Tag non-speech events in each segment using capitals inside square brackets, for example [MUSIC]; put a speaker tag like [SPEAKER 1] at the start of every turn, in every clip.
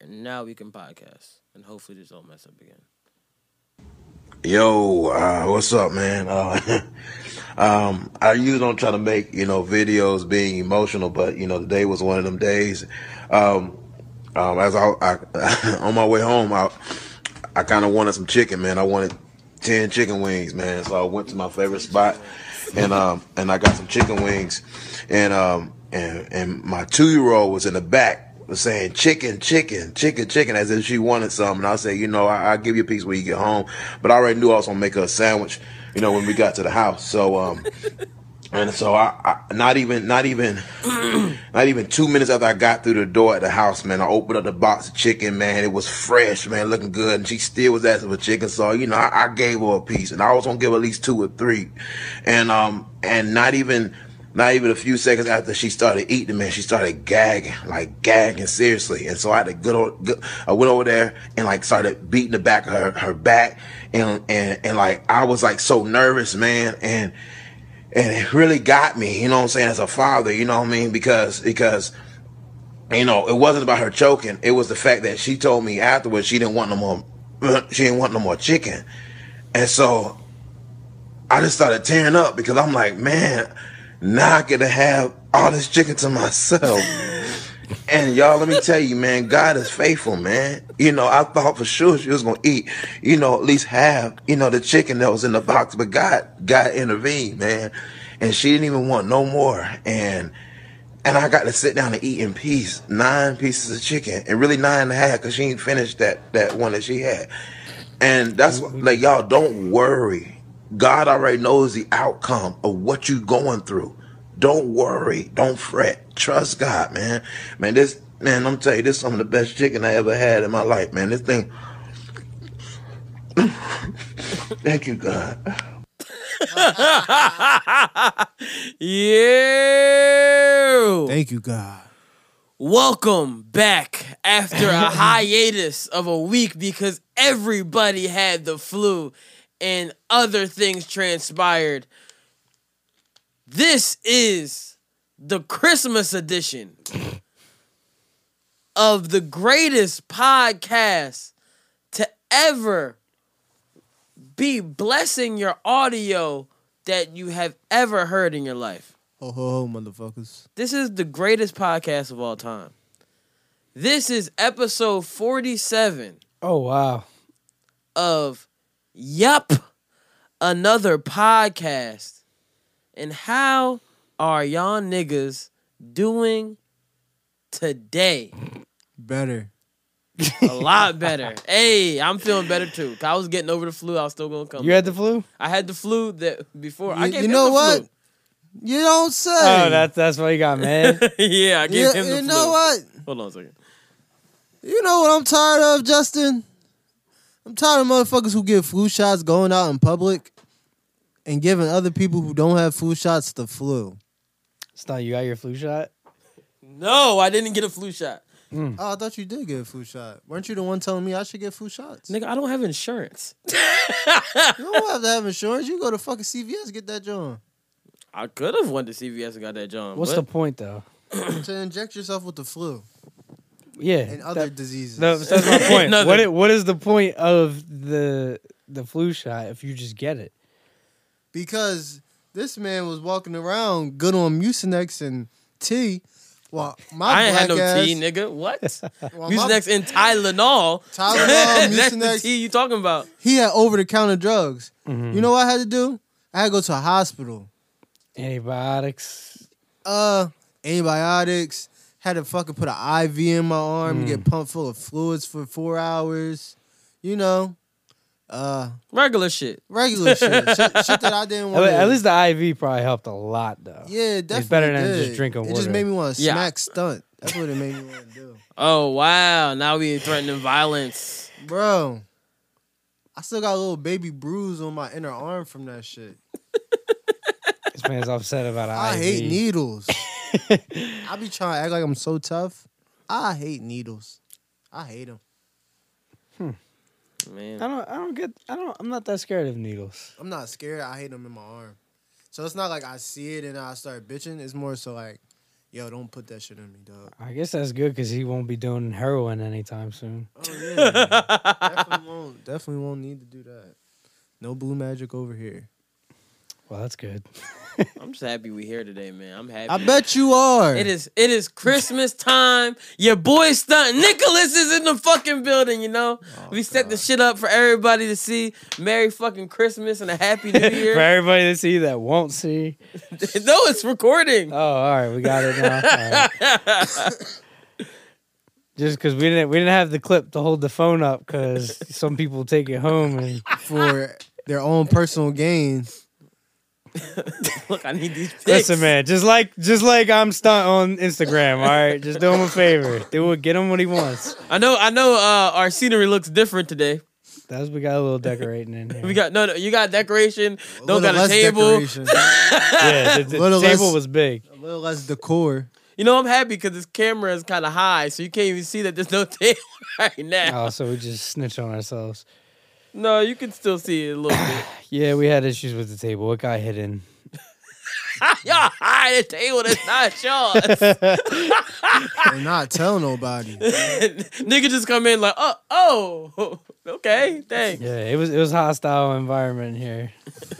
[SPEAKER 1] And now we can podcast. And hopefully this don't mess up again.
[SPEAKER 2] Yo, uh, what's up, man? Uh, [LAUGHS] um, I usually don't try to make, you know, videos being emotional, but, you know, today was one of them days. Um, um, as I, I [LAUGHS] on my way home, I, I kind of wanted some chicken, man. I wanted 10 chicken wings, man. So I went to my favorite
[SPEAKER 1] 10 chicken
[SPEAKER 2] spot
[SPEAKER 1] wings.
[SPEAKER 2] and, um, and I got some chicken wings and, um, and, and my two year old was in the back was saying chicken, chicken, chicken, chicken, as if she wanted some. And I said, you know, I, I'll give you a piece when you get home. But I already knew I was going to make her a sandwich, you know, when we got to the house. So, um, and so I, I not even not even not even two minutes after I got through the door at the house, man, I opened up the box of chicken, man. It was fresh, man, looking good. And she still was asking for chicken. So, you know, I, I gave her a piece and I was gonna give her at least two or three. And um and not even not even a few seconds after she started eating, man, she started gagging, like gagging seriously. And so I had a good old, good, I went over there and like started beating the back of her, her back. And, and, and like, I was like so nervous, man. And, and it really got me, you know what I'm saying, as a father, you know what I mean? Because, because, you know, it wasn't about her choking. It was the fact that she told me afterwards she didn't want no more, [CLEARS THROAT] she didn't want no more chicken. And so I just started tearing up because I'm like, man, now I get to have all this chicken to myself. [LAUGHS] And y'all, let me tell you, man, God is faithful, man. You know, I thought for sure she was gonna eat, you know, at least half, you know, the chicken that was in the box, but God, God intervened, man. And she didn't even want no more. And and I got to sit down and eat in peace, nine pieces of chicken, and really nine and a half, cause she ain't finished that that one that she had. And that's what, like y'all don't worry. God already knows the outcome of what you going through. Don't worry. Don't fret. Trust God, man. Man, this man, I'm telling you, this is some of the best chicken I ever had in my life, man. This thing. [LAUGHS] Thank you, God.
[SPEAKER 1] yeah.
[SPEAKER 3] Thank you, God.
[SPEAKER 1] Welcome back after
[SPEAKER 3] [LAUGHS]
[SPEAKER 1] a hiatus of a week because everybody had the flu and other things transpired. This is the Christmas edition of the greatest podcast to ever be blessing your audio that you have ever heard in your life.
[SPEAKER 3] Ho ho ho, motherfuckers.
[SPEAKER 1] This is the greatest podcast of all time. This is episode 47
[SPEAKER 4] Oh wow.
[SPEAKER 1] of Yup, another podcast. And how are y'all niggas doing today?
[SPEAKER 3] Better.
[SPEAKER 1] A
[SPEAKER 3] [LAUGHS]
[SPEAKER 1] lot better. hey, I'm feeling better too. 'Cause I was getting over the flu. I was still gonna come
[SPEAKER 4] You
[SPEAKER 1] back.
[SPEAKER 4] had the flu?
[SPEAKER 1] I had the flu that before. I
[SPEAKER 3] You,
[SPEAKER 1] gave
[SPEAKER 3] you
[SPEAKER 1] him
[SPEAKER 3] know
[SPEAKER 1] the
[SPEAKER 3] what?
[SPEAKER 1] flu.
[SPEAKER 3] You don't say.
[SPEAKER 4] Oh, that's that's why you got
[SPEAKER 3] [LAUGHS]
[SPEAKER 4] mad.
[SPEAKER 1] [LAUGHS] yeah, I
[SPEAKER 3] you,
[SPEAKER 1] gave him the
[SPEAKER 3] you
[SPEAKER 1] flu.
[SPEAKER 3] know what?
[SPEAKER 1] Hold on a second.
[SPEAKER 3] You know what I'm tired of, Justin? I'm tired of motherfuckers who get flu shots going out in public and giving other people who don't have flu shots the flu.
[SPEAKER 4] Stan, you got your flu shot?
[SPEAKER 1] No, I didn't get a flu shot.
[SPEAKER 4] Hmm.
[SPEAKER 3] Oh, I thought you did get a flu shot. Weren't you the one telling me I should get flu shots?
[SPEAKER 1] Nigga, I don't have insurance.
[SPEAKER 3] You don't have to have insurance. You go to fucking CVS, get that John.
[SPEAKER 1] I could have went to CVS and got that John.
[SPEAKER 4] What's the
[SPEAKER 1] but
[SPEAKER 4] point though?
[SPEAKER 3] to inject yourself with the flu
[SPEAKER 4] Yeah.
[SPEAKER 3] and other
[SPEAKER 4] that-
[SPEAKER 3] diseases.
[SPEAKER 4] no, that's
[SPEAKER 3] [LAUGHS]
[SPEAKER 4] my point.
[SPEAKER 1] Nothing.
[SPEAKER 4] What it, what is the point of the the flu shot if you just get it?
[SPEAKER 3] because this man was walking around good on Mucinex and tea, while my
[SPEAKER 1] I ain't had
[SPEAKER 3] black
[SPEAKER 1] no
[SPEAKER 3] ass,
[SPEAKER 1] tea, nigga. [LAUGHS] What?
[SPEAKER 3] while my
[SPEAKER 1] Mucinex and Tylenol.
[SPEAKER 3] [LAUGHS]
[SPEAKER 1] [LAUGHS]
[SPEAKER 3] Tylenol,
[SPEAKER 1] That's the
[SPEAKER 3] Mucinex,
[SPEAKER 1] tea you talking about.
[SPEAKER 3] he had over the counter drugs. Mm-hmm. You know what I had to do? I had to go to a hospital.
[SPEAKER 4] Antibiotics.
[SPEAKER 3] Uh, antibiotics. Had to fucking put an IV in my arm, and
[SPEAKER 4] Mm.
[SPEAKER 3] get pumped full of fluids for four hours. You know, uh,
[SPEAKER 1] Regular shit.
[SPEAKER 3] regular shit,
[SPEAKER 4] [LAUGHS]
[SPEAKER 3] shit, shit that I didn't
[SPEAKER 4] At,
[SPEAKER 3] want.
[SPEAKER 4] le- at least the IV probably helped a lot though.
[SPEAKER 3] Yeah, it definitely.
[SPEAKER 4] It's better than
[SPEAKER 3] did.
[SPEAKER 4] just drinking
[SPEAKER 3] It just
[SPEAKER 4] water.
[SPEAKER 3] made me want to
[SPEAKER 1] Yeah.
[SPEAKER 3] smack stunt. That's what it made me want to do,
[SPEAKER 1] Oh wow. Now we threatening violence.
[SPEAKER 3] bro. I still got a little baby bruise on my inner arm from that shit.
[SPEAKER 4] This man's upset about an
[SPEAKER 3] I
[SPEAKER 4] IV.
[SPEAKER 3] hate needles. I be trying to act like I'm so tough. I hate needles. I hate them.
[SPEAKER 4] I
[SPEAKER 1] [LAUGHS] Man.
[SPEAKER 4] don't [LAUGHS] I don't get I don't I'm not that scared of needles.
[SPEAKER 3] I'm not scared. I hate them in my arm. So it's not like I see it and I start bitching. It's more so like Yo, don't put that shit in me, dog.
[SPEAKER 4] I guess that's good because he won't be doing heroin anytime soon.
[SPEAKER 3] Oh
[SPEAKER 1] [LAUGHS]
[SPEAKER 3] yeah. definitely won't definitely won't need to do that. No blue magic over here.
[SPEAKER 4] Well, that's good.
[SPEAKER 1] I'm just happy we here today, man. I'm happy.
[SPEAKER 3] I bet you are.
[SPEAKER 1] It is it is Christmas time. Your boy stunt Nicholas is in the fucking building, you know?
[SPEAKER 3] Oh,
[SPEAKER 1] we set the shit up for everybody to see. Merry fucking Christmas and a happy
[SPEAKER 4] [LAUGHS]
[SPEAKER 1] new
[SPEAKER 4] For
[SPEAKER 1] year.
[SPEAKER 4] everybody to see that won't see.
[SPEAKER 1] [LAUGHS] no, it's recording.
[SPEAKER 4] Oh, all right, we got it now.
[SPEAKER 1] [LAUGHS]
[SPEAKER 4] All right. Just because we didn't we didn't have the clip to hold the phone up because some people take it
[SPEAKER 1] [LAUGHS]
[SPEAKER 4] home and
[SPEAKER 3] for their own personal gain.
[SPEAKER 1] Look, I need these pics.
[SPEAKER 4] listen, man. Just like just like I'm stunt on Instagram. All right, just do him a favor. Do it. Get him what he wants.
[SPEAKER 1] I know I know uh, our scenery looks different today.
[SPEAKER 4] That's we got a little decorating in
[SPEAKER 1] [LAUGHS]
[SPEAKER 4] here.
[SPEAKER 1] We got no no you got decoration,
[SPEAKER 3] A
[SPEAKER 1] don't
[SPEAKER 3] little
[SPEAKER 1] got a
[SPEAKER 3] less
[SPEAKER 1] table.
[SPEAKER 3] decoration,
[SPEAKER 1] [LAUGHS]
[SPEAKER 4] yeah, the, the
[SPEAKER 3] Little
[SPEAKER 4] table
[SPEAKER 3] less-
[SPEAKER 4] was big.
[SPEAKER 3] A little less decor.
[SPEAKER 1] You know, I'm happy because this camera is kind of high, so you can't even see that there's no [LAUGHS] table right now.
[SPEAKER 4] Oh, so we just snitched on ourselves.
[SPEAKER 1] No, you can still see it a little bit.
[SPEAKER 4] Yeah, we had issues with the table. It got hidden.
[SPEAKER 1] Y'all hide a table that's not yours. [LAUGHS]
[SPEAKER 3] And not tell nobody.
[SPEAKER 1] Nigga just come in like, oh, oh, [LAUGHS] okay, thanks.
[SPEAKER 4] Yeah, it was it was hostile environment here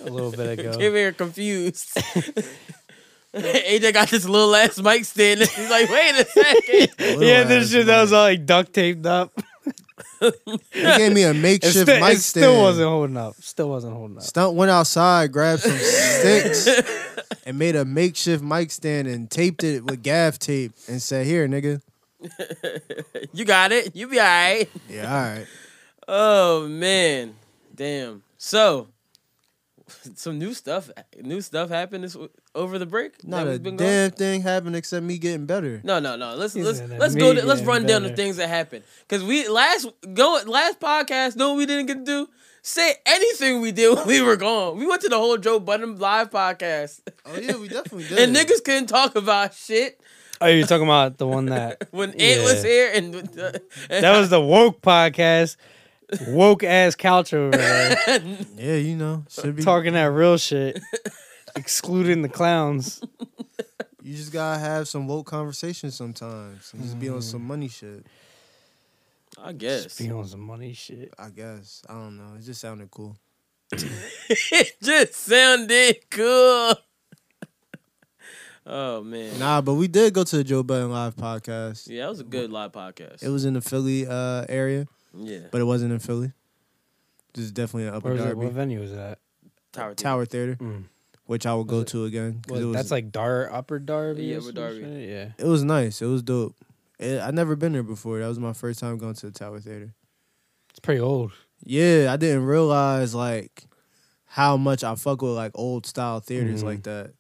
[SPEAKER 4] a little
[SPEAKER 1] [LAUGHS]
[SPEAKER 4] bit
[SPEAKER 1] Came
[SPEAKER 4] ago.
[SPEAKER 1] here confused. [LAUGHS] AJ got this little ass mic stand. He's like, wait a [LAUGHS] second.
[SPEAKER 3] Little
[SPEAKER 4] [LAUGHS] yeah, this
[SPEAKER 3] ass
[SPEAKER 4] shit that was all like duct taped up.
[SPEAKER 3] mic. They
[SPEAKER 1] [LAUGHS]
[SPEAKER 3] gave me a
[SPEAKER 4] It,
[SPEAKER 3] makeshift
[SPEAKER 4] sti- it
[SPEAKER 3] mic stand.
[SPEAKER 4] still wasn't holding up. Still wasn't holding up.
[SPEAKER 3] Stunt went outside, grabbed some sticks, and made a makeshift mic stand and taped it with gaff tape and said, "Here, nigga."
[SPEAKER 1] You got it. You be all right.
[SPEAKER 3] Yeah, all right.
[SPEAKER 1] Oh man, damn. So, some new stuff. New stuff happened this over the break.
[SPEAKER 3] Not
[SPEAKER 1] that
[SPEAKER 3] a
[SPEAKER 1] we've been
[SPEAKER 3] damn
[SPEAKER 1] going-
[SPEAKER 3] thing happened except me getting better.
[SPEAKER 1] No, no, no. Let's
[SPEAKER 4] He's
[SPEAKER 1] let's
[SPEAKER 4] an
[SPEAKER 1] let's go. To, let's
[SPEAKER 4] amazing
[SPEAKER 1] run down the
[SPEAKER 4] better.
[SPEAKER 1] things that happened because we last go last podcast. No, we didn't get to do say anything we did when we were gone. We went to the whole Joe Budden live podcast,
[SPEAKER 3] Oh yeah, we definitely
[SPEAKER 1] [LAUGHS]
[SPEAKER 3] did.
[SPEAKER 1] and niggas couldn't talk about shit
[SPEAKER 4] Oh, you're talking about the one that
[SPEAKER 1] when Ant was
[SPEAKER 4] Yeah.
[SPEAKER 1] here. And, [LAUGHS] uh,
[SPEAKER 4] [LAUGHS] that was the woke podcast. Woke ass couch over
[SPEAKER 3] [LAUGHS]
[SPEAKER 4] there
[SPEAKER 3] Yeah, you know, should be.
[SPEAKER 4] talking that real shit, excluding the clowns.
[SPEAKER 3] You just gotta have some woke conversations sometimes, and just be on some money shit.
[SPEAKER 1] I
[SPEAKER 4] Just
[SPEAKER 1] guess
[SPEAKER 4] be on some money shit.
[SPEAKER 3] I guess I don't know. It just sounded cool.
[SPEAKER 1] [LAUGHS] it just sounded cool. [LAUGHS] oh man,
[SPEAKER 3] Nah, but we did go to the Joe Budden live podcast.
[SPEAKER 1] yeah, that was a good live podcast.
[SPEAKER 3] It was in the Philly uh, area,
[SPEAKER 1] yeah,
[SPEAKER 3] but it wasn't in Philly. This is definitely an
[SPEAKER 4] Where
[SPEAKER 3] upper
[SPEAKER 4] was it?
[SPEAKER 3] Derby
[SPEAKER 4] What venue was that?
[SPEAKER 1] Tower. Tower.
[SPEAKER 3] Tower Theater,
[SPEAKER 4] Mm.
[SPEAKER 3] which I will go to again. 'cause
[SPEAKER 4] Was-
[SPEAKER 3] it was,
[SPEAKER 4] that's like Dar Upper Darby.
[SPEAKER 1] Yeah,
[SPEAKER 4] or
[SPEAKER 1] Upper
[SPEAKER 4] some
[SPEAKER 1] Darby.
[SPEAKER 4] shit? Yeah.
[SPEAKER 3] it was nice. It was dope. It, I never been there before. That was my first time going to the Tower Theater.
[SPEAKER 4] It's pretty old.
[SPEAKER 3] Yeah, I didn't realize like how much I fuck with like old style theaters
[SPEAKER 4] Mhm.
[SPEAKER 3] like that.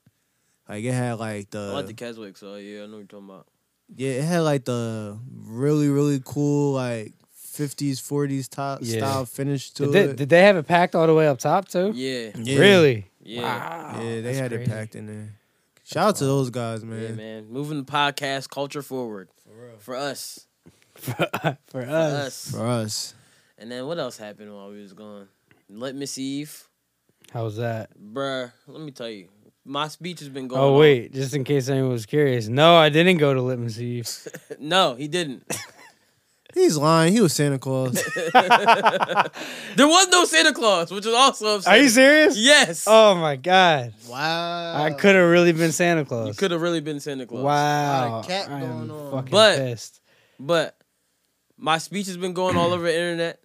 [SPEAKER 3] Like it had like the,
[SPEAKER 1] I like the Keswick, so yeah, I know what you're talking about.
[SPEAKER 3] yeah, it had like the really really cool like. 50s, 40s top
[SPEAKER 4] Yeah.
[SPEAKER 3] style finish to
[SPEAKER 4] Did they,
[SPEAKER 3] it.
[SPEAKER 4] did they have it packed all the way up top too?
[SPEAKER 1] Yeah,
[SPEAKER 3] Yeah.
[SPEAKER 4] Really?
[SPEAKER 1] yeah.
[SPEAKER 4] Wow.
[SPEAKER 3] yeah, they
[SPEAKER 4] that's
[SPEAKER 3] had it
[SPEAKER 4] crazy.
[SPEAKER 3] packed in there. Shout out to those guys, man.
[SPEAKER 1] Yeah, man. Moving the podcast culture forward. For
[SPEAKER 3] real.
[SPEAKER 1] us.
[SPEAKER 4] [LAUGHS] for
[SPEAKER 1] For
[SPEAKER 4] us.
[SPEAKER 1] us.
[SPEAKER 3] For us,
[SPEAKER 1] And then what else happened while we was gone? Let Miss Eve.
[SPEAKER 4] How was that?
[SPEAKER 1] Bruh, let me tell you. My speech has been going
[SPEAKER 4] Oh
[SPEAKER 1] on.
[SPEAKER 4] wait, just in case anyone was curious. No, I didn't go to
[SPEAKER 1] [LAUGHS]
[SPEAKER 4] Litmus Eve.
[SPEAKER 1] [LAUGHS] No, he didn't.
[SPEAKER 3] he's lying. He was Santa Claus.
[SPEAKER 1] [LAUGHS] There was no Santa Claus, which is also
[SPEAKER 4] Are
[SPEAKER 1] upsetting.
[SPEAKER 4] you serious?
[SPEAKER 1] Yes.
[SPEAKER 4] Oh my god.
[SPEAKER 3] wow.
[SPEAKER 4] [LAUGHS] I could have really been Santa
[SPEAKER 1] you
[SPEAKER 4] Claus.
[SPEAKER 1] could have really been Santa Claus.
[SPEAKER 4] Wow.
[SPEAKER 3] Got a cat
[SPEAKER 4] I am
[SPEAKER 3] going on.
[SPEAKER 4] fucking
[SPEAKER 1] But-
[SPEAKER 4] pissed. [LAUGHS]
[SPEAKER 1] But my speech has been going all over the internet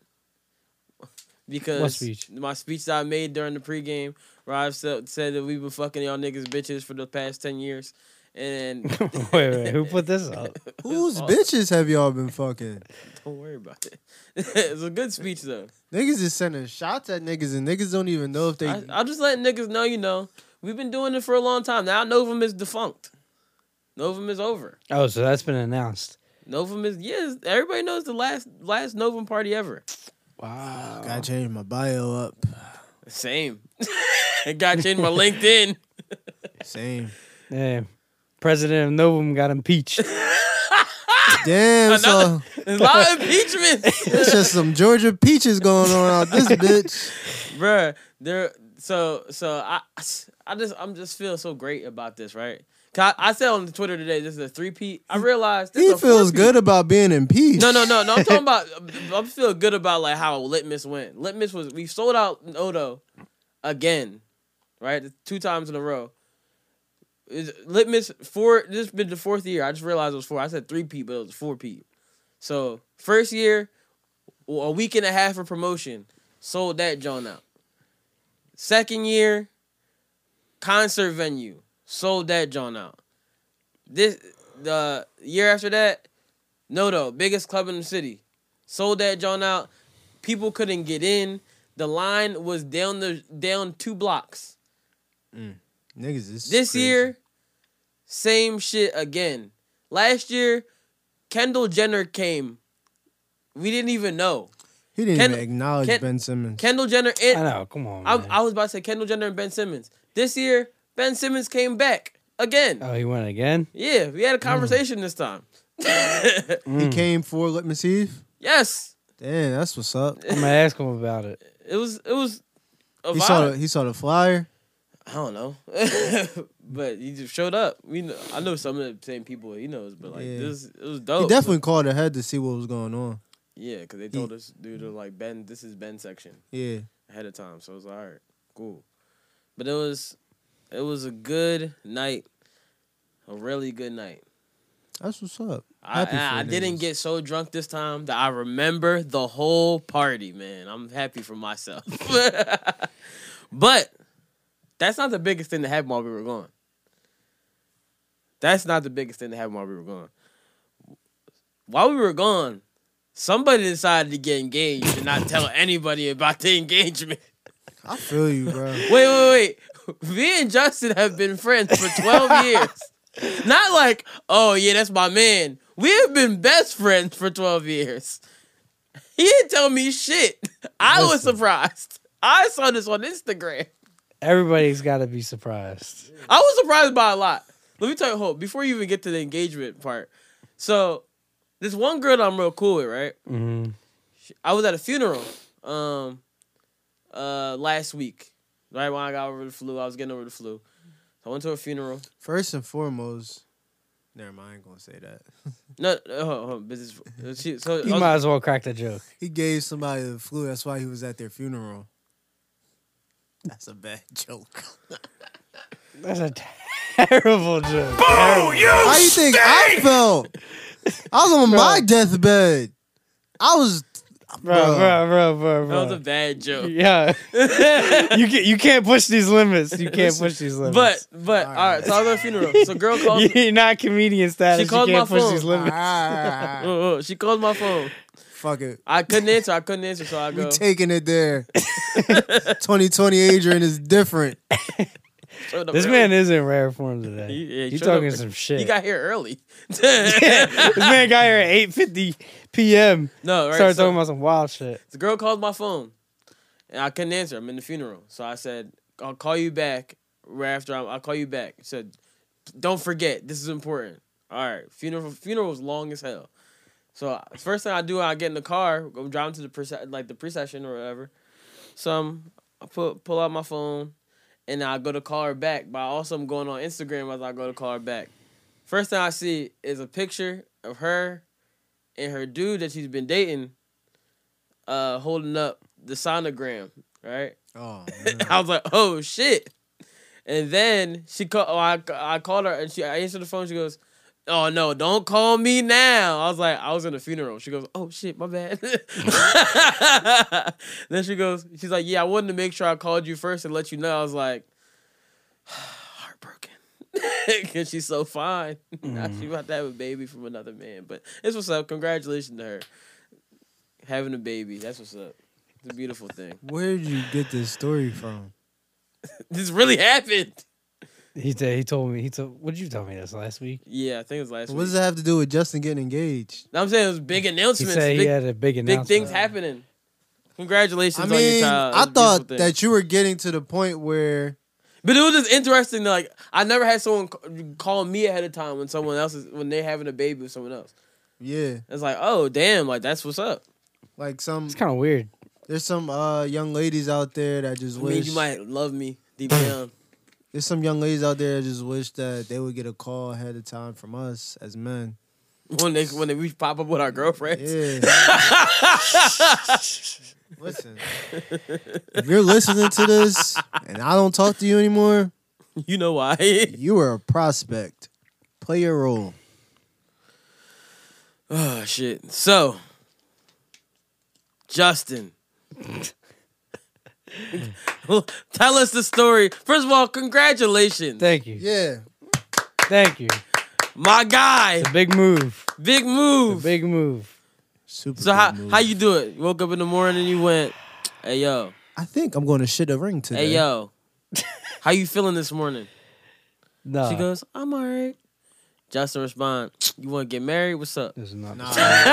[SPEAKER 1] [LAUGHS] because
[SPEAKER 4] What speech?
[SPEAKER 1] my speech that I made during the pregame, where I've said, said that we've been fucking y'all niggas bitches for the past ten years, and
[SPEAKER 4] [LAUGHS] wait, wait,
[SPEAKER 1] [LAUGHS]
[SPEAKER 4] who put this up?
[SPEAKER 3] Whose bitches have y'all been fucking?
[SPEAKER 1] don't worry about it. it's a good speech though.
[SPEAKER 3] Niggas is sending shots at niggas, and niggas don't even know if they.
[SPEAKER 1] I, I'll just let niggas know, you know, we've been doing it for a long time now. Novum is defunct. Novum is over.
[SPEAKER 4] Oh, so that's been announced.
[SPEAKER 1] Novum is yes. Everybody knows the last last Novum party ever.
[SPEAKER 4] Wow.
[SPEAKER 3] Gotta change my bio up.
[SPEAKER 1] Same. [LAUGHS] It got you in [LAUGHS] my LinkedIn. [LAUGHS]
[SPEAKER 3] Same.
[SPEAKER 4] Yeah. President of Novum got impeached.
[SPEAKER 3] Damn, so
[SPEAKER 1] Another- There's a lot of impeachments. [LAUGHS]
[SPEAKER 3] it's just some Georgia peaches going on out this bitch.
[SPEAKER 1] bruh there so so i i just i'm just feel so great about this right I, I said on Twitter today, this is a three P. I realized this
[SPEAKER 3] He
[SPEAKER 1] is a
[SPEAKER 3] feels
[SPEAKER 1] 4P.
[SPEAKER 3] good about being in peace.
[SPEAKER 1] No, no, no, no. I'm talking about. I'm feeling good about like how Litmus went. Litmus was we sold out Odo again, right? Two times in a row. Is- Litmus four. This has been the fourth year. I just realized it was four. I said three P, but it was four P. So first year, a week and a half of promotion, sold that joint out. Second year, concert venue, sold that joint out. This the year after that, no, though, biggest club in the city. Sold that joint out. People couldn't get in. The line was down the down two blocks.
[SPEAKER 3] Niggas is
[SPEAKER 1] This
[SPEAKER 3] crazy.
[SPEAKER 1] year, same shit again. Last year, Kendall Jenner came. We didn't even know.
[SPEAKER 3] he didn't
[SPEAKER 1] Ken-
[SPEAKER 3] even acknowledge
[SPEAKER 1] Ken-
[SPEAKER 3] Ben Simmons.
[SPEAKER 1] Kendall Jenner and
[SPEAKER 4] I know. Come on.
[SPEAKER 1] I,
[SPEAKER 4] man.
[SPEAKER 1] I was about to say Kendall Jenner and Ben Simmons. This year, Ben Simmons came back again.
[SPEAKER 4] oh, Mm. he went again.
[SPEAKER 1] Yeah, we had a conversation this time. [LAUGHS]
[SPEAKER 3] he came for Litmus Heath.
[SPEAKER 1] yes.
[SPEAKER 3] Damn, that's what's up.
[SPEAKER 4] I'm gonna ask him about it.
[SPEAKER 1] It was it was a
[SPEAKER 3] He
[SPEAKER 1] vibe.
[SPEAKER 3] saw the, he saw the flyer.
[SPEAKER 1] I don't know, [LAUGHS] but he just showed up. We know, I know some of the same people he knows, but like
[SPEAKER 3] Yeah.
[SPEAKER 1] this, it was dope.
[SPEAKER 3] He definitely called ahead to see what was going on.
[SPEAKER 1] yeah, because they told us, dude, they're like Ben, this is Ben section
[SPEAKER 3] Yeah,
[SPEAKER 1] ahead of time, so it was like, all right, cool. But it was, it was a good night, a really good night.
[SPEAKER 3] that's what's up.
[SPEAKER 1] I,
[SPEAKER 3] Happy for
[SPEAKER 1] I, I
[SPEAKER 3] niggas.
[SPEAKER 1] didn't get so drunk this time that I remember the whole party, man. I'm happy for myself. [LAUGHS] but that's not the biggest thing that happened while we were gone. That's not the biggest thing that happened while we were gone. While we were gone, somebody decided to get engaged and not tell anybody about the [LAUGHS] engagement.
[SPEAKER 3] I feel
[SPEAKER 1] [LAUGHS]
[SPEAKER 3] you, bro.
[SPEAKER 1] Wait, wait, wait. Me and Justin have been friends for 12 years. Not like, oh, yeah, that's my man. We have been best friends for 12 years. He didn't tell me shit. I was
[SPEAKER 3] Listen.
[SPEAKER 1] surprised. I saw this on Instagram.
[SPEAKER 4] Everybody's got to be surprised.
[SPEAKER 1] I was surprised by a lot. Let me tell you, hold, before you even get to the engagement part. So, this one girl that I'm real cool with, right?
[SPEAKER 4] Mm-hmm.
[SPEAKER 1] I was at a funeral um uh last week. Right when I got over the flu, I was getting over the flu. So I went to a funeral.
[SPEAKER 3] First and foremost, never mind. I ain't gonna say that.
[SPEAKER 1] No, uh, hold on, business. uh, she- So I
[SPEAKER 4] You
[SPEAKER 1] was-
[SPEAKER 4] might as well crack the joke.
[SPEAKER 3] He gave somebody the flu. That's why he was at their funeral. That's a bad joke.
[SPEAKER 4] That's a terrible joke.
[SPEAKER 3] How you think I felt? I was on my deathbed. I was,
[SPEAKER 4] Bro, bro, bro, bro,
[SPEAKER 1] that was a
[SPEAKER 4] bro.
[SPEAKER 1] bad joke.
[SPEAKER 4] [LAUGHS] Yeah,
[SPEAKER 1] [LAUGHS]
[SPEAKER 4] you can, you can't push these limits. You can't push these
[SPEAKER 1] But
[SPEAKER 4] limits.
[SPEAKER 1] but all
[SPEAKER 3] All
[SPEAKER 1] right.
[SPEAKER 3] right.
[SPEAKER 1] so I was at a funeral.
[SPEAKER 4] [LAUGHS]
[SPEAKER 1] So girl calls. me.
[SPEAKER 4] you're not comedian status.
[SPEAKER 1] She called
[SPEAKER 4] you can't
[SPEAKER 1] my
[SPEAKER 4] push
[SPEAKER 1] phone.
[SPEAKER 4] these limits.
[SPEAKER 3] Ah,
[SPEAKER 1] Uh, uh, she calls my phone.
[SPEAKER 3] [LAUGHS] fuck it.
[SPEAKER 1] I couldn't answer. I couldn't answer. So I
[SPEAKER 3] We
[SPEAKER 1] go.
[SPEAKER 3] taking it there. [LAUGHS] 2020 Adrian is different.
[SPEAKER 1] showed up
[SPEAKER 4] This
[SPEAKER 1] early.
[SPEAKER 4] man is in rare form today.
[SPEAKER 1] He- yeah, he
[SPEAKER 4] you
[SPEAKER 1] showed up
[SPEAKER 4] talking
[SPEAKER 1] early.
[SPEAKER 4] some shit.
[SPEAKER 1] he got here early.
[SPEAKER 4] [LAUGHS]
[SPEAKER 1] [LAUGHS]
[SPEAKER 4] this man got here at eight fifty p.m.
[SPEAKER 1] no, right.
[SPEAKER 4] Started
[SPEAKER 1] so-
[SPEAKER 4] talking about some wild shit.
[SPEAKER 1] The girl called my phone, and I couldn't answer. I'm in the funeral, so I said, "I'll call you back right after. I'm, I'll call you back." She said, "Don't forget, this is important." All right, funeral funeral was long as hell. So uh, first thing I do, I get in the car, I'm driving to the prece- like the precession or whatever. Some I put pull out my phone, and I go to call her back. But I also am going on Instagram as I go to call her back. First thing I see is a picture of her and her dude that she's been dating uh holding up the sonogram, right?
[SPEAKER 3] Oh, man.
[SPEAKER 1] [LAUGHS] I was like, "Oh shit!" And then she called. Oh, I I called her and she I answered the phone. She goes, "Oh no, don't call me now." I was like, "I was in a funeral." She goes, "Oh shit, my bad." [LAUGHS] then she goes, "She's like, yeah, I wanted to make sure I called you first and let you know." I was like, [SIGHS] heartbroken. [LAUGHS] Cause she's so fine. Now she about to have a baby from another man. But it's what's up. Congratulations to her. Having a baby. That's what's up. It's a beautiful thing. [LAUGHS]
[SPEAKER 3] Where did you get this story from?
[SPEAKER 1] This really happened.
[SPEAKER 4] He said he told me he told. What did you tell me this last week?
[SPEAKER 1] Yeah, I think it was last
[SPEAKER 3] What does
[SPEAKER 1] week.
[SPEAKER 3] that have to do with Justin getting engaged?
[SPEAKER 1] No, I'm saying it was big
[SPEAKER 4] He
[SPEAKER 1] announcements.
[SPEAKER 4] said
[SPEAKER 1] big,
[SPEAKER 4] he had a big
[SPEAKER 1] big
[SPEAKER 4] announcement.
[SPEAKER 1] things happening. Congratulations
[SPEAKER 3] I
[SPEAKER 1] on your
[SPEAKER 3] mean,
[SPEAKER 1] child. It's
[SPEAKER 3] I
[SPEAKER 1] a beautiful
[SPEAKER 3] thought
[SPEAKER 1] thing.
[SPEAKER 3] that you were getting to the point where
[SPEAKER 1] But it was just interesting. Like I never had someone c- call me ahead of time when someone else is when they're having a baby with someone else.
[SPEAKER 3] Yeah,
[SPEAKER 1] It's like, oh damn, like that's what's up.
[SPEAKER 3] like some
[SPEAKER 4] It's kind of weird.
[SPEAKER 3] there's some uh young ladies out there that just
[SPEAKER 1] I
[SPEAKER 3] wish
[SPEAKER 1] mean, you might love me deep down. [LAUGHS]
[SPEAKER 3] There's some young ladies out there that just wish that they would get a call ahead of time from us as men.
[SPEAKER 1] When they when they we pop up with our girlfriends. [LAUGHS]
[SPEAKER 3] Yeah. [LAUGHS] Listen, if you're listening to this and I don't talk to you anymore,
[SPEAKER 1] You know why. [LAUGHS]
[SPEAKER 3] you are a prospect. Play your role.
[SPEAKER 1] Oh shit. So Justin. [LAUGHS] Tell us the story. First of all, congratulations.
[SPEAKER 4] Thank you.
[SPEAKER 3] Yeah.
[SPEAKER 4] Thank you.
[SPEAKER 1] My guy.
[SPEAKER 4] It's a big move.
[SPEAKER 1] Big
[SPEAKER 4] A
[SPEAKER 1] move.
[SPEAKER 4] big move.
[SPEAKER 3] Super.
[SPEAKER 1] so how
[SPEAKER 3] good move.
[SPEAKER 1] how you do it? You woke up in the morning and you went, Hey yo,
[SPEAKER 3] I think I'm going to shit a ring today.
[SPEAKER 1] hey yo. How you feeling this morning?
[SPEAKER 4] No. Uh.
[SPEAKER 1] She goes, I'm alright. Justin responds, You wanna get married? What's
[SPEAKER 4] [LAUGHS]
[SPEAKER 1] up? [LAUGHS]
[SPEAKER 4] This is not.
[SPEAKER 3] Nah.
[SPEAKER 4] this is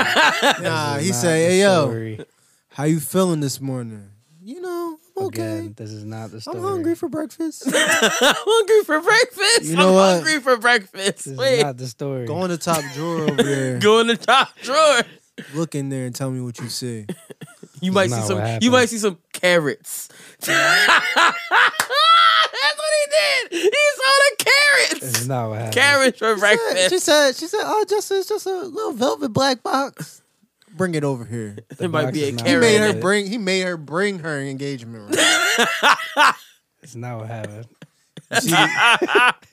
[SPEAKER 3] Nah, he
[SPEAKER 4] not
[SPEAKER 3] say,
[SPEAKER 4] the
[SPEAKER 3] "Hey yo,
[SPEAKER 4] story."
[SPEAKER 3] how you feeling this morning? You know, I'm okay.
[SPEAKER 4] Again, this is not the story.
[SPEAKER 3] I'm hungry for breakfast.
[SPEAKER 1] I'm hungry for breakfast.
[SPEAKER 3] You know
[SPEAKER 1] I'm
[SPEAKER 3] what?
[SPEAKER 1] hungry for breakfast.
[SPEAKER 4] This is
[SPEAKER 1] Wait.
[SPEAKER 4] not the story.
[SPEAKER 3] [LAUGHS] Go in the top
[SPEAKER 1] [LAUGHS]
[SPEAKER 3] drawer over there.
[SPEAKER 1] Go in the top drawer.
[SPEAKER 3] Look in there and tell me what you see.
[SPEAKER 1] You might
[SPEAKER 4] not
[SPEAKER 1] see
[SPEAKER 4] what
[SPEAKER 1] some. You
[SPEAKER 4] happened.
[SPEAKER 1] might see some carrots. [LAUGHS] That's what he did. He saw the
[SPEAKER 4] This is
[SPEAKER 1] carrots.
[SPEAKER 4] not what happened.
[SPEAKER 1] Carrots for
[SPEAKER 3] She said,
[SPEAKER 1] [LAUGHS]
[SPEAKER 3] she
[SPEAKER 1] breakfast.
[SPEAKER 3] said, she said, oh, Justin, it's just a little velvet black box. Bring it over here.
[SPEAKER 1] It might
[SPEAKER 4] box
[SPEAKER 1] be a
[SPEAKER 4] is not
[SPEAKER 3] He
[SPEAKER 1] carrot.
[SPEAKER 3] made
[SPEAKER 1] in
[SPEAKER 3] her
[SPEAKER 1] it.
[SPEAKER 3] bring. He made her bring her engagement ring.
[SPEAKER 4] It's not what happened.
[SPEAKER 3] You see,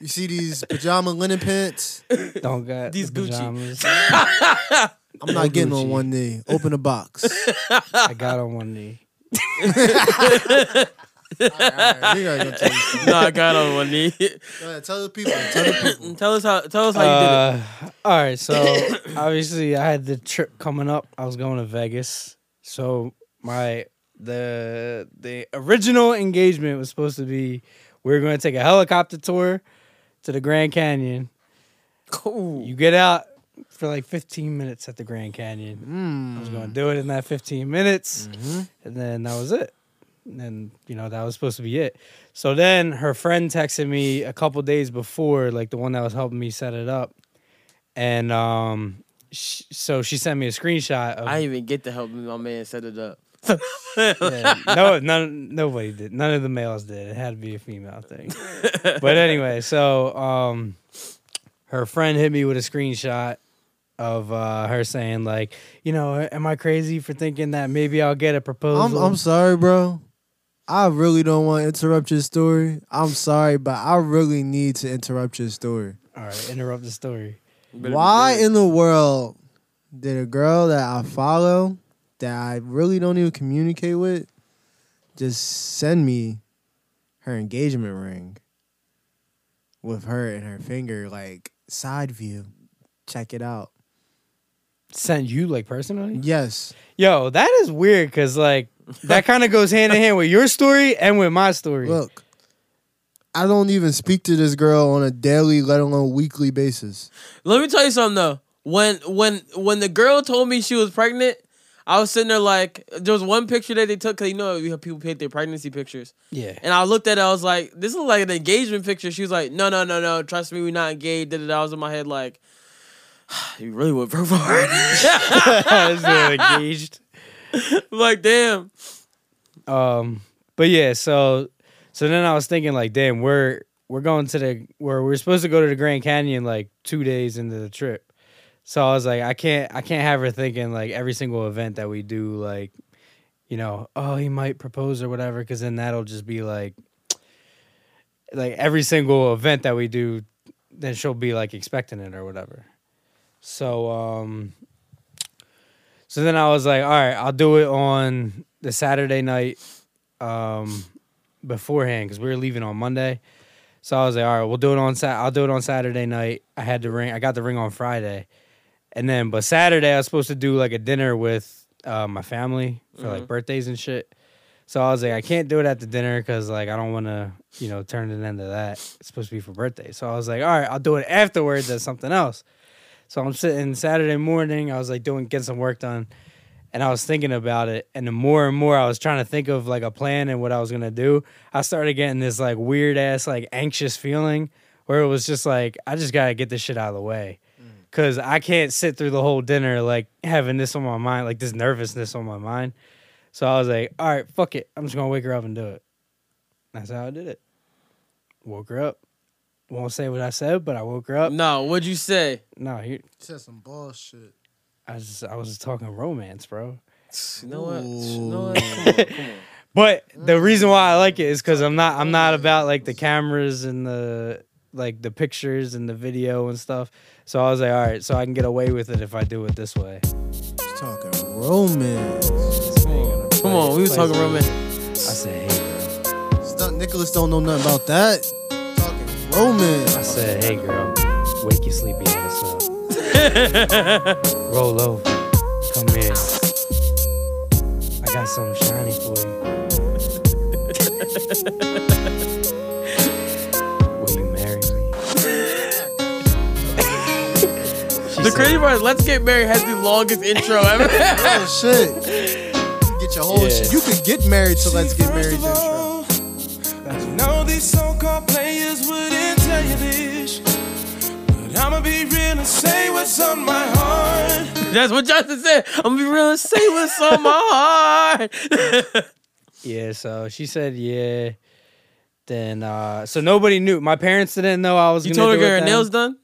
[SPEAKER 3] you see these pajama linen pants?
[SPEAKER 4] Don't got
[SPEAKER 1] These
[SPEAKER 4] these
[SPEAKER 1] Gucci.
[SPEAKER 4] pajamas.
[SPEAKER 3] I'm not getting on
[SPEAKER 4] Gucci.
[SPEAKER 3] one knee. Open a box.
[SPEAKER 4] I got on one knee.
[SPEAKER 3] Alright, alright, we gotta go tell these people.
[SPEAKER 1] no, I got on one knee.
[SPEAKER 3] Go ahead, tell the people. Tell the
[SPEAKER 1] [LAUGHS]
[SPEAKER 3] people.
[SPEAKER 1] tell us how. Tell us how you
[SPEAKER 4] Uh, all right, so obviously I had the trip coming up. I was going to Vegas, so my the the original engagement was supposed to be we were going to take a helicopter tour to the Grand Canyon.
[SPEAKER 1] did
[SPEAKER 4] You
[SPEAKER 1] it.
[SPEAKER 4] get out for like 15 minutes at the Grand Canyon. I was
[SPEAKER 3] Mm.
[SPEAKER 4] going to do it in that 15 minutes, and then that was it. And then, you know that was supposed to be it. So then her friend texted me a couple days before, like the one that was helping me set it up, and um, sh- so she sent me a screenshot of.
[SPEAKER 1] I didn't even get to help my man set it up. [LAUGHS]
[SPEAKER 4] Yeah, no, none, nobody did. None of the males did. It had to be a female thing. but anyway, so um, her friend hit me with a screenshot of uh, her saying like, you know, am I crazy for thinking that maybe I'll get a
[SPEAKER 3] I'm
[SPEAKER 4] proposal?
[SPEAKER 3] I'm sorry, bro. I really don't want to interrupt your story. I'm sorry, but I really need to interrupt your story.
[SPEAKER 4] All right, interrupt the story.
[SPEAKER 1] Better be
[SPEAKER 3] Why
[SPEAKER 1] good.
[SPEAKER 3] in the world did a girl that I follow that I really don't even communicate with just send me her engagement ring with her and her finger like side view? Check it out.
[SPEAKER 4] Sent you like personally?
[SPEAKER 3] Yes.
[SPEAKER 4] Yo, that is weird because like that kind of goes hand in hand with your story and with my story.
[SPEAKER 3] Look, I don't even speak to this girl on a daily, let alone weekly basis.
[SPEAKER 1] Let me tell you something though. When when when the girl told me she was pregnant, I was sitting there like there was one picture that they took because you know we have people take their pregnancy pictures.
[SPEAKER 4] yeah. [LAUGHS]
[SPEAKER 1] And I looked at it, I was like, this looks like an engagement picture. She was like, no, no, no, no, trust me, we're not engaged. Da-da-da. I was in my head like, [SIGHS] you really would work [LAUGHS]
[SPEAKER 4] [LAUGHS]
[SPEAKER 1] hard.
[SPEAKER 4] Is it engaged.
[SPEAKER 1] like, damn.
[SPEAKER 4] Um, but yeah, so so then I was thinking like, damn, we're we're going to the where we're supposed to go to the Grand Canyon like two days into the trip. So I was like, I can't I can't have her thinking like every single event that we do like, you know, oh he might propose or whatever, because then that'll just be like, like every single event that we do, then she'll be like expecting it or whatever. So um. So then I was like, all right, I'll do it on the Saturday night um, beforehand because we were leaving on Monday. So I was like, all right, we'll do it on Sat. I'll do it on Saturday night. I had the ring. I got the ring on Friday, and then but Saturday I was supposed to do like a dinner with uh, my family for like birthdays and shit. So I was like, I can't do it at the dinner because like I don't want to, you know, turn it into that. It's supposed to be for birthday. So I was like, all right, I'll do it afterwards as something else. So I'm sitting Saturday morning. I was like doing getting some work done, and I was thinking about it. And the more and more I was trying to think of like a plan and what I was gonna do, I started getting this like weird ass like anxious feeling where it was just like I just gotta get this shit out of the way, cause I can't sit through the whole dinner like having this on my mind, like this nervousness on my mind. So I was like, all right, fuck it, I'm just gonna wake her up and do it. That's how I did it. Woke her up. Won't say what I said, but I woke her up.
[SPEAKER 1] No, what'd you say?
[SPEAKER 4] No, you
[SPEAKER 3] Said some bullshit.
[SPEAKER 4] I was I was just talking romance, bro.
[SPEAKER 1] You know what? You know what? Come on, come on.
[SPEAKER 4] But the reason why I like it is because I'm not I'm not about like the cameras and the like the pictures and the video and stuff. So I was like, all right, so I can get away with it if I do it this way.
[SPEAKER 3] Just talking romance.
[SPEAKER 1] Come on,
[SPEAKER 4] [LAUGHS]
[SPEAKER 1] come on. We was talking romance.
[SPEAKER 4] I said, hey girl.
[SPEAKER 3] Stunt Nicholas don't know nothing about that. Talking romance.
[SPEAKER 4] I said, hey girl, wake your sleepy
[SPEAKER 5] [LAUGHS]
[SPEAKER 4] ass up. Roll over. Come here. I got something shiny for
[SPEAKER 5] [LAUGHS]
[SPEAKER 4] you. Will you marry me? She
[SPEAKER 1] The
[SPEAKER 4] said,
[SPEAKER 1] crazy part is Let's Get Married has the longest intro
[SPEAKER 4] [LAUGHS]
[SPEAKER 1] ever.
[SPEAKER 3] Oh shit. You could get your whole
[SPEAKER 4] Yeah.
[SPEAKER 3] shit. You could get married, so let's get married.
[SPEAKER 5] First of
[SPEAKER 3] Intro.
[SPEAKER 5] all, I know these so-called players wouldn't tell you this, but I'ma be real and say what's on my heart.
[SPEAKER 1] That's what Justin said. I'm gonna be real and say what's on my
[SPEAKER 4] [LAUGHS]
[SPEAKER 1] heart.
[SPEAKER 4] Yeah, so she said yeah. Then uh so nobody knew. My parents didn't know I was
[SPEAKER 1] you
[SPEAKER 4] gonna
[SPEAKER 1] told her
[SPEAKER 4] do it
[SPEAKER 1] get her
[SPEAKER 4] then.
[SPEAKER 1] nails done?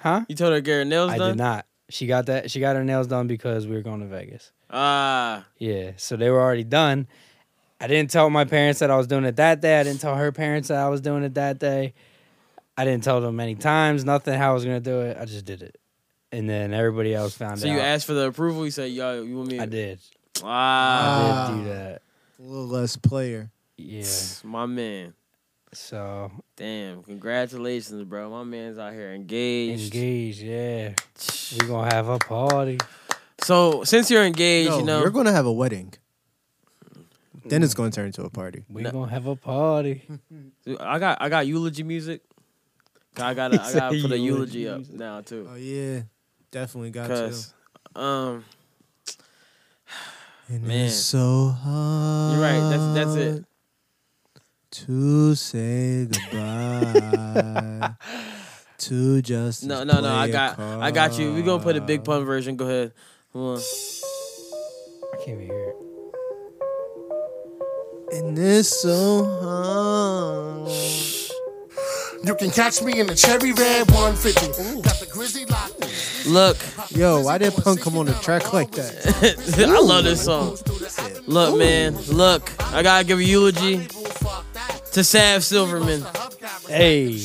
[SPEAKER 4] Huh?
[SPEAKER 1] You told her get her nails
[SPEAKER 4] I
[SPEAKER 1] done?
[SPEAKER 4] did not. She got that she got her nails done because we were going to Vegas.
[SPEAKER 1] Ah.
[SPEAKER 4] Yeah, so they were already done. I didn't tell my parents that I was doing it that day. I didn't tell her parents that I was doing it that day. I didn't tell them many times, nothing how I was gonna do it. I just did it. And then everybody else found
[SPEAKER 1] so
[SPEAKER 4] out.
[SPEAKER 1] you asked for the approval? You said, yo, you want me?
[SPEAKER 4] I did.
[SPEAKER 1] Ah.
[SPEAKER 4] I did do that.
[SPEAKER 3] A little less player.
[SPEAKER 4] Yeah.
[SPEAKER 1] My man.
[SPEAKER 4] So
[SPEAKER 1] Damn. Congratulations, bro. My man's out here engaged.
[SPEAKER 4] engaged, yeah. We're gonna have a party.
[SPEAKER 1] So since you're engaged,
[SPEAKER 3] No,
[SPEAKER 1] you know. Mm.
[SPEAKER 3] you're gonna have a wedding. Then it's gonna turn into a party.
[SPEAKER 4] We're
[SPEAKER 1] No.
[SPEAKER 4] gonna have a party.
[SPEAKER 1] I got I got eulogy music. I gotta I
[SPEAKER 4] He
[SPEAKER 1] gotta
[SPEAKER 4] said
[SPEAKER 1] put a
[SPEAKER 4] eulogy
[SPEAKER 1] eulogy up
[SPEAKER 4] music.
[SPEAKER 1] now too.
[SPEAKER 3] Oh yeah, definitely got
[SPEAKER 1] Cause
[SPEAKER 3] to.
[SPEAKER 1] um
[SPEAKER 3] And
[SPEAKER 1] Man.
[SPEAKER 3] it's so hard.
[SPEAKER 1] you're right, that's that's it.
[SPEAKER 3] To
[SPEAKER 1] [LAUGHS]
[SPEAKER 3] say goodbye. to just
[SPEAKER 1] No, no, no. I got, I got you. We gonna put a big pun version. Go ahead. Hold on.
[SPEAKER 4] I can't even hear it.
[SPEAKER 3] And it's so hard.
[SPEAKER 6] You can catch me in the cherry red 150. Got the grizzly locked in.
[SPEAKER 1] Look, [LAUGHS]
[SPEAKER 3] Yo, why did Punk come on the track like that?
[SPEAKER 1] I love this song. Look, man. Look, I gotta give a eulogy to Sav Silverman.
[SPEAKER 4] Hey,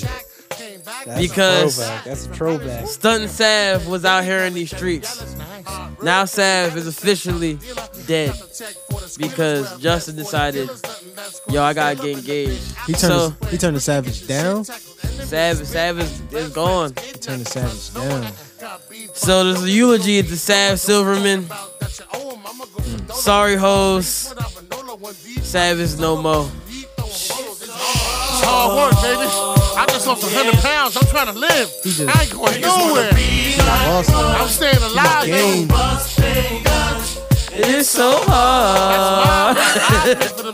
[SPEAKER 4] that's
[SPEAKER 1] Because-
[SPEAKER 4] a throwback. That's a throwback.
[SPEAKER 1] Stunt Sav was out here in these streets. Now Sav is officially dead because Justin decided, yo, I gotta get engaged.
[SPEAKER 3] He turned
[SPEAKER 1] So
[SPEAKER 3] his, he turned the savage down.
[SPEAKER 1] Sav, Sav is, is gone.
[SPEAKER 3] He turned the savage down.
[SPEAKER 1] So there's a eulogy to Sav Silverman. Sorry, hoes. Sav is no mo.
[SPEAKER 6] It's hard work, baby. I just lost 100 pounds. I'm trying to live.
[SPEAKER 3] He just
[SPEAKER 6] I ain't going nowhere.
[SPEAKER 3] lost
[SPEAKER 6] I'm staying alive,
[SPEAKER 3] the
[SPEAKER 6] baby.
[SPEAKER 3] game.
[SPEAKER 1] It is so hard.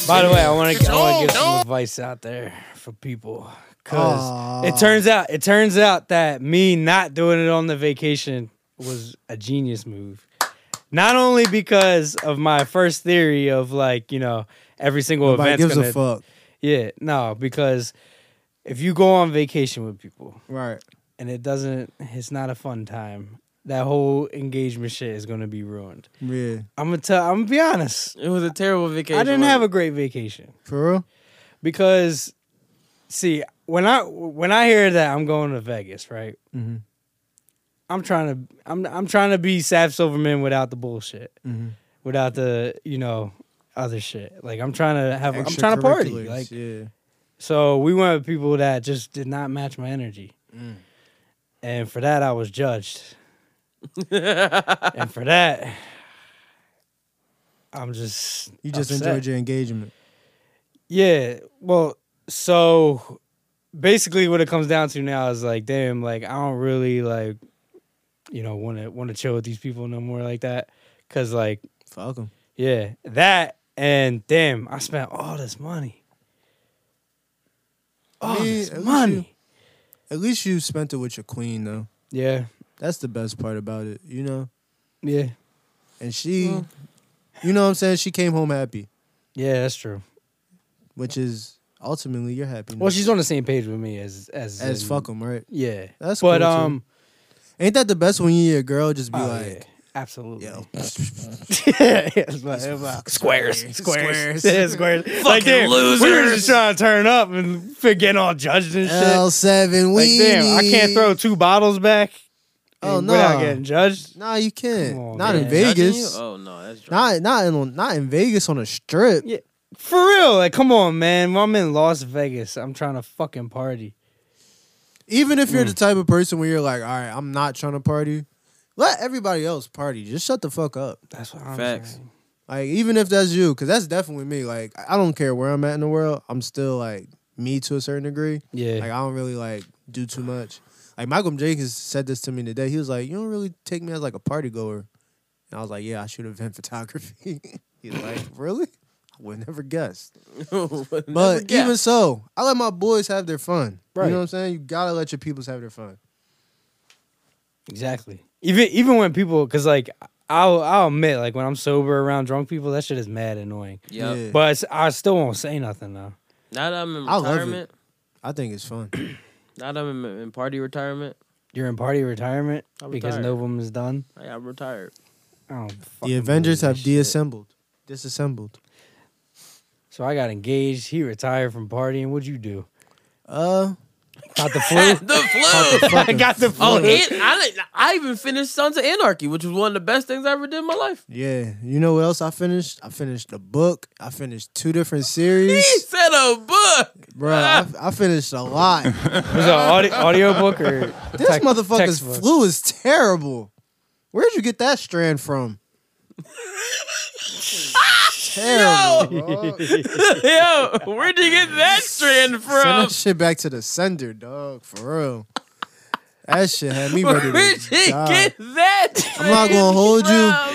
[SPEAKER 4] [LAUGHS] By the way, I want to I want to
[SPEAKER 6] old,
[SPEAKER 4] give some
[SPEAKER 6] dog.
[SPEAKER 4] advice out there for people because it turns out it turns out that me not doing it on the vacation was a genius move. Not only because of my first theory of like you know every single
[SPEAKER 3] Nobody
[SPEAKER 4] event
[SPEAKER 3] gives
[SPEAKER 4] gonna,
[SPEAKER 3] a fuck.
[SPEAKER 4] Yeah, no, because if you go on vacation with people
[SPEAKER 3] Right.
[SPEAKER 4] and it doesn't, it's not a fun time. That whole engagement shit is gonna be ruined.
[SPEAKER 3] Yeah.
[SPEAKER 4] I'm gonna tell. I'm gonna be honest.
[SPEAKER 1] It was a terrible vacation.
[SPEAKER 4] I didn't
[SPEAKER 1] wasn't
[SPEAKER 4] have
[SPEAKER 1] it?
[SPEAKER 4] a great vacation
[SPEAKER 3] For real?
[SPEAKER 4] because see when i when i hear that i'm going to vegas right
[SPEAKER 3] Mhm.
[SPEAKER 4] i'm trying to i'm i'm trying to be Saf Silverman without the bullshit
[SPEAKER 3] Mhm.
[SPEAKER 4] without the you know other shit like i'm trying to have i'm trying to party
[SPEAKER 3] Extracurriculars,
[SPEAKER 4] like
[SPEAKER 3] yeah.
[SPEAKER 4] so we went with people that just did not match my energy
[SPEAKER 3] Mm.
[SPEAKER 4] and for that i was
[SPEAKER 3] [LAUGHS]
[SPEAKER 4] judged and for that i'm just
[SPEAKER 3] You just
[SPEAKER 4] upset.
[SPEAKER 3] enjoyed your engagement.
[SPEAKER 4] Yeah. Well, so basically what it comes down to now is like, damn, like I don't really like you know want to want to chill with these people no more like that cuz like
[SPEAKER 3] Fuck him.
[SPEAKER 4] yeah, that and damn, I spent all this money. All
[SPEAKER 3] Me,
[SPEAKER 4] this
[SPEAKER 3] at least
[SPEAKER 4] money.
[SPEAKER 3] At least you spent it with your queen though.
[SPEAKER 4] Yeah.
[SPEAKER 3] That's the best part about it, you know.
[SPEAKER 4] Yeah.
[SPEAKER 3] And she, you know what I'm saying? She came home happy,
[SPEAKER 4] Yeah, that's true.
[SPEAKER 3] which is ultimately your happiness.
[SPEAKER 4] Well, she's on the same page with me as as
[SPEAKER 3] as
[SPEAKER 4] in-
[SPEAKER 3] fuck them, right?
[SPEAKER 4] Yeah,
[SPEAKER 3] That's
[SPEAKER 4] but
[SPEAKER 3] cool, too.
[SPEAKER 4] um,
[SPEAKER 3] Ain't that the best when you a girl just be
[SPEAKER 4] oh, yeah,
[SPEAKER 3] like,
[SPEAKER 4] absolutely.
[SPEAKER 3] yo,
[SPEAKER 4] [LAUGHS] yeah, it's like- it's like- squares, [LAUGHS]
[SPEAKER 3] [LAUGHS] Squares.
[SPEAKER 4] yeah,
[SPEAKER 3] [LAUGHS]
[SPEAKER 4] squares. like damn, we were just trying to turn up and forgetting all judged and shit.
[SPEAKER 3] L seven, we
[SPEAKER 4] like damn, I can't throw two bottles back.
[SPEAKER 3] Oh,
[SPEAKER 4] and without
[SPEAKER 3] nah.
[SPEAKER 4] getting judged.
[SPEAKER 3] Nah, you can't.
[SPEAKER 4] Come on,
[SPEAKER 3] not in
[SPEAKER 4] man.
[SPEAKER 3] Vegas.
[SPEAKER 1] Oh no, that's drunk.
[SPEAKER 3] Not not in not in Vegas on a strip.
[SPEAKER 4] Yeah. For real, like come on, man. When I'm in Las Vegas. I'm trying to fucking party.
[SPEAKER 3] Even if
[SPEAKER 4] Mm.
[SPEAKER 3] you're the type of person where you're like, all right, I'm not trying to party. Let everybody else party. Just shut the fuck up.
[SPEAKER 4] That's what I'm
[SPEAKER 1] Facts.
[SPEAKER 4] saying.
[SPEAKER 3] Like even if that's you, because that's definitely me. Like I I don't care where I'm at in the world. I'm still like me to a certain degree.
[SPEAKER 4] Yeah.
[SPEAKER 3] Like I don't really like do too much. Like Malcolm Jenkins said this to me today. He was like, "You don't really take me as like a party goer," and I was like, "Yeah, I shoot event [LAUGHS] photography." He's like, "Really?" I would
[SPEAKER 4] [LAUGHS]
[SPEAKER 3] never guess. But even so, I let my boys have their fun.
[SPEAKER 4] Right.
[SPEAKER 3] You know what I'm saying? You gotta let your peoples have their fun.
[SPEAKER 4] Exactly. Even even when people, because like I'll I'll admit, like when I'm sober around drunk people, that shit is mad annoying.
[SPEAKER 1] yep.
[SPEAKER 3] Yeah.
[SPEAKER 4] But it's- I still won't say nothing though.
[SPEAKER 1] Now that I'm in
[SPEAKER 3] I love it.
[SPEAKER 1] retirement,
[SPEAKER 3] I think it's fun.
[SPEAKER 1] now that I'm in, in party retirement,
[SPEAKER 4] You're in party retirement
[SPEAKER 1] I'm
[SPEAKER 4] because
[SPEAKER 1] retired.
[SPEAKER 4] Novum is done.
[SPEAKER 1] I got retired.
[SPEAKER 4] I don't fucking
[SPEAKER 3] the Avengers have
[SPEAKER 4] believe this shit.
[SPEAKER 3] deassembled, disassembled.
[SPEAKER 4] So I got engaged. He retired from partying. What'd you do? [LAUGHS]
[SPEAKER 3] Uh,
[SPEAKER 4] Got
[SPEAKER 3] [LAUGHS]
[SPEAKER 4] the flu.
[SPEAKER 1] The flu.
[SPEAKER 4] I got the flu.
[SPEAKER 1] Oh, and I, didn't- I even finished Sons of Anarchy, which was one of the best things I ever did in my life.
[SPEAKER 3] Yeah, you know what else I finished? I finished a book. I finished two different series,
[SPEAKER 1] He said a book.
[SPEAKER 3] bro. I, I finished a lot.
[SPEAKER 4] was it audi- audio book or
[SPEAKER 3] This
[SPEAKER 4] tec-
[SPEAKER 3] motherfucker's
[SPEAKER 4] textbook?
[SPEAKER 3] flu is terrible. Where'd you get that strand from? terrible.
[SPEAKER 1] [LAUGHS] [LAUGHS]
[SPEAKER 3] bro.
[SPEAKER 1] Yo, where'd you get that strand
[SPEAKER 3] Send
[SPEAKER 1] from?
[SPEAKER 3] that shit back to the sender, dog. For real. That shit had me
[SPEAKER 1] [LAUGHS]
[SPEAKER 3] ready
[SPEAKER 1] Where'd
[SPEAKER 3] to
[SPEAKER 1] you
[SPEAKER 3] die.
[SPEAKER 1] get that?
[SPEAKER 3] I'm not gonna
[SPEAKER 1] strand
[SPEAKER 3] hold you.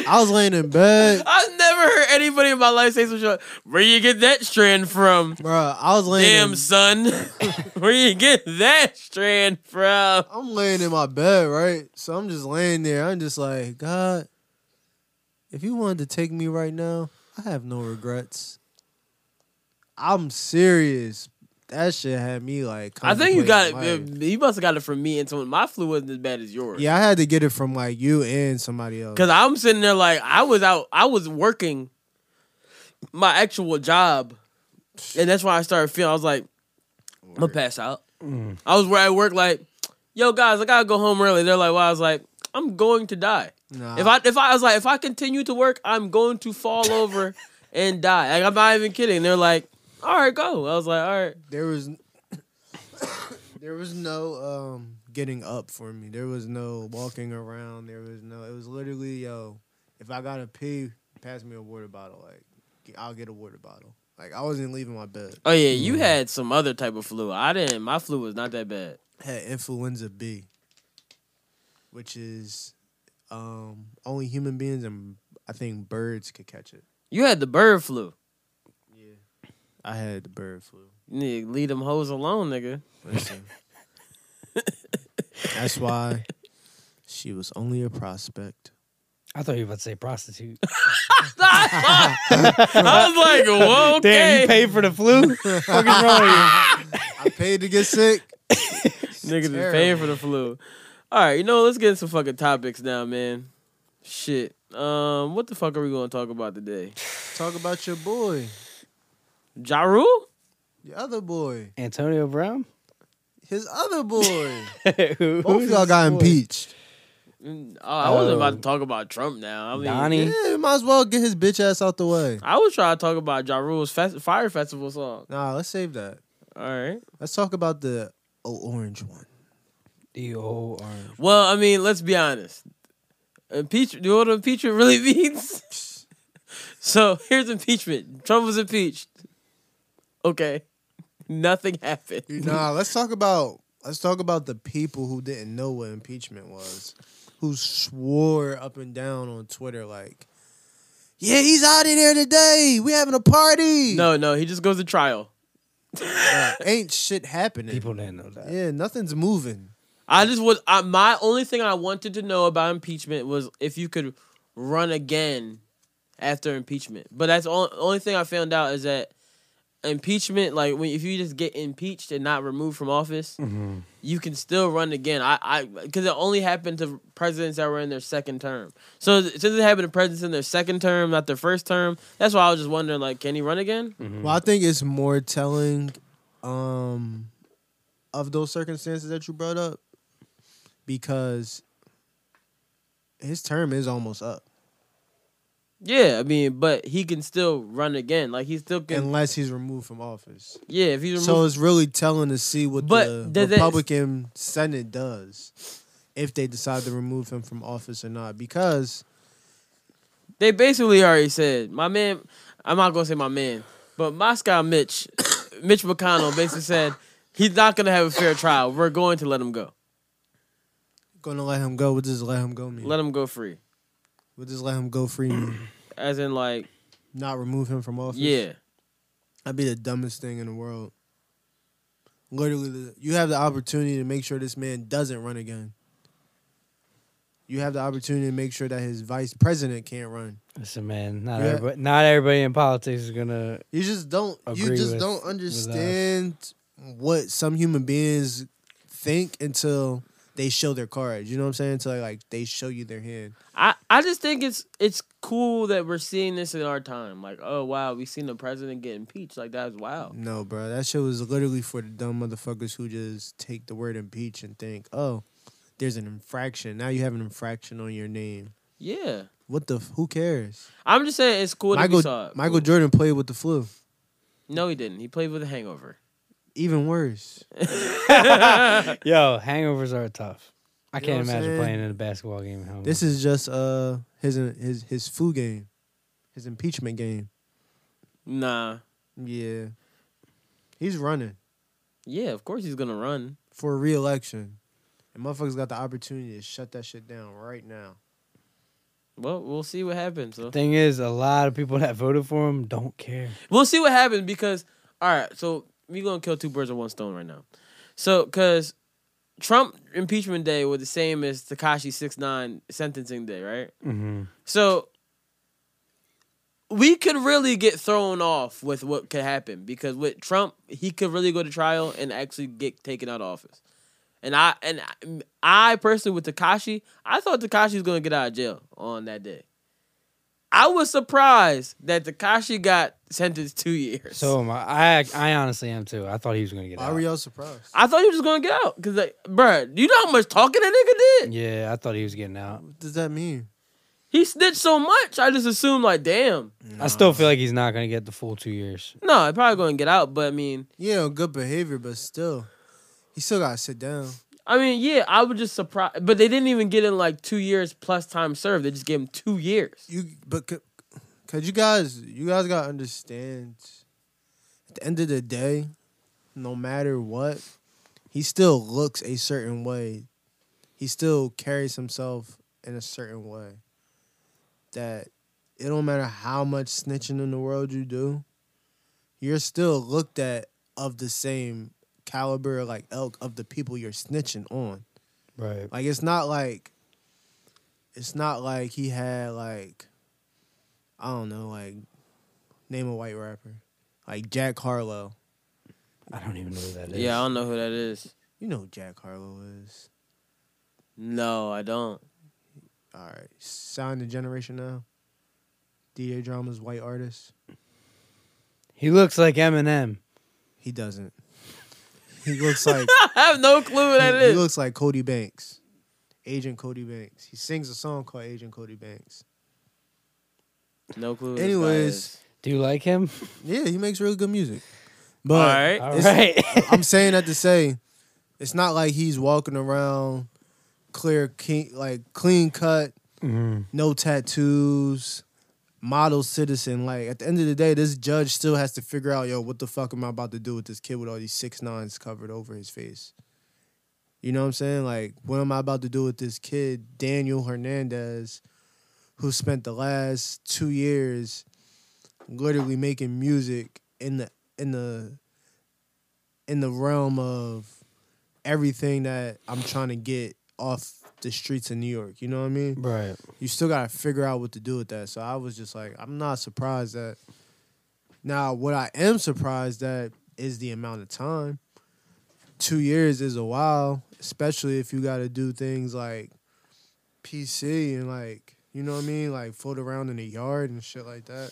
[SPEAKER 1] from?
[SPEAKER 3] I was laying in bed,
[SPEAKER 1] I've never heard anybody in my life say some shit. like, Where you get that strand from?
[SPEAKER 3] bro. I was laying.
[SPEAKER 1] Damn
[SPEAKER 3] in,
[SPEAKER 1] son, [LAUGHS] where you get that strand from?
[SPEAKER 3] I'm laying in my bed, right? So I'm just laying there. I'm just like, God, if you wanted to take me right now, I have no regrets. I'm serious. That shit had me like.
[SPEAKER 1] I think you got
[SPEAKER 3] contemplating
[SPEAKER 1] it. You must have got it from me and someone. My flu wasn't as bad as
[SPEAKER 3] life.
[SPEAKER 1] yours.
[SPEAKER 3] Yeah, I had to get it from like you and somebody else.
[SPEAKER 1] Cause I'm sitting there like I was out, I was working my actual job, and that's why I started feeling. I was like, I'm gonna pass out. I was where I work like, yo guys, I gotta go home early. They're like, well, I was like, I'm going to die.
[SPEAKER 3] Nah.
[SPEAKER 1] If I if I was like, if I continue to work, I'm going to fall [LAUGHS] over and die. Like I'm not even kidding. They're like, all right, go. I was like, all right,
[SPEAKER 3] there was [COUGHS] there was no um getting up for me. There was no walking around. There was no. It was literally yo. If I gotta pee, pass me a water bottle. Like I'll get a water bottle. Like I wasn't leaving my bed.
[SPEAKER 1] oh yeah, you had some other type of flu. I didn't. My flu was not that bad.
[SPEAKER 3] had influenza B, which is um only human beings and I think birds could catch it.
[SPEAKER 1] You had the bird flu.
[SPEAKER 3] I had the bird flu.
[SPEAKER 1] You need to leave them hoes alone, nigga.
[SPEAKER 3] Listen. That's why she was only a prospect.
[SPEAKER 4] I thought you were about to say
[SPEAKER 3] [LAUGHS]
[SPEAKER 4] prostitute.
[SPEAKER 1] I was like, whoa, okay.
[SPEAKER 4] [LAUGHS] Damn, you paid for the
[SPEAKER 3] [LAUGHS]
[SPEAKER 4] flu. Fuck is wrong with you?
[SPEAKER 3] I paid to get sick.
[SPEAKER 1] Niggas is paying
[SPEAKER 3] Terrible.
[SPEAKER 1] for the flu. All right, you know, let's get some fucking topics now, man. Shit. Um, what the fuck are we gonna talk about today?
[SPEAKER 3] Talk about your boy,
[SPEAKER 1] Ja Rule?
[SPEAKER 3] your other boy,
[SPEAKER 4] Antonio Brown.
[SPEAKER 3] his
[SPEAKER 4] [LAUGHS]
[SPEAKER 3] other boy.
[SPEAKER 4] Who-
[SPEAKER 3] [LAUGHS] Both
[SPEAKER 4] who's
[SPEAKER 3] of y'all got
[SPEAKER 4] this boy?
[SPEAKER 3] impeached.
[SPEAKER 1] Mm, Oh, I wasn't
[SPEAKER 4] Oh.
[SPEAKER 1] about to talk about Trump now. I mean,
[SPEAKER 4] Donnie.
[SPEAKER 3] Yeah, you might as well get his bitch ass out the way.
[SPEAKER 1] I was trying to talk about Ja Rule's fest- Fire Festival song.
[SPEAKER 3] Nah, let's save that.
[SPEAKER 1] All right.
[SPEAKER 3] Let's talk about the oh, orange one.
[SPEAKER 4] The old orange.
[SPEAKER 1] Well, I mean, let's be honest. Uh, Impeach. Do you know what impeachment really [LAUGHS] means? so here's impeachment. Trump was impeached. Okay, [LAUGHS] nothing happened.
[SPEAKER 3] Nah, let's talk about let's talk about the people who didn't know what impeachment was, who swore up and down on Twitter like, "Yeah, he's out of there today. We having a party.
[SPEAKER 1] No, no, he just goes to trial.
[SPEAKER 3] Uh, ain't shit happening.
[SPEAKER 4] People didn't know that.
[SPEAKER 3] yeah, nothing's moving.
[SPEAKER 1] I just was I, my only thing I wanted to know about impeachment was if you could run again after impeachment. But that's all, only thing I found out is that impeachment, like when if you just get impeached and not removed from office, you can still run again. I, I, because it only happened to presidents that were in their second term. So since it happened to presidents in their second term, not their first term, that's why I was just wondering, like, can he run again?
[SPEAKER 4] Mm-hmm.
[SPEAKER 3] Well, I think it's more telling um, of those circumstances that you brought up because his term is almost up
[SPEAKER 1] Yeah, I mean, but he can still run again. Like he still can.
[SPEAKER 3] unless he's removed from office.
[SPEAKER 1] yeah, if he's removed.
[SPEAKER 3] So it's really telling to see what
[SPEAKER 1] But
[SPEAKER 3] the
[SPEAKER 1] does it-
[SPEAKER 3] Republican Senate does if they decide to remove him from office or not because
[SPEAKER 1] They basically already said, my man, I'm not gonna say my man, but Moscow Mitch, [COUGHS] Mitch McConnell basically said he's not gonna have a fair trial. We're going to let him go.
[SPEAKER 3] going to let him go. What does let him go mean?
[SPEAKER 1] Let him go free.
[SPEAKER 3] what does let him go free mean?
[SPEAKER 1] As in like,
[SPEAKER 3] Not remove him from office?
[SPEAKER 1] yeah.
[SPEAKER 3] That'd be the dumbest thing in the world. Literally, the- you have the opportunity to make sure this man doesn't run again. You have the opportunity to make sure that his vice president can't run.
[SPEAKER 4] Listen, man, not
[SPEAKER 3] Yeah.
[SPEAKER 4] everybody, not everybody in politics is gonna.
[SPEAKER 3] You just don't. you
[SPEAKER 4] Agree
[SPEAKER 3] just
[SPEAKER 4] with-
[SPEAKER 3] don't
[SPEAKER 4] with us.
[SPEAKER 3] understand what some human beings think until they show their cards. You know what I'm saying? Until like they show you their hand.
[SPEAKER 1] I, I just think it's it's cool that we're seeing this in our time. Like, oh wow, we seen the president get impeached. Like that's wow.
[SPEAKER 3] No, bro, that shit was literally for the dumb motherfuckers who just take the word impeach and think, oh, there's an infraction. Now you have an infraction on your name.
[SPEAKER 1] Yeah.
[SPEAKER 3] What the? f- Who cares?
[SPEAKER 1] I'm just saying it's cool that we saw
[SPEAKER 3] Michael
[SPEAKER 1] it.
[SPEAKER 3] Michael Jordan played with the flu.
[SPEAKER 1] No, he didn't. He played with a hangover.
[SPEAKER 3] Even worse.
[SPEAKER 4] Yo, hangovers are tough. I
[SPEAKER 3] know
[SPEAKER 4] can't
[SPEAKER 3] what I'm
[SPEAKER 4] imagine
[SPEAKER 3] saying?
[SPEAKER 4] playing in a basketball game. hungover.
[SPEAKER 3] This is just uh his his his flu game, his impeachment game.
[SPEAKER 1] Nah.
[SPEAKER 3] Yeah, he's running
[SPEAKER 1] Yeah, of course he's gonna run.
[SPEAKER 3] for re-election, and motherfuckers got the opportunity to shut that shit down right now.
[SPEAKER 1] Well, we'll see what happens. So.
[SPEAKER 4] thing is, a lot of people that voted for him don't care.
[SPEAKER 1] We'll see what happens because all right, so we gonna kill two birds with one stone right now. So because Trump impeachment day was the same as Takashi six nine sentencing day, right?
[SPEAKER 4] Mm-hmm.
[SPEAKER 1] So we could really get thrown off with what could happen because with Trump, he could really go to trial and actually get taken out of office. And I and I I personally with Takashi, I thought Takashi was gonna get out of jail on that day. I was surprised that Takashi got sentenced two years.
[SPEAKER 4] So am I. I. I honestly am too. I thought he was gonna get
[SPEAKER 3] Why
[SPEAKER 4] out.
[SPEAKER 3] were y'all surprised?
[SPEAKER 1] I thought he was gonna get out because, like, bruh, you know how much talking that nigga did?
[SPEAKER 4] yeah, I thought he was getting out.
[SPEAKER 3] what does that mean?
[SPEAKER 1] He snitched so much. I just assumed, like, damn,
[SPEAKER 4] I still feel like he's not gonna get the full two years.
[SPEAKER 1] no, he probably gonna get out. But I mean,
[SPEAKER 3] Yeah, on good behavior, but still, he still gotta sit down.
[SPEAKER 1] I mean, yeah, I was just surprised, but they didn't even get in like two years plus time served. They just gave him two years.
[SPEAKER 3] you but c- cause you guys you guys gotta understand at the end of the day no matter what he still looks a certain way he still carries himself in a certain way that it don't matter how much snitching in the world you do you're still looked at of the same caliber like elk of the people you're snitching on
[SPEAKER 4] Right.
[SPEAKER 3] like it's not like it's not like he had like I don't know, like name a white rapper. Like Jack Harlow.
[SPEAKER 4] I don't even know who that is.
[SPEAKER 1] Yeah, I don't know who that is.
[SPEAKER 3] You know who Jack Harlow is.
[SPEAKER 1] No, I don't.
[SPEAKER 3] All right. Sound the generation now. DJ Drama's white artist.
[SPEAKER 4] He looks like Eminem.
[SPEAKER 3] He doesn't.
[SPEAKER 1] [LAUGHS]
[SPEAKER 3] He looks like
[SPEAKER 1] [LAUGHS] I have no clue who that
[SPEAKER 3] he, he
[SPEAKER 1] is.
[SPEAKER 3] looks like Cody Banks. Agent Cody Banks. He sings a song called Agent Cody Banks.
[SPEAKER 1] No clue. who this guy
[SPEAKER 3] Anyways,
[SPEAKER 1] is.
[SPEAKER 4] Do you
[SPEAKER 1] [LAUGHS]
[SPEAKER 4] like him?
[SPEAKER 3] Yeah, he makes really good music. But
[SPEAKER 1] all right.
[SPEAKER 4] All
[SPEAKER 3] It's-
[SPEAKER 4] right.
[SPEAKER 3] I'm saying that to say, it's not like he's walking around clear, ke- like clean cut,
[SPEAKER 4] Mhm.
[SPEAKER 3] no tattoos, model citizen. Like at the end of the day, this judge still has to figure out, yo, what the fuck am I about to do with this kid with all these six nines covered over his face? You know what I'm saying? Like, what am I about to do with this kid, Daniel Hernandez, who spent the last two years literally making music in the in the in the realm of everything that I'm trying to get off the streets of New York. You know what I mean?
[SPEAKER 4] Right.
[SPEAKER 3] you still gotta figure out what to do with that. So I was just like, I'm not surprised that Now, what I am surprised at is the amount of time. Two years is a while, especially if you got to do things like PC and like you know what I mean, like float around in the yard and shit like that.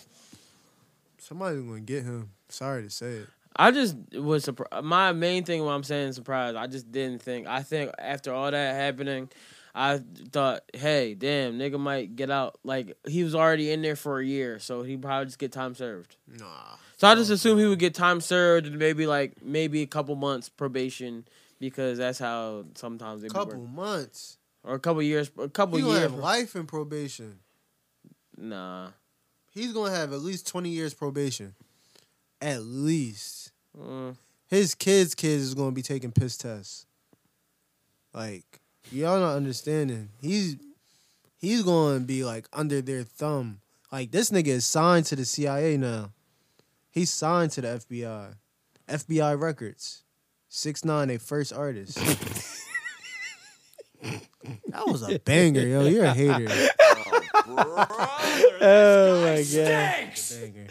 [SPEAKER 3] Somebody's gonna get him. Sorry to say it.
[SPEAKER 1] I just was surprised. My main thing, why I'm saying surprised, I just didn't think. I think after all that happening, I thought, hey, damn, nigga might get out. Like he was already in there for a year, so he probably just get time served.
[SPEAKER 3] Nah.
[SPEAKER 1] So I just assumed he would get time served and maybe like maybe a couple months probation because that's how sometimes it
[SPEAKER 3] Couple
[SPEAKER 1] work.
[SPEAKER 3] months.
[SPEAKER 1] or a couple years, a couple
[SPEAKER 3] He's gonna
[SPEAKER 1] years.
[SPEAKER 3] have life in probation.
[SPEAKER 1] Nah,
[SPEAKER 3] He's gonna have at least twenty years probation. At least.
[SPEAKER 1] Mm.
[SPEAKER 3] his kids' kids is gonna be taking piss tests. Like y'all not understanding. He's he's gonna be like under their thumb. Like this nigga is signed to the CIA now. He's signed to the FBI. FBI records. Six nine, a first artist. that was a banger, yo. You're a hater.
[SPEAKER 4] [LAUGHS] Oh my god.
[SPEAKER 3] Banger.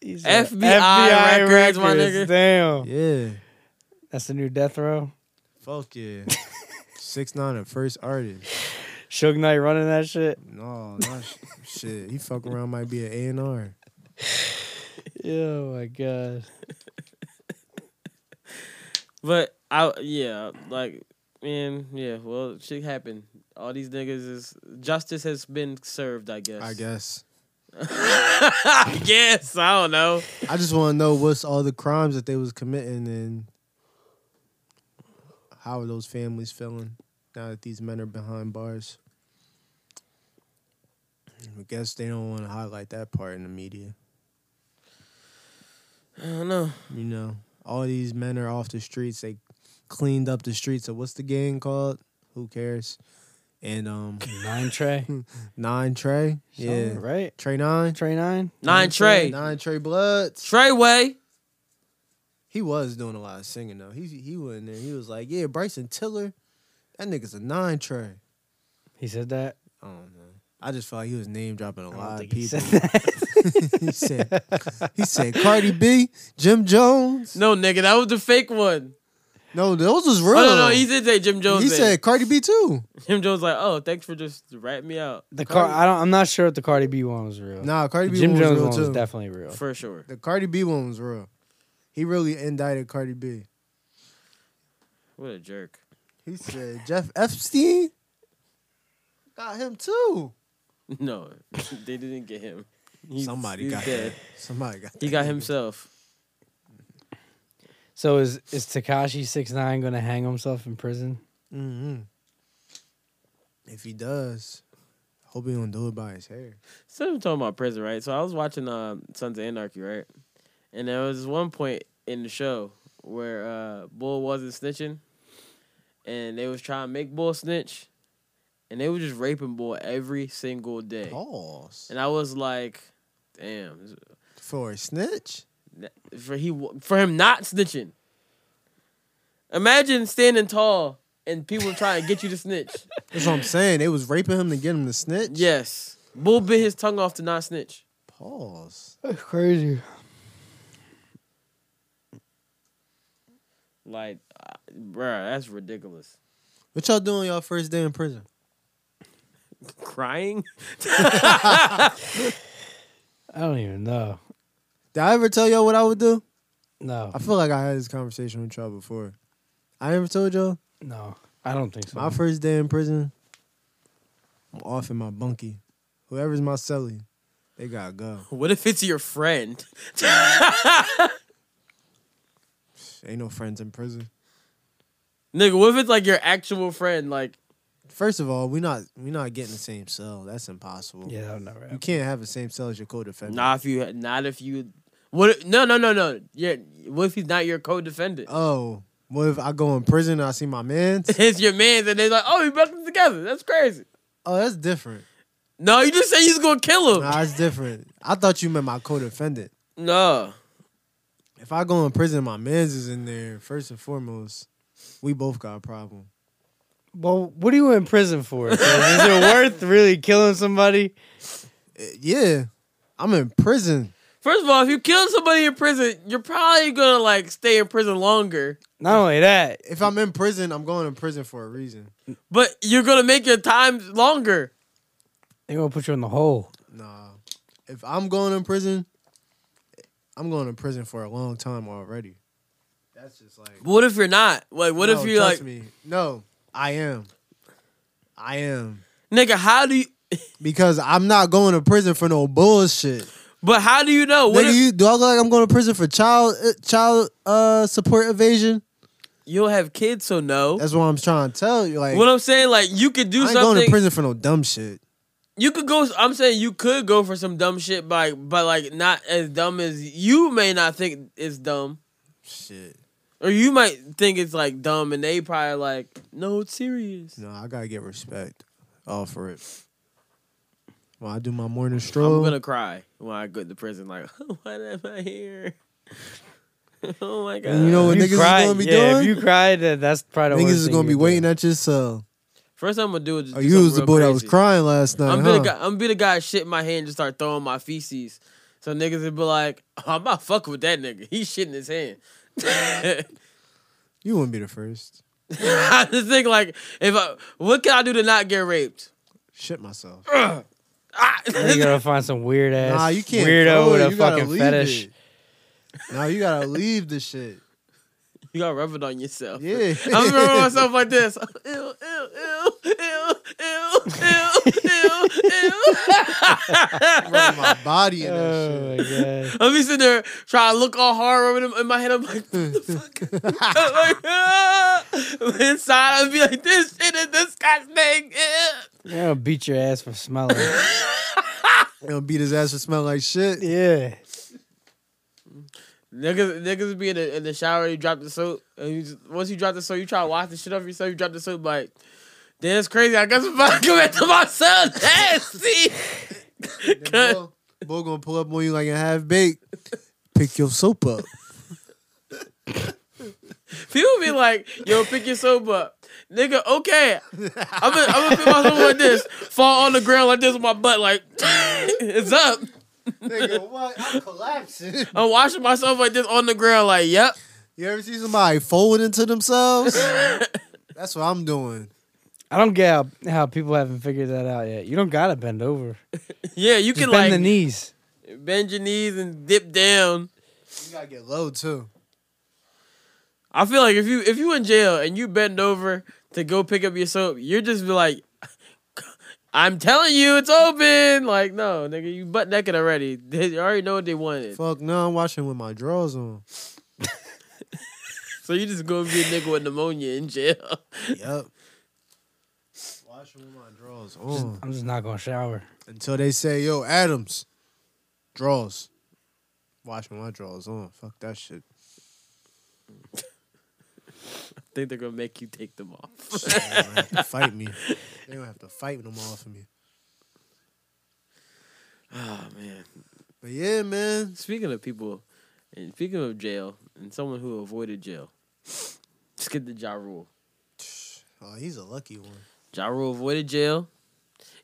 [SPEAKER 4] He said,
[SPEAKER 1] FBI, records, my nigga.
[SPEAKER 4] Damn.
[SPEAKER 3] Yeah.
[SPEAKER 4] That's the new death row.
[SPEAKER 3] Fuck yeah. Six nine, a first artist.
[SPEAKER 4] Suge Knight running that shit.
[SPEAKER 3] No, not sh- shit. He fuck around might be an A and R.
[SPEAKER 4] Oh my god.
[SPEAKER 1] But I yeah, like man, yeah. Well, shit happened. All these niggas is justice has been served. I guess.
[SPEAKER 3] I guess.
[SPEAKER 1] [LAUGHS] I guess. I don't know.
[SPEAKER 3] I just want to know what's all the crimes that they was committing and how are those families feeling now that these men are behind bars. I guess they don't want to highlight that part in the media.
[SPEAKER 1] I don't know.
[SPEAKER 3] You know, all these men are off the streets. They cleaned up the streets. So what's the gang called? Who cares? And um,
[SPEAKER 4] Nine [LAUGHS] Trey.
[SPEAKER 3] nine Trey, yeah,
[SPEAKER 4] Something, Right?
[SPEAKER 3] Trey nine,
[SPEAKER 4] Trey nine?
[SPEAKER 1] Nine Trey.
[SPEAKER 3] nine Trey Bloods.
[SPEAKER 1] Treyway.
[SPEAKER 3] He was doing a lot of singing though. He he was in there. He was like, yeah, Bryson Tiller, that nigga's a nine tray.
[SPEAKER 4] He said that.
[SPEAKER 3] I don't know. I just felt like he was name dropping a
[SPEAKER 4] I don't
[SPEAKER 3] lot of
[SPEAKER 4] think he
[SPEAKER 3] people.
[SPEAKER 4] said [LAUGHS] that.
[SPEAKER 3] he said he said Cardi B, Jim Jones.
[SPEAKER 1] No, nigga, that was the fake one.
[SPEAKER 3] No, those was real.
[SPEAKER 1] Oh no, no, he did say Jim Jones.
[SPEAKER 3] He
[SPEAKER 1] did.
[SPEAKER 3] said Cardi B too.
[SPEAKER 1] Jim Jones like, oh, thanks for just ratting me out
[SPEAKER 4] The car I don't I'm not sure if the Cardi B one was real.
[SPEAKER 3] Nah, Cardi B
[SPEAKER 4] Jim
[SPEAKER 3] one
[SPEAKER 4] Jones one
[SPEAKER 3] was
[SPEAKER 4] was
[SPEAKER 3] real too.
[SPEAKER 4] definitely real.
[SPEAKER 1] for sure.
[SPEAKER 3] the Cardi B one was real. He really indicted Cardi B.
[SPEAKER 1] What a jerk.
[SPEAKER 3] He said Jeff Epstein got him too.
[SPEAKER 1] [LAUGHS] No, [LAUGHS] they didn't get him. He's-
[SPEAKER 3] Somebody
[SPEAKER 1] he's
[SPEAKER 3] got
[SPEAKER 1] dead.
[SPEAKER 3] that. Somebody got
[SPEAKER 1] He
[SPEAKER 3] that
[SPEAKER 1] got
[SPEAKER 3] nigga.
[SPEAKER 1] himself.
[SPEAKER 4] So is is Takashi six nine gonna hang himself in prison?
[SPEAKER 3] hmm If he does, hope he don't do it by his hair.
[SPEAKER 1] So I'm talking about prison, right? So I was watching um, Sons of Anarchy, right? And there was one point in the show where uh, Bull wasn't snitching, and they was trying to make Bull snitch, and they were just raping Bull every single day.
[SPEAKER 3] Oh. Pause.
[SPEAKER 1] And I was like, damn,
[SPEAKER 3] For a snitch?
[SPEAKER 1] for he for him not snitching. Imagine standing tall and people trying to get you to snitch.
[SPEAKER 3] That's what I'm saying. They was raping him to get him to snitch?
[SPEAKER 1] Yes, Bull bit his tongue off to not snitch.
[SPEAKER 3] Pause.
[SPEAKER 4] That's crazy.
[SPEAKER 1] Like, uh, bruh, that's ridiculous.
[SPEAKER 3] What y'all doing y'all first day in prison?
[SPEAKER 1] Crying? [LAUGHS]
[SPEAKER 4] I don't even know.
[SPEAKER 3] Did I ever tell y'all what I would do?
[SPEAKER 4] No.
[SPEAKER 3] I feel like I had this conversation with y'all before. I ever told y'all
[SPEAKER 4] No. I don't think so.
[SPEAKER 3] my first day in prison. I'm off in my bunkie. Whoever's my cellie, they gotta go.
[SPEAKER 1] What if it's your friend? [LAUGHS]
[SPEAKER 3] Ain't no friends in prison.
[SPEAKER 1] Nigga, what if it's like your actual friend? Like,
[SPEAKER 3] First of all, we not we not getting the same cell. That's impossible.
[SPEAKER 4] yeah, that'll never
[SPEAKER 3] You
[SPEAKER 4] happen.
[SPEAKER 3] can't have the same cell as your co-defendant.
[SPEAKER 1] not if you, not if you, what? If, no, no, no, no. Yeah, what if he's not your co-defendant?
[SPEAKER 3] Oh, what if I go in prison and I see my
[SPEAKER 1] [LAUGHS]
[SPEAKER 3] mans?
[SPEAKER 1] it's your man's, and they're like, oh, you brought them together. That's crazy.
[SPEAKER 3] Oh, that's different.
[SPEAKER 1] No, you just say he's gonna kill him.
[SPEAKER 3] Nah, that's different. I thought you meant my co-defendant.
[SPEAKER 1] No,
[SPEAKER 3] If I go in prison, and my mans is in there. First and foremost, we both got a problem.
[SPEAKER 4] Well, what are you in prison [LAUGHS] for? Is it worth really killing somebody?
[SPEAKER 3] Eh, Yeah, I'm in prison
[SPEAKER 1] First of all, if you kill somebody in prison, you're probably gonna like stay in prison longer.
[SPEAKER 4] Not only that,
[SPEAKER 3] If I'm in prison, I'm going to prison for a reason.
[SPEAKER 1] But you're gonna make your time longer.
[SPEAKER 4] they're gonna put you in the hole.
[SPEAKER 3] Nah. If I'm going in prison, eh, I'm going to prison for a long time already. That's just like
[SPEAKER 1] What if you're not? Like, what
[SPEAKER 3] No,
[SPEAKER 1] if you're
[SPEAKER 3] trust
[SPEAKER 1] like,
[SPEAKER 3] me. No, I am. I am.
[SPEAKER 1] nigga? How do you?
[SPEAKER 3] Because I'm not going to prison for no bullshit.
[SPEAKER 1] But how do you know? What
[SPEAKER 3] Nigga,
[SPEAKER 1] if you,
[SPEAKER 3] you, do I look like I'm going to prison for child uh, child uh, support evasion?
[SPEAKER 1] you'll have kids? So no.
[SPEAKER 3] That's what I'm trying to tell you. Like,
[SPEAKER 1] What I'm saying, like, you could do
[SPEAKER 3] I ain't going to
[SPEAKER 1] something.
[SPEAKER 3] prison for no dumb shit.
[SPEAKER 1] You could go. I'm saying you could go for some dumb shit by, but like not as dumb as you may not think it's dumb,
[SPEAKER 3] Shit.
[SPEAKER 1] or you might think it's like dumb, and they probably like, no, it's serious.
[SPEAKER 3] No, I gotta get respect. All for it. When I do my morning
[SPEAKER 1] I'm
[SPEAKER 3] stroll,
[SPEAKER 1] gonna cry when I go to prison. Like, [LAUGHS] why am I here? [LAUGHS] oh my god!
[SPEAKER 3] And you know what
[SPEAKER 4] If
[SPEAKER 3] niggas is gonna be
[SPEAKER 4] yeah,
[SPEAKER 3] doing?
[SPEAKER 4] If you cried, that, that's probably the
[SPEAKER 3] niggas
[SPEAKER 4] worst
[SPEAKER 3] is
[SPEAKER 4] thing
[SPEAKER 3] gonna
[SPEAKER 4] you
[SPEAKER 3] be
[SPEAKER 4] could do. [LAUGHS]
[SPEAKER 3] waiting at your cell.
[SPEAKER 1] First, I'm gonna do is do
[SPEAKER 3] Oh, you was
[SPEAKER 1] something
[SPEAKER 3] the
[SPEAKER 1] real
[SPEAKER 3] boy that was
[SPEAKER 1] crazy.
[SPEAKER 3] crying last night.
[SPEAKER 1] I'm
[SPEAKER 3] huh?
[SPEAKER 1] be the guy. I'm be the guy. Shit in my hand, and just start throwing my feces. So niggas would be like, "Oh, I'm not fucking with that nigga. He's shitting his hand. [LAUGHS]
[SPEAKER 3] You wouldn't be the first.
[SPEAKER 1] I just think like, if I, what can I do to not get raped?
[SPEAKER 3] Shit myself.
[SPEAKER 1] Ah!
[SPEAKER 4] Then you gotta find some weird ass
[SPEAKER 3] Nah, you can't.
[SPEAKER 4] weirdo
[SPEAKER 3] throw
[SPEAKER 4] with
[SPEAKER 3] it.
[SPEAKER 4] a
[SPEAKER 3] You gotta
[SPEAKER 4] fucking
[SPEAKER 3] leave
[SPEAKER 4] fetish.
[SPEAKER 3] It. Nah, you gotta leave the shit.
[SPEAKER 1] [LAUGHS] you got rubbed on yourself.
[SPEAKER 3] Yeah.
[SPEAKER 1] I
[SPEAKER 3] [LAUGHS]
[SPEAKER 1] remember myself like this. [LAUGHS] Ew, ew, ew, ew, ew, ew, [LAUGHS] ew, ew.
[SPEAKER 3] Rubbing my body in that
[SPEAKER 4] Oh my [LAUGHS]
[SPEAKER 3] shit.
[SPEAKER 4] god.
[SPEAKER 1] I'm just sitting there trying to look all hard over them. In my head, I'm like, [LAUGHS] what the fuck? I'm like, [LAUGHS] ah. Inside, I'd be like, this shit is disgusting. [LAUGHS] Yeah.
[SPEAKER 4] You're gonna beat your ass for smelling.
[SPEAKER 3] [LAUGHS] Gonna beat his ass to smell like
[SPEAKER 4] [LAUGHS]
[SPEAKER 3] shit.
[SPEAKER 4] yeah.
[SPEAKER 1] Niggas, niggas be in the, in the shower, you drop the soap. And you just, once you drop the soap, you try to wash the shit off yourself. You drop the soap, like, damn, it's crazy. I guess I'm about to go back to my son. [LAUGHS] Nasty.
[SPEAKER 3] Then Bull, Bull gonna pull up on you like a half baked. Pick your soap up.
[SPEAKER 1] People be like, yo, pick your soap up. Nigga, okay. I'm gonna, I'm gonna pick my soap like this. Fall on the ground like this with my butt, like, [LAUGHS] it's up.
[SPEAKER 3] Nigga, what? I'm collapsing.
[SPEAKER 1] I'm washing myself like this on the ground, like, yep.
[SPEAKER 3] [LAUGHS] You ever see somebody folding into themselves? That's what I'm doing.
[SPEAKER 4] I don't get how, how people haven't figured that out yet. You don't gotta bend over.
[SPEAKER 1] Yeah, you
[SPEAKER 4] Just
[SPEAKER 1] can
[SPEAKER 4] bend
[SPEAKER 1] like
[SPEAKER 4] the knees.
[SPEAKER 1] bend your knees and dip down.
[SPEAKER 3] You gotta get low too.
[SPEAKER 1] I feel like if you if you in jail and you bend over to go pick up your soap, you're just be like, [LAUGHS] I'm telling you, it's open. Like, no, nigga, you butt naked already. [LAUGHS] They already know what they wanted.
[SPEAKER 3] Fuck no, I'm watching with my drawers on.
[SPEAKER 1] So you just gonna be a nigga with pneumonia in jail. [LAUGHS]
[SPEAKER 3] Yep. Watching with my drawers on.
[SPEAKER 4] I'm just not gonna shower.
[SPEAKER 3] Until they say, yo, Adams, drawers. Watching my drawers on. Fuck
[SPEAKER 1] [LAUGHS]
[SPEAKER 3] that shit.
[SPEAKER 1] think they're gonna make you take them off.
[SPEAKER 3] They're gonna have to fight me. They're gonna have to fight them all for me.
[SPEAKER 1] Oh man.
[SPEAKER 3] But yeah, man.
[SPEAKER 1] Speaking of people and speaking of jail and someone who avoided jail. Let's get the Ja Rule.
[SPEAKER 3] Oh, he's a lucky [LAUGHS] one.
[SPEAKER 1] Ja Rule avoided jail.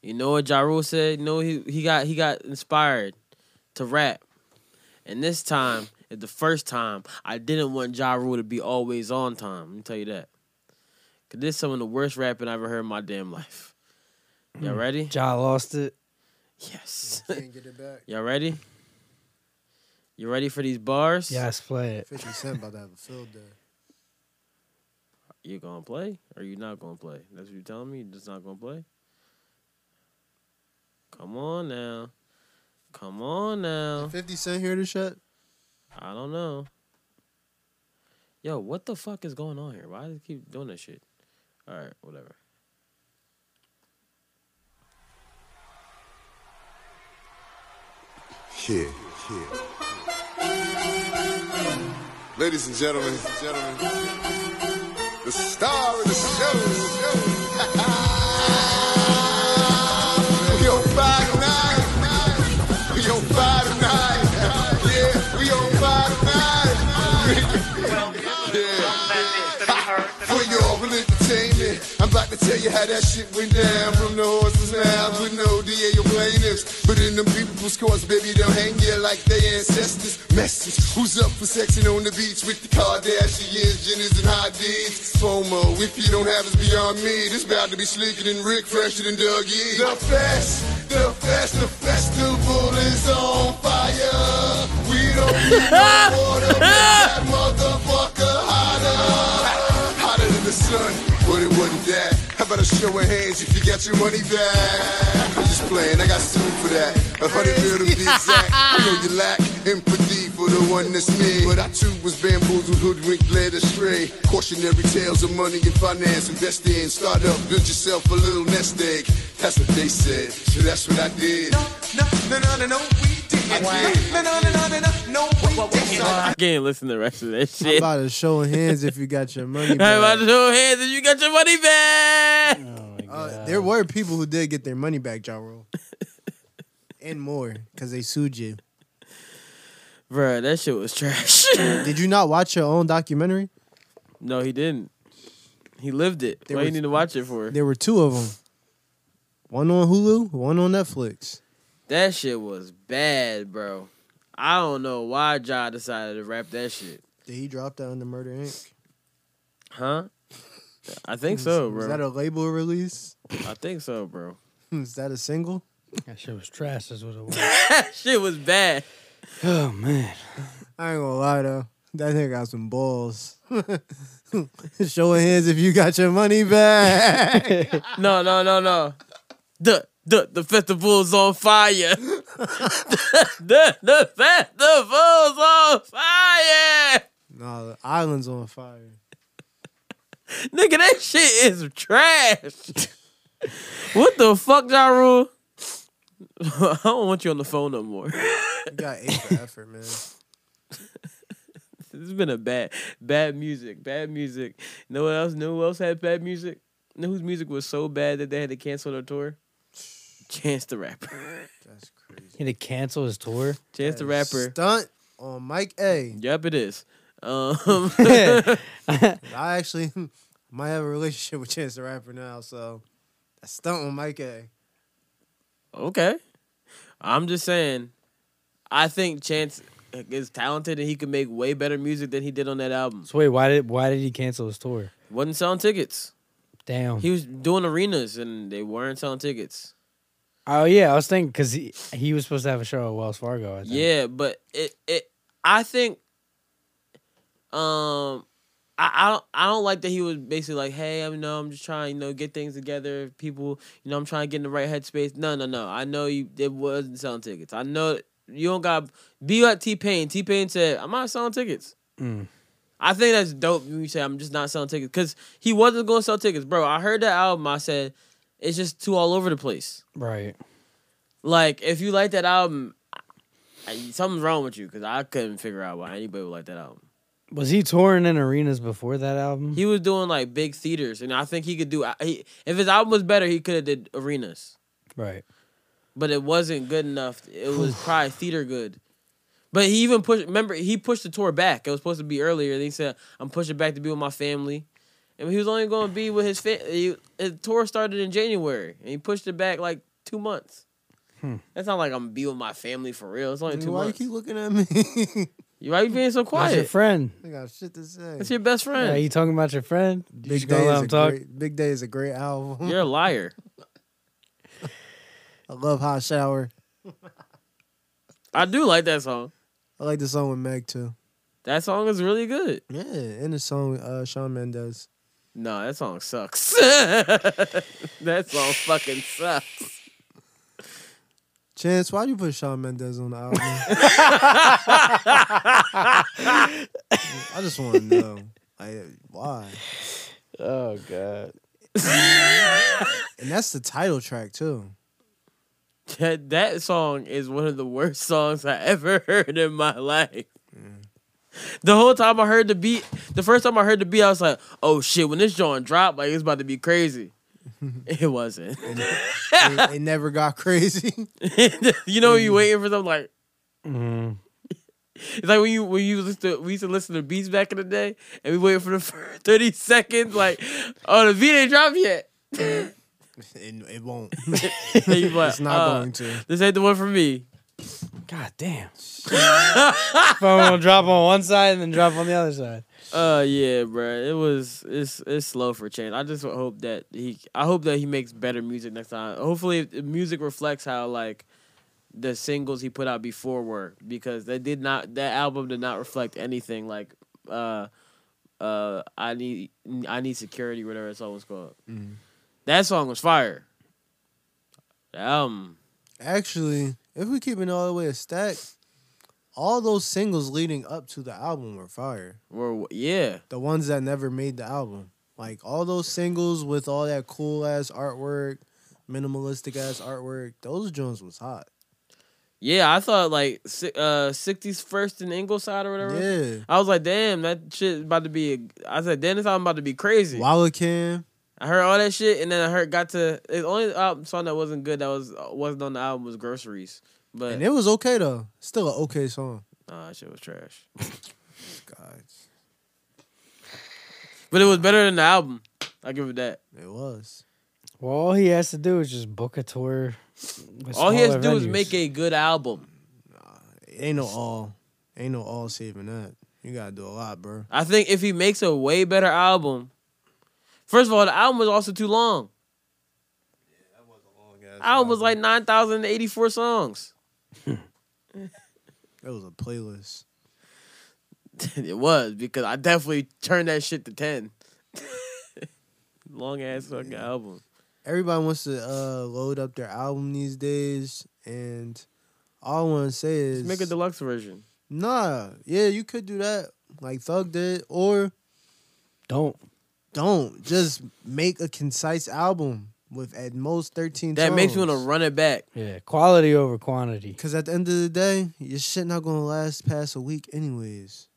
[SPEAKER 1] You know what Ja Rule said? You know he he got he got inspired to rap. And this time is the first time I didn't want Ja Rule to be always on time. Let me tell you that. Cause this is some of the worst rapping I ever heard in my damn life. Y'all ready?
[SPEAKER 4] Ja lost it.
[SPEAKER 1] Yes. [LAUGHS]
[SPEAKER 3] Can't get it back.
[SPEAKER 1] Y'all ready? You ready for these bars?
[SPEAKER 4] Yes, play it.
[SPEAKER 3] 50 Cent about to have a field day.
[SPEAKER 1] You gonna play or you not gonna play? That's what you telling me. you just not gonna play. Come on now, come on now.
[SPEAKER 3] 50 Cent here to shut?
[SPEAKER 1] I don't know. Yo, what the fuck is going on here? Why do they keep doing this shit? All right, whatever.
[SPEAKER 7] Yeah, yeah. Ladies and gentlemen, gentlemen, the star of the show. we on five tonight. We on five tonight. Yeah, we on five tonight. yeah. For your entertainment, I'm about to tell you how that shit went down. From the horse's mouth with no DA or plaintiffs. But in them people's courts, baby, they'll hang you like their ancestors. Message, who's up for sexing on the beach with the Kardashians, Jenners, and high D's? FOMO, if you don't have it's beyond me. This bout to be slicker than Rick, fresher than Doug Yee. The fest, the fest, the festival is on fire. We don't need no water, make that motherfucker hotter. Hotter than the sun, but it wasn't that. How about a show of hands if you got your money back? I'm just playing, I got sued for that. A hundred real to be exact. I know you lack empathy for the one that's me. But I too was bamboozled, hoodwinked, led astray. Cautionary tales of money and finance. Invest in, start up, build yourself a little nest egg. That's what they said, so that's what I did.
[SPEAKER 5] No, no, no, no, no, we didn't. No, no, no, no, no, no, no, we didn't.
[SPEAKER 1] I can't listen to the rest of that
[SPEAKER 3] [LAUGHS] I'm
[SPEAKER 1] shit.
[SPEAKER 3] about to show hands if you got
[SPEAKER 1] [LAUGHS]
[SPEAKER 3] your money
[SPEAKER 1] Hey, about to
[SPEAKER 3] back.
[SPEAKER 1] show hands and you got your money back.
[SPEAKER 3] Uh, there were people who did get their money back,
[SPEAKER 1] [LAUGHS]
[SPEAKER 3] Ja Rule. and more, because they sued you.
[SPEAKER 1] Bruh, that shit was trash.
[SPEAKER 3] Did you not watch your own documentary?
[SPEAKER 1] [LAUGHS] no, he didn't. He lived it.
[SPEAKER 3] There
[SPEAKER 1] Why you
[SPEAKER 3] was-
[SPEAKER 1] need to watch it for?
[SPEAKER 3] There were two of them. One on Hulu, one on Netflix.
[SPEAKER 1] That shit was bad, bro. I don't know why Ja decided to rap that shit.
[SPEAKER 3] Did he drop that under Murder Inc?
[SPEAKER 1] Huh? I think so,
[SPEAKER 3] Was that
[SPEAKER 1] bro.
[SPEAKER 3] a label release? [LAUGHS]
[SPEAKER 1] I think so, bro.
[SPEAKER 3] Is that a single?
[SPEAKER 4] That shit was trash. That's what it was.
[SPEAKER 1] [LAUGHS] that shit was bad.
[SPEAKER 4] [LAUGHS] oh man.
[SPEAKER 3] I ain't gonna lie though. That nigga got some balls. [LAUGHS] Show of hands if you got your money back. [LAUGHS]
[SPEAKER 1] No, no, no, no. The the the festival's on fire. [LAUGHS] the, the the festival's on fire.
[SPEAKER 3] no, the island's on fire.
[SPEAKER 1] Nigga, that shit is trash. what the fuck, Ja Rule? [LAUGHS] I don't want you on the phone no more. [LAUGHS]
[SPEAKER 3] You got eight for effort, man.
[SPEAKER 1] it's been a bad, bad music, bad music. You know what else? You know who else had bad music? You know whose music was so bad that they had to cancel their tour? Chance the Rapper.
[SPEAKER 3] That's crazy.
[SPEAKER 4] He had to cancel his tour. [LAUGHS]
[SPEAKER 1] Chance the Rapper.
[SPEAKER 3] Stunt on Mike A.
[SPEAKER 1] Yep, it is. Um, [LAUGHS]
[SPEAKER 3] I actually [LAUGHS] might have a relationship with Chance the Rapper now, so that stunt on Mike A.
[SPEAKER 1] okay. I'm just saying, I think Chance is talented and he can make way better music than he did on that album.
[SPEAKER 4] So wait, why did why did he cancel his tour?
[SPEAKER 1] Wasn't selling tickets.
[SPEAKER 4] Damn.
[SPEAKER 1] He was doing arenas and they weren't selling tickets.
[SPEAKER 4] oh yeah, I was thinking because he he was supposed to have a show at Wells Fargo. I think.
[SPEAKER 1] Yeah, but it it I think um I, I don't I don't like that he was basically like, hey, I'm you know I'm just trying you know get things together. People, you know, I'm trying to get in the right headspace. No, no, no. I know you. It wasn't selling tickets. I know you don't got be like T Pain. T Pain said, I'm not selling tickets.
[SPEAKER 4] Mm.
[SPEAKER 1] I think that's dope. When you say I'm just not selling tickets because he wasn't going to sell tickets, bro. I heard that album. I said it's just too all over the place.
[SPEAKER 4] Right.
[SPEAKER 1] Like, if you like that album, I, something's wrong with you because I couldn't figure out why anybody would like that album.
[SPEAKER 4] Was he touring in arenas before that album?
[SPEAKER 1] He was doing like big theaters, and I think he could do. He, if his album was better, he could have did arenas,
[SPEAKER 4] right.
[SPEAKER 1] but it wasn't good enough. It was probably theater good. But he even pushed. Remember, he pushed the tour back. It was supposed to be earlier. Then he said, "I'm pushing back to be with my family," and he was only going to be with his family. His tour started in January, and he pushed it back like two months. That's not like I'm gonna be with my family for real. It's only two
[SPEAKER 3] Why Hmm. you
[SPEAKER 1] months.
[SPEAKER 3] keep looking at me? [LAUGHS]
[SPEAKER 1] You why you being so
[SPEAKER 4] That's your
[SPEAKER 1] quiet?
[SPEAKER 4] friend.
[SPEAKER 3] I got shit to say.
[SPEAKER 1] That's your best
[SPEAKER 4] Yeah,
[SPEAKER 1] friend.
[SPEAKER 4] you talking about your friend? You
[SPEAKER 3] Big
[SPEAKER 4] just
[SPEAKER 3] Day,
[SPEAKER 4] gonna let
[SPEAKER 3] is
[SPEAKER 4] him
[SPEAKER 3] a
[SPEAKER 4] talk?
[SPEAKER 3] great, Big Day is a great album.
[SPEAKER 1] You're a liar.
[SPEAKER 3] [LAUGHS] I love Hot Shower.
[SPEAKER 1] I do like that song.
[SPEAKER 3] I like the song with Meg too.
[SPEAKER 1] That song is really good.
[SPEAKER 3] Yeah, and the song with uh, Sean Mendes.
[SPEAKER 1] No, that song sucks. [LAUGHS] that song fucking sucks.
[SPEAKER 3] Chance, why'd you put Sean Mendes on the album? I just want to know. Like, why?
[SPEAKER 4] Oh god.
[SPEAKER 3] [LAUGHS] And that's the title track, too.
[SPEAKER 1] That, that song is one of the worst songs I ever [LAUGHS] heard in my life. The whole time I heard the beat, the first time I heard the beat, I was like, "Oh shit!" When this joint dropped, like it's about to be
[SPEAKER 4] [LAUGHS]
[SPEAKER 1] crazy. It wasn't.
[SPEAKER 3] It, it never got crazy.
[SPEAKER 1] [LAUGHS] you know, when you waiting for something like,
[SPEAKER 4] Mm.
[SPEAKER 1] It's like when you when you listen to we used to listen to beats back in the [LAUGHS] day,
[SPEAKER 3] [LAUGHS]
[SPEAKER 1] and we waited for the first thirty seconds. Like, oh, the beat ain't dropped yet.
[SPEAKER 3] And [LAUGHS] it won't.
[SPEAKER 1] And you be like,
[SPEAKER 3] it's not
[SPEAKER 1] uh,
[SPEAKER 3] going to.
[SPEAKER 1] This ain't the one for me.
[SPEAKER 4] God
[SPEAKER 1] [LAUGHS]
[SPEAKER 4] damn. Phone will drop on one side and then drop on the other side.
[SPEAKER 1] Uh yeah, bruh. It was it's it's slow for change. I just hope that he I hope that he makes better music next time. Hopefully the music reflects how like the singles he put out before were because they did not that album did not reflect anything like uh uh I need I need security whatever that song was called. That song was fire. Um, The album
[SPEAKER 3] Actually, if we keep it all the way a stack, all those singles leading up to the album were fire.
[SPEAKER 1] were yeah.
[SPEAKER 3] The ones that never made the album. Like all those singles with all that cool ass artwork, minimalistic ass artwork, those joints was hot.
[SPEAKER 1] Yeah, I thought like si- uh 60s first in Ingleside or whatever.
[SPEAKER 3] Yeah.
[SPEAKER 1] I was like, damn, that shit is about to be. I said, damn, this album about to be crazy.
[SPEAKER 3] Walla Cam.
[SPEAKER 1] I heard all that shit, and then I heard got to the only album, song that wasn't good that was wasn't on the album was Groceries, but
[SPEAKER 3] And it was okay though. Still an okay song.
[SPEAKER 1] nah, that shit was trash.
[SPEAKER 3] God,
[SPEAKER 1] But it was better than the album. I give it that.
[SPEAKER 3] it was.
[SPEAKER 4] Well, all he has to do is just book a tour. with
[SPEAKER 1] all he has to
[SPEAKER 4] smaller
[SPEAKER 1] do is
[SPEAKER 4] venues.
[SPEAKER 1] make a good album.
[SPEAKER 3] Ain't no all. Ain't no all saving that. You gotta do a lot, bro.
[SPEAKER 1] I think if he makes a way better album, first of all, the album was also too long. Album was like nine thousand eighty four songs.
[SPEAKER 3] It was a playlist.
[SPEAKER 1] [LAUGHS] it was because I definitely turned that shit to ten. Long ass fucking album.
[SPEAKER 3] Everybody wants to uh load up their album these days, and all I wanna say is
[SPEAKER 1] Just make a deluxe version.
[SPEAKER 3] Nah, yeah, you could do that, like Thug did, or
[SPEAKER 4] Don't.
[SPEAKER 3] don't. Just make a concise album with at most thirteen.
[SPEAKER 1] That makes you want to
[SPEAKER 3] songs.
[SPEAKER 1] run it back.
[SPEAKER 4] Yeah, quality over quantity.
[SPEAKER 3] Cause at the end of the day, your shit not gonna last past a week, anyways.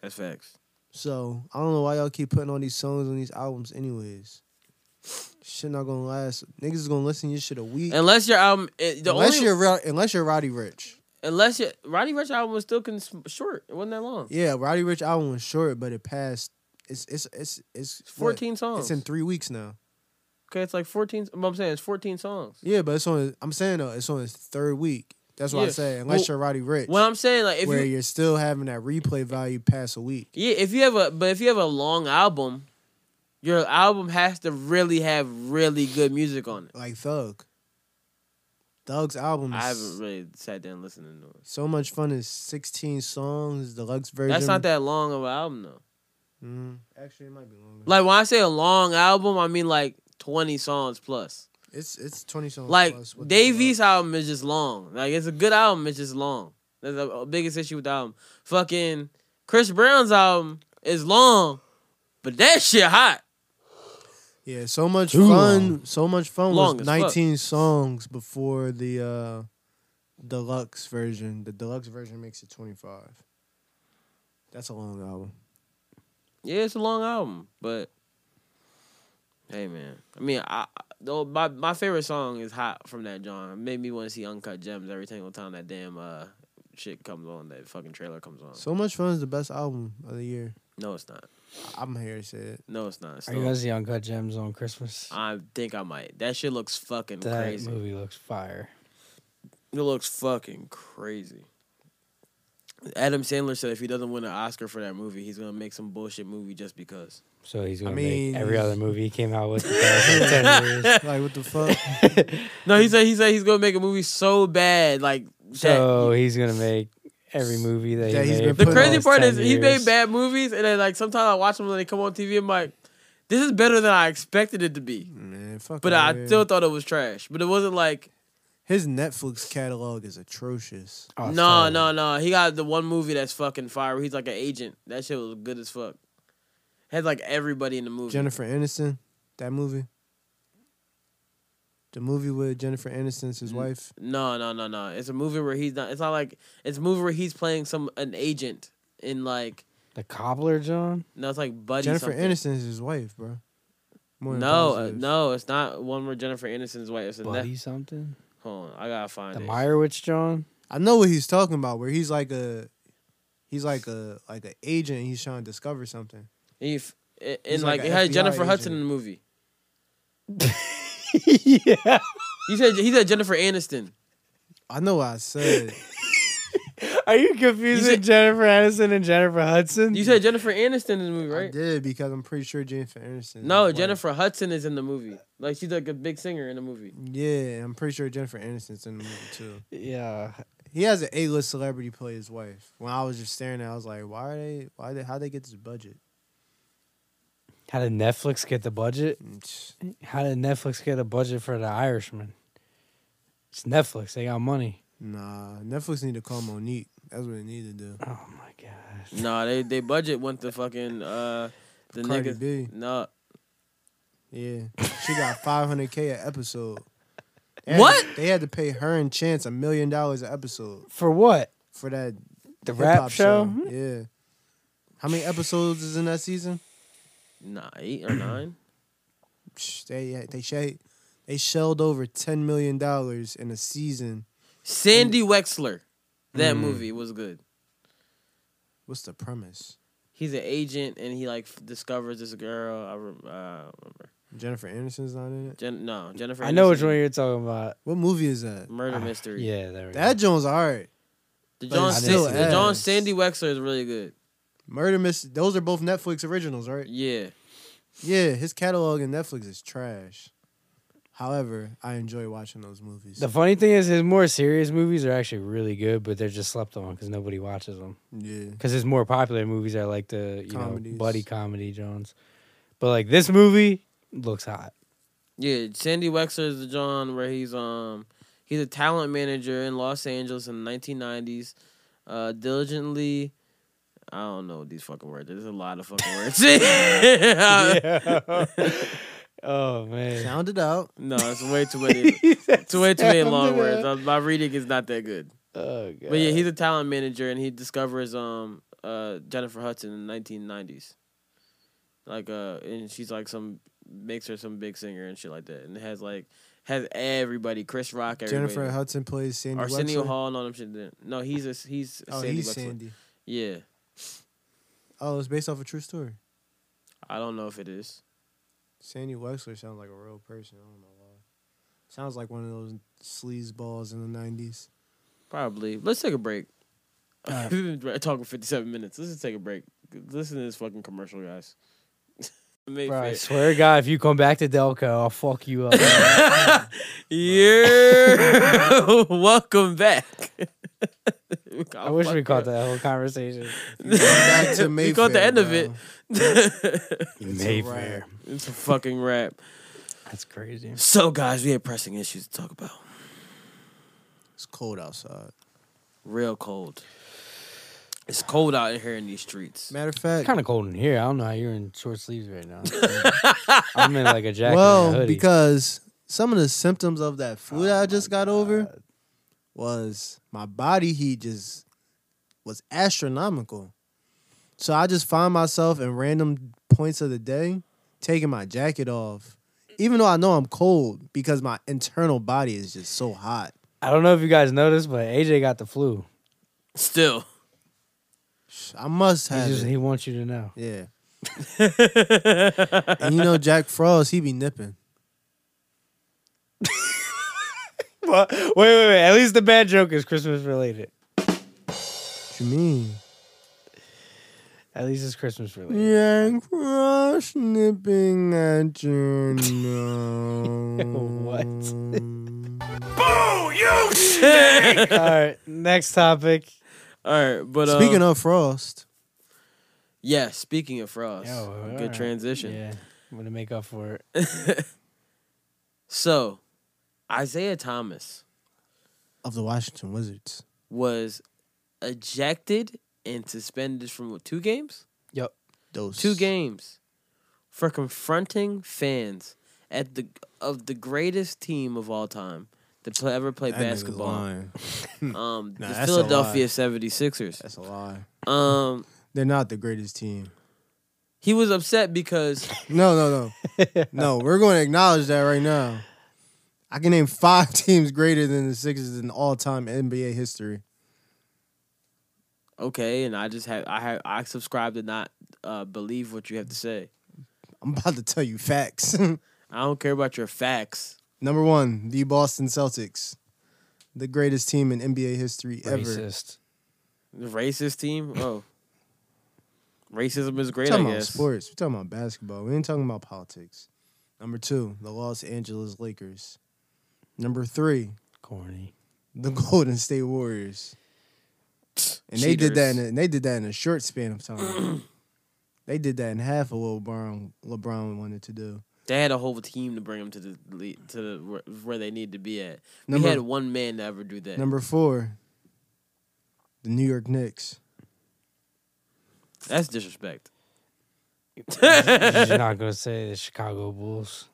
[SPEAKER 1] That's facts.
[SPEAKER 3] So I don't know why y'all keep putting all these songs on these albums, anyways. Shit not gonna last. Niggas is gonna listen to your shit a week.
[SPEAKER 1] Unless your album, it, the
[SPEAKER 3] unless
[SPEAKER 1] only,
[SPEAKER 3] you're Ro- unless you're Roddy Rich.
[SPEAKER 1] unless your Roddy Rich album was still cons- short. It wasn't that long.
[SPEAKER 3] Yeah, Roddy Rich album was short, but it passed. It's it's it's it's,
[SPEAKER 1] It's
[SPEAKER 3] what?
[SPEAKER 1] fourteen songs.
[SPEAKER 3] It's in three weeks now.
[SPEAKER 1] okay, it's like fourteen. What I'm saying it's fourteen songs.
[SPEAKER 3] Yeah, but it's on. I'm saying though, it's on his third week. That's what I
[SPEAKER 1] Yeah.
[SPEAKER 3] say. Unless
[SPEAKER 1] Well,
[SPEAKER 3] you're Roddy Rich,
[SPEAKER 1] What I'm saying, like if
[SPEAKER 3] where
[SPEAKER 1] you,
[SPEAKER 3] you, are still having that replay value past a week.
[SPEAKER 1] yeah, if you have a, but if you have a long album, your album has to really have really good music on it.
[SPEAKER 3] Like Thug, Thug's album
[SPEAKER 1] I
[SPEAKER 3] is
[SPEAKER 1] haven't really sat down listening to it.
[SPEAKER 3] so much fun. Is 16 songs, deluxe version.
[SPEAKER 1] That's not that long of an album though.
[SPEAKER 3] Mm, actually, it might be longer.
[SPEAKER 1] Like when I say a long album, I mean like twenty songs plus.
[SPEAKER 3] It's it's 20 songs.
[SPEAKER 1] Like
[SPEAKER 3] plus with the
[SPEAKER 1] Dave
[SPEAKER 3] deluxe.
[SPEAKER 1] East album is just long. Like it's a good album, it's just long. That's the uh, biggest issue with the album. Fucking Chris Brown's album is long, but that shit hot.
[SPEAKER 3] Yeah, so much
[SPEAKER 4] Too
[SPEAKER 3] fun.
[SPEAKER 4] long.
[SPEAKER 3] So much fun
[SPEAKER 1] Long
[SPEAKER 3] was
[SPEAKER 1] as fuck.
[SPEAKER 3] 19 songs before the uh, deluxe version. The deluxe version makes it 25. That's a long album.
[SPEAKER 1] Yeah, it's a long album, but hey man, I mean, I I- though my my favorite song is hot from that genre. It made me want to see Uncut Gems every single time that damn uh shit comes on, that fucking trailer comes on.
[SPEAKER 3] So much fun is the best album of the year.
[SPEAKER 1] no, it's not.
[SPEAKER 3] I'm here to say it.
[SPEAKER 1] No, it's not. It's
[SPEAKER 4] Are you
[SPEAKER 1] not.
[SPEAKER 4] gonna see Uncut Gems on Christmas?
[SPEAKER 1] I think I might. That shit looks fucking
[SPEAKER 4] that
[SPEAKER 1] crazy.
[SPEAKER 4] movie looks fire.
[SPEAKER 1] It looks fucking crazy. Adam Sandler said if he doesn't win an Oscar for that movie, he's gonna make some bullshit movie just because.
[SPEAKER 4] So he's gonna
[SPEAKER 3] mean,
[SPEAKER 4] make every
[SPEAKER 3] he's-
[SPEAKER 4] other movie he came
[SPEAKER 3] [LAUGHS]
[SPEAKER 4] out with. the past ten years.
[SPEAKER 1] [LAUGHS]
[SPEAKER 3] Like what the fuck?
[SPEAKER 1] No,
[SPEAKER 4] Mm.
[SPEAKER 1] he said he said he's gonna make a movie so bad, like
[SPEAKER 4] So he's gonna make every movie that
[SPEAKER 3] That
[SPEAKER 4] he
[SPEAKER 3] he's
[SPEAKER 4] made
[SPEAKER 3] been
[SPEAKER 4] for
[SPEAKER 1] that. The
[SPEAKER 3] put
[SPEAKER 4] last
[SPEAKER 1] crazy part
[SPEAKER 4] 10
[SPEAKER 1] is he made
[SPEAKER 4] years.
[SPEAKER 1] bad movies, and then like sometimes I watch them when they come on TV. I'm like, this is better than I expected it to be,
[SPEAKER 3] Man, fuck.
[SPEAKER 1] but
[SPEAKER 3] outta
[SPEAKER 1] I
[SPEAKER 3] here.
[SPEAKER 1] still thought it was trash. But it wasn't like
[SPEAKER 3] his Netflix catalog is atrocious.
[SPEAKER 4] Oh, it's
[SPEAKER 1] no,
[SPEAKER 4] terrible.
[SPEAKER 1] no, no. He got the one movie that's fucking fire. where He's like an agent. That shit was good as fuck. Had like everybody in the movie.
[SPEAKER 3] Jennifer Aniston, that movie. The movie with Jennifer Aniston's
[SPEAKER 1] Mm-hmm.
[SPEAKER 3] his wife.
[SPEAKER 1] No, no, no, no. It's a movie where he's not. It's not like it's a movie where he's playing some an agent in like
[SPEAKER 4] The cobbler, John.
[SPEAKER 1] no, it's like buddy.
[SPEAKER 3] Jennifer
[SPEAKER 1] something.
[SPEAKER 3] Aniston's his wife, bro. More than
[SPEAKER 1] No, uh,
[SPEAKER 3] positive.
[SPEAKER 1] no, it's not one where Jennifer Aniston's white. It's a
[SPEAKER 4] Buddy
[SPEAKER 1] ne-
[SPEAKER 4] something.
[SPEAKER 1] Hold on, I gotta find
[SPEAKER 4] The
[SPEAKER 1] it.
[SPEAKER 4] Meyerowitz, John.
[SPEAKER 3] I know what he's talking about. Where he's like a, he's like a like an agent. and He's trying to discover something.
[SPEAKER 1] He f- i-
[SPEAKER 3] He's
[SPEAKER 1] and
[SPEAKER 3] like
[SPEAKER 1] like,
[SPEAKER 3] a
[SPEAKER 1] it had
[SPEAKER 3] FBI
[SPEAKER 1] Jennifer Hudson in
[SPEAKER 3] agent.
[SPEAKER 1] the movie.
[SPEAKER 4] [LAUGHS] yeah.
[SPEAKER 1] He said he said Jennifer Aniston.
[SPEAKER 3] I know what I said.
[SPEAKER 4] Are you confusing
[SPEAKER 1] You said-
[SPEAKER 4] Jennifer Aniston and Jennifer Hudson?
[SPEAKER 1] You said Jennifer Aniston in the movie,
[SPEAKER 3] I
[SPEAKER 1] [LAUGHS] right?
[SPEAKER 3] did because I'm pretty sure Jennifer Aniston.
[SPEAKER 1] No,
[SPEAKER 3] was white.
[SPEAKER 1] Jennifer Hudson is in the movie. Like she's like a big singer in the movie.
[SPEAKER 3] Yeah, I'm pretty sure Jennifer Aniston's in the movie too.
[SPEAKER 4] yeah.
[SPEAKER 3] He has an A-list celebrity play his wife. When I was just staring at, it, I was like, why are they? Why they? How they get this budget?
[SPEAKER 4] How did Netflix get the budget?
[SPEAKER 3] Mm, tch.
[SPEAKER 4] How did Netflix get a budget for The Irishman? It's Netflix. They got money.
[SPEAKER 3] Nah, Netflix need to call Monique. That's what they need to do.
[SPEAKER 4] Oh my god.
[SPEAKER 1] Nah, they they budget went to fucking uh the
[SPEAKER 3] Cardi
[SPEAKER 1] niggas.
[SPEAKER 3] B.
[SPEAKER 1] No.
[SPEAKER 3] Yeah,
[SPEAKER 1] [LAUGHS]
[SPEAKER 3] she got 500k an episode. They had
[SPEAKER 1] What?
[SPEAKER 3] to- they had to pay her and Chance a million dollars an episode
[SPEAKER 4] For what?
[SPEAKER 3] for that
[SPEAKER 4] The
[SPEAKER 3] hip-hop
[SPEAKER 4] rap show? Hmm.
[SPEAKER 3] Yeah. How many episodes is in that season?
[SPEAKER 1] Nah, eight or nine.
[SPEAKER 3] Psh, They they sh- they shelled over ten million dollars in a season.
[SPEAKER 1] Sandy Wexler. That
[SPEAKER 3] Mm.
[SPEAKER 1] movie was good.
[SPEAKER 3] What's the premise?
[SPEAKER 1] He's an agent and he like f- discovers this girl. I rem- uh, I remember.
[SPEAKER 3] Jennifer Aniston's not in it.
[SPEAKER 1] Jen- no, Jennifer.
[SPEAKER 4] I know which
[SPEAKER 1] Aniston.
[SPEAKER 4] one you're talking about. Ah,
[SPEAKER 3] What movie is that?
[SPEAKER 1] Murder mystery.
[SPEAKER 4] Yeah, there we
[SPEAKER 3] That Jones alright.
[SPEAKER 1] The
[SPEAKER 3] But
[SPEAKER 1] John,
[SPEAKER 4] it's
[SPEAKER 1] Sa-
[SPEAKER 4] still
[SPEAKER 1] the John
[SPEAKER 3] ass.
[SPEAKER 1] Sandy Wexler is really good.
[SPEAKER 3] Murder Miss. Those are both Netflix originals, right?
[SPEAKER 1] Yeah.
[SPEAKER 3] Yeah, his catalog in Netflix is trash. However, I enjoy watching those movies.
[SPEAKER 4] go. The funny thing is, his more serious movies are actually really good, but they're just slept on because nobody watches them.
[SPEAKER 3] yeah,
[SPEAKER 4] Because his more popular movies are like the you
[SPEAKER 3] Comedies.
[SPEAKER 4] know buddy comedy Jones, but like this movie
[SPEAKER 1] [LAUGHS]
[SPEAKER 4] looks hot.
[SPEAKER 1] Yeah, Sandy Wexler is the John where he's um he's a talent manager in Los Angeles in the 1990s. Uh, diligently, I don't know these fucking words. There's a lot of fucking words. [LAUGHS]
[SPEAKER 4] [LAUGHS] oh man.
[SPEAKER 3] sound it out.
[SPEAKER 1] No, it's way too many. It's way too
[SPEAKER 4] [LAUGHS]
[SPEAKER 1] many long words. Uh, My reading is not that good.
[SPEAKER 4] Oh god.
[SPEAKER 1] But yeah, he's a talent manager and he discovers um uh Jennifer Hudson in the 1990s. Like uh and she's like some makes her some big singer and shit like that and it has like has everybody Chris Rock everybody
[SPEAKER 3] Jennifer Hudson plays Sandy.
[SPEAKER 1] Arsenio
[SPEAKER 3] Wexler.
[SPEAKER 1] Hall and all them shit. then. No, he's a he's
[SPEAKER 3] Oh,
[SPEAKER 1] Sandy
[SPEAKER 3] he's
[SPEAKER 1] Wexler.
[SPEAKER 3] Sandy.
[SPEAKER 1] Yeah,
[SPEAKER 3] Oh, it's based off a true story.
[SPEAKER 1] I don't know if it is.
[SPEAKER 3] Sandy Wexler sounds like a real person. I don't know why. Sounds like one of those sleaze balls in the [LAUGHS] nineties.
[SPEAKER 1] Probably. Let's take a break. [LAUGHS] We've been talking fifty seven minutes. Let's just take a break. Listen to this fucking commercial, guys. [LAUGHS] Make
[SPEAKER 4] Bro, I
[SPEAKER 1] fit.
[SPEAKER 4] swear to God, if you come back to Delco, I'll fuck you up.
[SPEAKER 1] [LAUGHS] Yeah. [LAUGHS] Welcome back. [LAUGHS]
[SPEAKER 4] I wish we caught that whole conversation.
[SPEAKER 3] Back to
[SPEAKER 1] We caught the
[SPEAKER 3] Mayfair,
[SPEAKER 1] end of
[SPEAKER 3] bro.
[SPEAKER 1] it.
[SPEAKER 4] Mayfair.
[SPEAKER 1] [LAUGHS] It's a fucking rap.
[SPEAKER 4] That's crazy.
[SPEAKER 1] So, guys, we had pressing issues to talk about.
[SPEAKER 3] It's cold outside.
[SPEAKER 1] Real cold. It's cold out here in these streets.
[SPEAKER 3] Matter of fact,
[SPEAKER 4] Kind of cold in here. I don't know how you're in short sleeves right
[SPEAKER 1] [LAUGHS]
[SPEAKER 4] now. I'm in like a jacket. and a
[SPEAKER 3] well,
[SPEAKER 4] hoodie.
[SPEAKER 3] because some of the symptoms of that flu that I just got over was my body heat just was astronomical. So I just find myself in random points of the day taking my jacket off, even though I know I'm cold because my internal body is just so hot.
[SPEAKER 4] I don't know if you guys noticed, but AJ got the flu.
[SPEAKER 1] Still.
[SPEAKER 3] I must
[SPEAKER 4] He,
[SPEAKER 3] have.
[SPEAKER 4] just,
[SPEAKER 3] it.
[SPEAKER 4] he wants you to [LAUGHS] know.
[SPEAKER 3] Yeah. [LAUGHS] and you know Jack Frost, he be nipping.
[SPEAKER 4] Well, wait, wait, wait. At least the bad joke is Christmas related.
[SPEAKER 3] What you mean?
[SPEAKER 4] At least it's Christmas related. [LAUGHS]
[SPEAKER 3] Jack Frost nipping at [LAUGHS] your nose.
[SPEAKER 4] All right, next topic.
[SPEAKER 1] All right, but um,
[SPEAKER 3] Speaking of Frost,
[SPEAKER 1] yeah, speaking of frost,
[SPEAKER 4] Yo, all
[SPEAKER 1] good
[SPEAKER 4] right.
[SPEAKER 1] transition.
[SPEAKER 4] Yeah, I'm gonna make up for it.
[SPEAKER 1] So, Isaiah Thomas
[SPEAKER 3] of the Washington Wizards.
[SPEAKER 1] was ejected and suspended from what, two games.
[SPEAKER 4] Yep.
[SPEAKER 3] Those
[SPEAKER 1] two games for confronting fans at the of the greatest team of all time to play, ever play
[SPEAKER 3] That nigga
[SPEAKER 1] basketball
[SPEAKER 3] lying.
[SPEAKER 1] um
[SPEAKER 3] Nah,
[SPEAKER 1] the
[SPEAKER 3] that's a
[SPEAKER 1] Philadelphia
[SPEAKER 3] lie.
[SPEAKER 1] 76ers
[SPEAKER 3] That's a lie.
[SPEAKER 1] um
[SPEAKER 3] They're not the greatest team.
[SPEAKER 1] he was upset because
[SPEAKER 3] No, [LAUGHS] no, no. no, we're going to acknowledge that right now. I can name five [LAUGHS] teams greater than the Sixers in all time NBA history.
[SPEAKER 1] okay and I just have I have I subscribe to not uh believe what you have to say
[SPEAKER 3] I'm about to tell you facts. [LAUGHS]
[SPEAKER 1] I don't care about your facts
[SPEAKER 3] Number one, the Boston Celtics, the greatest team in NBA history ever.
[SPEAKER 4] Racist.
[SPEAKER 1] The racist team. Oh, racism is
[SPEAKER 3] We're
[SPEAKER 1] great. I
[SPEAKER 3] talking about
[SPEAKER 1] guess.
[SPEAKER 3] sports. We're talking about basketball. We ain't talking about politics. Number two, the Los Angeles Lakers. Number three,
[SPEAKER 4] Corny.
[SPEAKER 3] the [LAUGHS] Golden State Warriors. And they did that. In a, and they did that in a short span of time. [CLEARS THROAT] they did that in half of what LeBron LeBron wanted to do.
[SPEAKER 1] They had a whole team to bring them to the le- to the where- where they need to be at.
[SPEAKER 3] Number-
[SPEAKER 1] we had one man to ever do that.
[SPEAKER 3] Number four, the New York Knicks.
[SPEAKER 1] That's
[SPEAKER 3] [LAUGHS]
[SPEAKER 1] disrespect.
[SPEAKER 4] You're not gonna say the Chicago Bulls.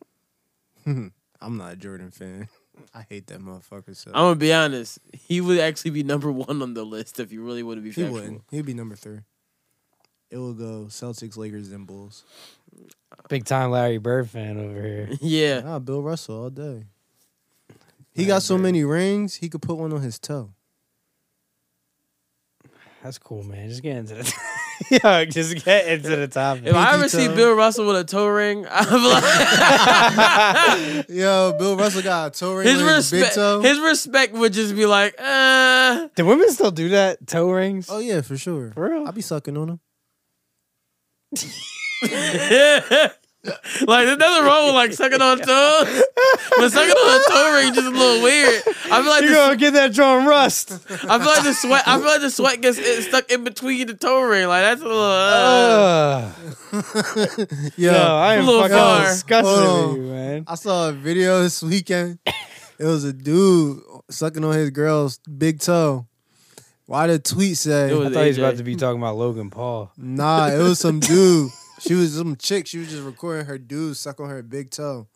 [SPEAKER 3] I'm not a Jordan fan. [LAUGHS] I hate that motherfucker. So
[SPEAKER 1] I'm gonna be honest. He would actually be number one on the list if you really want to be
[SPEAKER 3] he
[SPEAKER 1] factual.
[SPEAKER 3] wouldn't. He'd be number three. It will go Celtics, Lakers, then Bulls.
[SPEAKER 4] Big time Larry Bird fan over here.
[SPEAKER 1] Yeah,
[SPEAKER 3] Ah, Bill Russell all day. He got so many rings, he could put one on his toe.
[SPEAKER 4] That's cool, man. Just get into the [LAUGHS] yeah, just get into the topic.
[SPEAKER 1] if I ever see
[SPEAKER 3] toe.
[SPEAKER 1] Bill Russell with a toe ring, [LAUGHS] I'm like,
[SPEAKER 3] [LAUGHS] [LAUGHS] Yo, Bill Russell got a toe ring
[SPEAKER 1] his
[SPEAKER 3] on his big
[SPEAKER 1] respect.
[SPEAKER 3] toe.
[SPEAKER 1] His respect would just be like, uh, [LAUGHS]
[SPEAKER 4] Do women still do that? Toe rings?
[SPEAKER 3] oh yeah, for sure.
[SPEAKER 4] For real?
[SPEAKER 3] I be sucking on him.
[SPEAKER 1] like there's nothing wrong with like sucking on toes, but sucking on a toe ring is just a little weird. I feel like
[SPEAKER 4] You're
[SPEAKER 1] the,
[SPEAKER 4] gonna get that drum rust.
[SPEAKER 1] I feel like the sweat. I feel like the sweat gets it stuck in between the toe ring. Like that's a little. [LAUGHS]
[SPEAKER 3] Oh.
[SPEAKER 1] Uh,
[SPEAKER 4] Ugh.
[SPEAKER 3] [LAUGHS] Yo,
[SPEAKER 4] Yo, I am
[SPEAKER 1] Little
[SPEAKER 4] fucking
[SPEAKER 1] far.
[SPEAKER 4] disgusted
[SPEAKER 3] Hold
[SPEAKER 4] with you, man.
[SPEAKER 3] I saw a video this weekend. It was a dude sucking on his girl's big toe. Why the tweet say?
[SPEAKER 1] It was-
[SPEAKER 4] I thought he was
[SPEAKER 1] AJ.
[SPEAKER 4] about to be talking about Logan Paul.
[SPEAKER 3] Nah, it was some dude. She was some chick. She was just recording her dude suck on her big toe,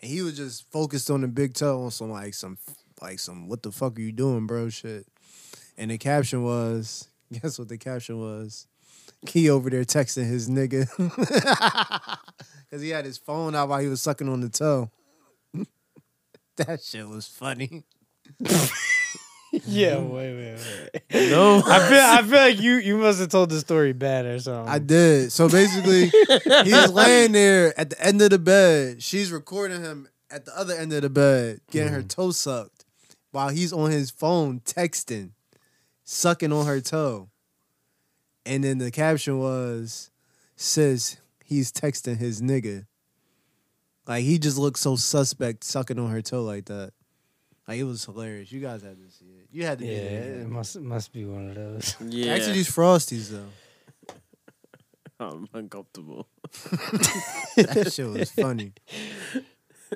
[SPEAKER 3] and he was just focused on the big toe on some like some like some what the fuck are you doing, bro? Shit. And the caption was, [LAUGHS] guess what the caption was? He over there texting his nigga [LAUGHS] because he had his phone out while he was sucking on the toe. [LAUGHS] that shit was funny.
[SPEAKER 4] Yeah, wait, wait, wait.
[SPEAKER 1] no,
[SPEAKER 4] [LAUGHS] I feel, I feel like you, you must have told the story bad or something.
[SPEAKER 3] I did. So basically, he's laying there at the end of the bed. She's recording him at the other end of the bed, getting her toe sucked, while he's on his phone texting, sucking on her toe. And then the caption was, "Says he's texting his nigga." Like he just looked so suspect sucking on her toe like that. Like it was hilarious. You guys had to see it. You had to
[SPEAKER 4] yeah,
[SPEAKER 3] be there.
[SPEAKER 4] it must must be one of those. [LAUGHS]
[SPEAKER 1] yeah,
[SPEAKER 3] Actually, these frosties though.
[SPEAKER 1] I'm uncomfortable.
[SPEAKER 3] That shit was funny.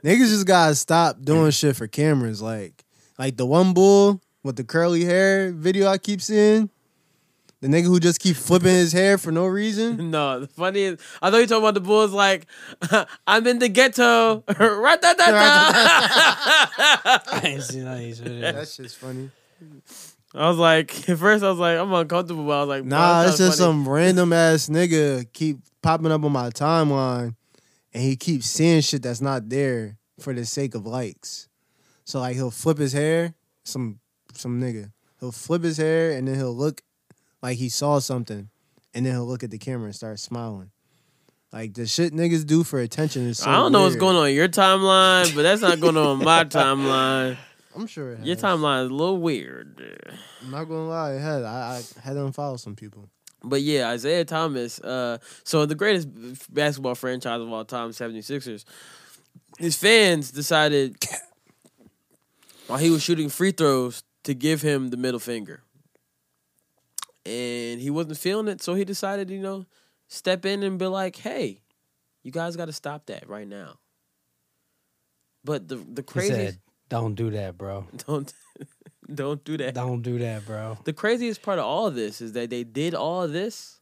[SPEAKER 3] Niggas just gotta stop doing shit for cameras. Like, like the one bull with the curly hair video I keep seeing. The nigga who just keep flipping his hair for no
[SPEAKER 1] [LAUGHS]
[SPEAKER 3] reason.
[SPEAKER 1] No, the funniest. I thought you were talking about the Bulls. Like, [LAUGHS] I'm in the ghetto. [LAUGHS] Ra-ta-ta-ta.
[SPEAKER 4] I ain't seen none of these videos.
[SPEAKER 3] That shit's funny.
[SPEAKER 1] [LAUGHS] I was like, at first I was like, I'm uncomfortable. But I was like,
[SPEAKER 3] Nah,
[SPEAKER 1] wow,
[SPEAKER 3] it's just
[SPEAKER 1] funny.
[SPEAKER 3] some random ass nigga keep popping up on my timeline, and he keeps seeing shit that's not there for the sake of likes. So like he'll flip his hair, some some nigga. He'll flip his hair and then he'll look like he saw something, and then he'll look at the camera and start smiling. Like the shit niggas do for attention is. So
[SPEAKER 1] I don't know what's
[SPEAKER 3] weird.
[SPEAKER 1] going on in your timeline, but that's not going on in my timeline.
[SPEAKER 3] I'm sure it
[SPEAKER 1] Your
[SPEAKER 3] has.
[SPEAKER 1] timeline is a little weird.
[SPEAKER 3] I'm not gonna lie, it had. I, I had to unfollow some people.
[SPEAKER 1] But yeah, Isaiah Thomas, uh, so the greatest basketball franchise of all time, 76ers, his fans decided while he was shooting free throws to give him the middle finger. And he wasn't feeling it, so he decided, you know, step in and be like, hey, you guys got to stop that right now. But the the
[SPEAKER 4] He
[SPEAKER 1] craziest
[SPEAKER 4] said, "Don't do that, bro.
[SPEAKER 1] [LAUGHS] don't don't do that.
[SPEAKER 4] Don't do that, bro."
[SPEAKER 1] The craziest part of all of this is that they did all of this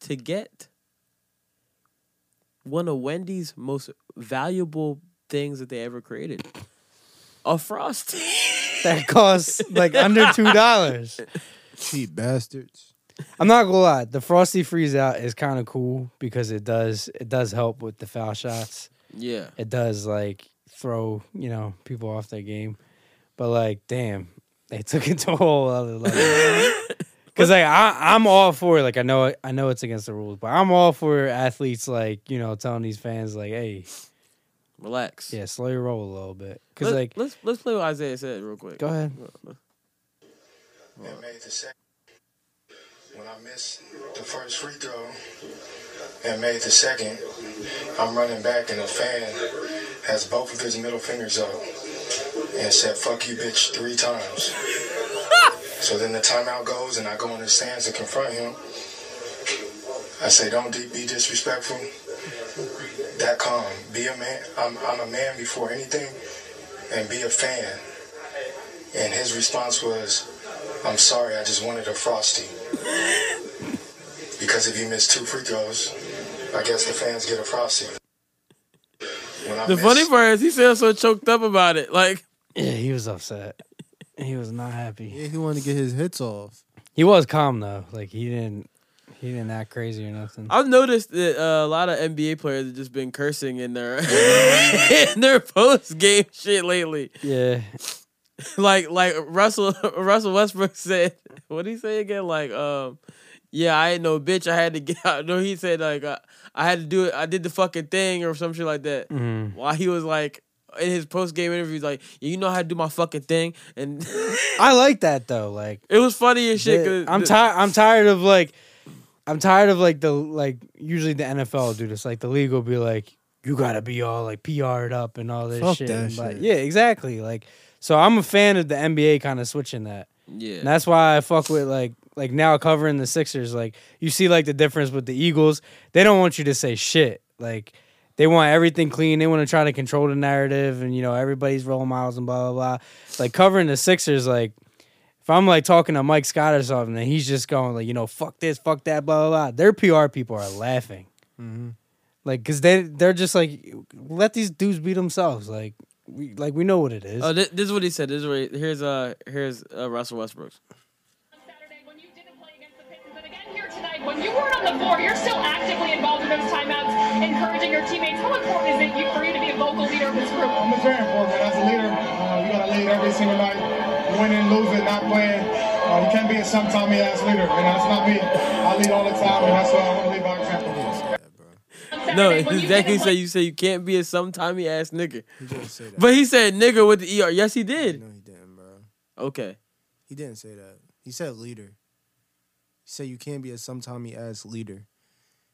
[SPEAKER 1] to get one of Wendy's most valuable things that they ever created. A frosty.
[SPEAKER 4] That costs like under two dollars.
[SPEAKER 3] Cheap bastards.
[SPEAKER 4] I'm not gonna lie, the frosty freeze out is kind of cool because it does it does help with the foul shots.
[SPEAKER 1] [LAUGHS]
[SPEAKER 4] [LAUGHS]
[SPEAKER 1] yeah.
[SPEAKER 4] It does like throw you know people off their game, but like damn, they [LAUGHS] took it to a whole other [LAUGHS] level. Cause like I, I'm all for it. Like I know I know it's against the rules, but I'm all for athletes like you know telling these fans like, hey,
[SPEAKER 1] Relax.
[SPEAKER 4] Yeah, slow your roll a little bit. Cause
[SPEAKER 1] Let,
[SPEAKER 4] like,
[SPEAKER 1] let's let's play what Isaiah said real quick.
[SPEAKER 4] go ahead.
[SPEAKER 8] and made the second. When I missed the first free throw and made the second, I'm running back and the fan has both of his middle fingers up and said, fuck you, bitch, three times. so then the timeout goes and I go in the stands to confront him. I say, don't di- be disrespectful. That calm. Be a man. I'm, I'm a man before anything and be a fan. And his response was, I'm sorry, I just wanted a frosty. because if you miss two free throws, I guess the fans get a frosty. When I
[SPEAKER 1] The
[SPEAKER 8] miss-
[SPEAKER 1] funny part is he sounds so choked up about it. Like
[SPEAKER 4] Yeah, he was upset. He was not happy.
[SPEAKER 3] Yeah, he wanted to get his hits off.
[SPEAKER 4] He was calm though. Like he didn't, he didn't act crazy or nothing.
[SPEAKER 1] I've noticed that uh, a lot of NBA players have just been cursing in their [LAUGHS]
[SPEAKER 4] Mm-hmm.
[SPEAKER 1] in their post game shit lately.
[SPEAKER 4] Yeah,
[SPEAKER 1] Like like Russell [LAUGHS] Russell Westbrook said, what did he say again? Like um, yeah, I ain't no bitch. I had to get [LAUGHS] out. No, he said like uh, I had to do it. I did the fucking thing or some shit like that.
[SPEAKER 4] Mm.
[SPEAKER 1] While he was like in his post game interview, he's like, yeah, you know how to do my fucking thing, and [LAUGHS]
[SPEAKER 4] I like that though. Like
[SPEAKER 1] it was funny as shit.
[SPEAKER 4] the-
[SPEAKER 1] 'cause
[SPEAKER 4] I'm
[SPEAKER 1] the-
[SPEAKER 4] tired. I'm tired of like, I'm tired of like the like. Usually the NFL will do this. Like the league will be like, you gotta be all like PR'd up and all this
[SPEAKER 3] Fuck
[SPEAKER 4] shit.
[SPEAKER 3] that
[SPEAKER 4] But
[SPEAKER 3] shit.
[SPEAKER 4] yeah, exactly. Like so, I'm a fan of the NBA kind of switching that.
[SPEAKER 1] Yeah.
[SPEAKER 4] And that's why I fuck with like like now covering the Sixers. Like you see like the difference with the Eagles. They don't want you to say shit. Like they want everything clean. They want to try to control the narrative and you know everybody's role models and blah blah blah. Like covering the Sixers, like if I'm like talking to Mike Scott or something and he's just going like you know fuck this, fuck that, blah blah blah. Their PR people are laughing. Like, cause they they're just like, let these dudes be themselves. Like, we like we know what it is.
[SPEAKER 1] Oh, this, this is what he said. This is what he, here's uh here's uh, Russell Westbrook.
[SPEAKER 9] Saturday when you didn't play against the Pistons, and again here tonight when you weren't on the floor, you're still actively involved in those timeouts, encouraging your teammates. How important is it you, for you to be a vocal leader of this group?
[SPEAKER 10] Um, it's very important. As a leader, uh, you gotta lead every single night, winning, losing, not playing. Uh, you can't be a sometime ass leader, and that's not me. I lead all the time, and that's why I want to lead by example.
[SPEAKER 9] On
[SPEAKER 1] No,
[SPEAKER 9] Saturday, when you
[SPEAKER 1] exactly.
[SPEAKER 9] didn't
[SPEAKER 1] Say
[SPEAKER 9] play-
[SPEAKER 1] you say you can't be a sometimey ass nigga,
[SPEAKER 3] He didn't say that.
[SPEAKER 1] but he said nigga with the er. Yes, he did.
[SPEAKER 3] no, he didn't, bro.
[SPEAKER 1] Okay,
[SPEAKER 3] He didn't say that. He said leader. He said you can't be a sometimey ass leader.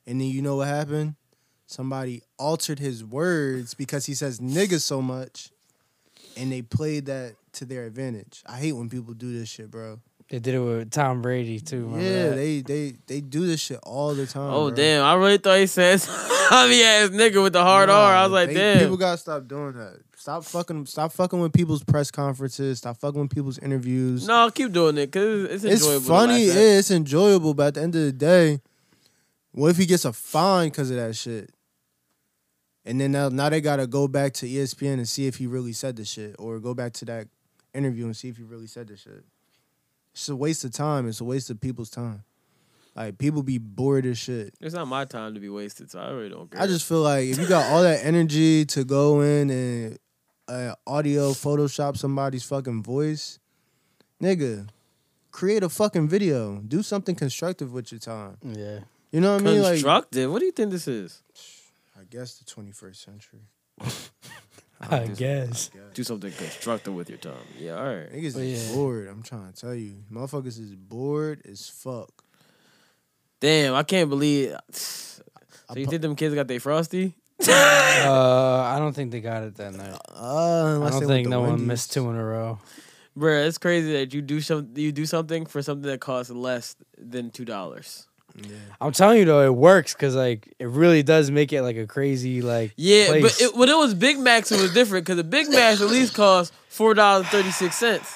[SPEAKER 3] And then you know what happened? Somebody altered his words because he says nigga so much and they played that to their advantage. I hate when people do this shit, bro.
[SPEAKER 4] they did it with Tom Brady too. remember
[SPEAKER 3] Yeah,
[SPEAKER 4] that?
[SPEAKER 3] they they they do this shit all the time.
[SPEAKER 1] Oh
[SPEAKER 3] bro.
[SPEAKER 1] damn! I really thought he said [LAUGHS] sometimey ass nigga with the hard R. I was
[SPEAKER 3] Nah,
[SPEAKER 1] like,
[SPEAKER 3] they-
[SPEAKER 1] damn.
[SPEAKER 3] People gotta stop doing that. Stop fucking stop fucking with people's press conferences, stop fucking with people's interviews.
[SPEAKER 1] no, keep doing it because it's
[SPEAKER 3] it's
[SPEAKER 1] enjoyable. to
[SPEAKER 3] funny.
[SPEAKER 1] laugh at.
[SPEAKER 3] Yeah, it's enjoyable, but at the end of the day, what if he gets a fine because of that shit? And then now, now they gotta go back to E ESPN and see if he really said the shit, or go back to that interview and see if he really said the shit. It's a waste of time. It's a waste of people's time. Like people be bored as shit.
[SPEAKER 1] It's not my time to be wasted, so I really don't care.
[SPEAKER 3] I just feel like if you got all that energy to go in and uh, audio Photoshop somebody's fucking voice, nigga, create a fucking video. Do something constructive with your time.
[SPEAKER 4] yeah.
[SPEAKER 3] You know what I mean? Like,
[SPEAKER 1] constructive. what do you think this is?
[SPEAKER 3] I guess the 21st century.
[SPEAKER 4] I guess.
[SPEAKER 1] Do something constructive with your time. Yeah, all right.
[SPEAKER 3] Niggas
[SPEAKER 4] But
[SPEAKER 3] is
[SPEAKER 4] Oh, yeah.
[SPEAKER 3] bored. I'm trying to tell you, motherfuckers is bored as fuck.
[SPEAKER 1] Damn, I can't believe. [SIGHS] So you think them kids got their frosty?
[SPEAKER 4] Uh, I don't think they got it that night.
[SPEAKER 3] Uh,
[SPEAKER 4] I don't
[SPEAKER 3] unless they with
[SPEAKER 4] think
[SPEAKER 3] the
[SPEAKER 4] no one
[SPEAKER 3] Wendy's.
[SPEAKER 4] missed two in a row.
[SPEAKER 1] Bruh, it's crazy that you do some you do something for something that costs less than two dollars.
[SPEAKER 4] I'm telling you though, it works because like it really does make it like a crazy like
[SPEAKER 1] Yeah,
[SPEAKER 4] place.
[SPEAKER 1] but it, when it was Big Macs, it was different because the Big Macs at least cost four dollars thirty six cents.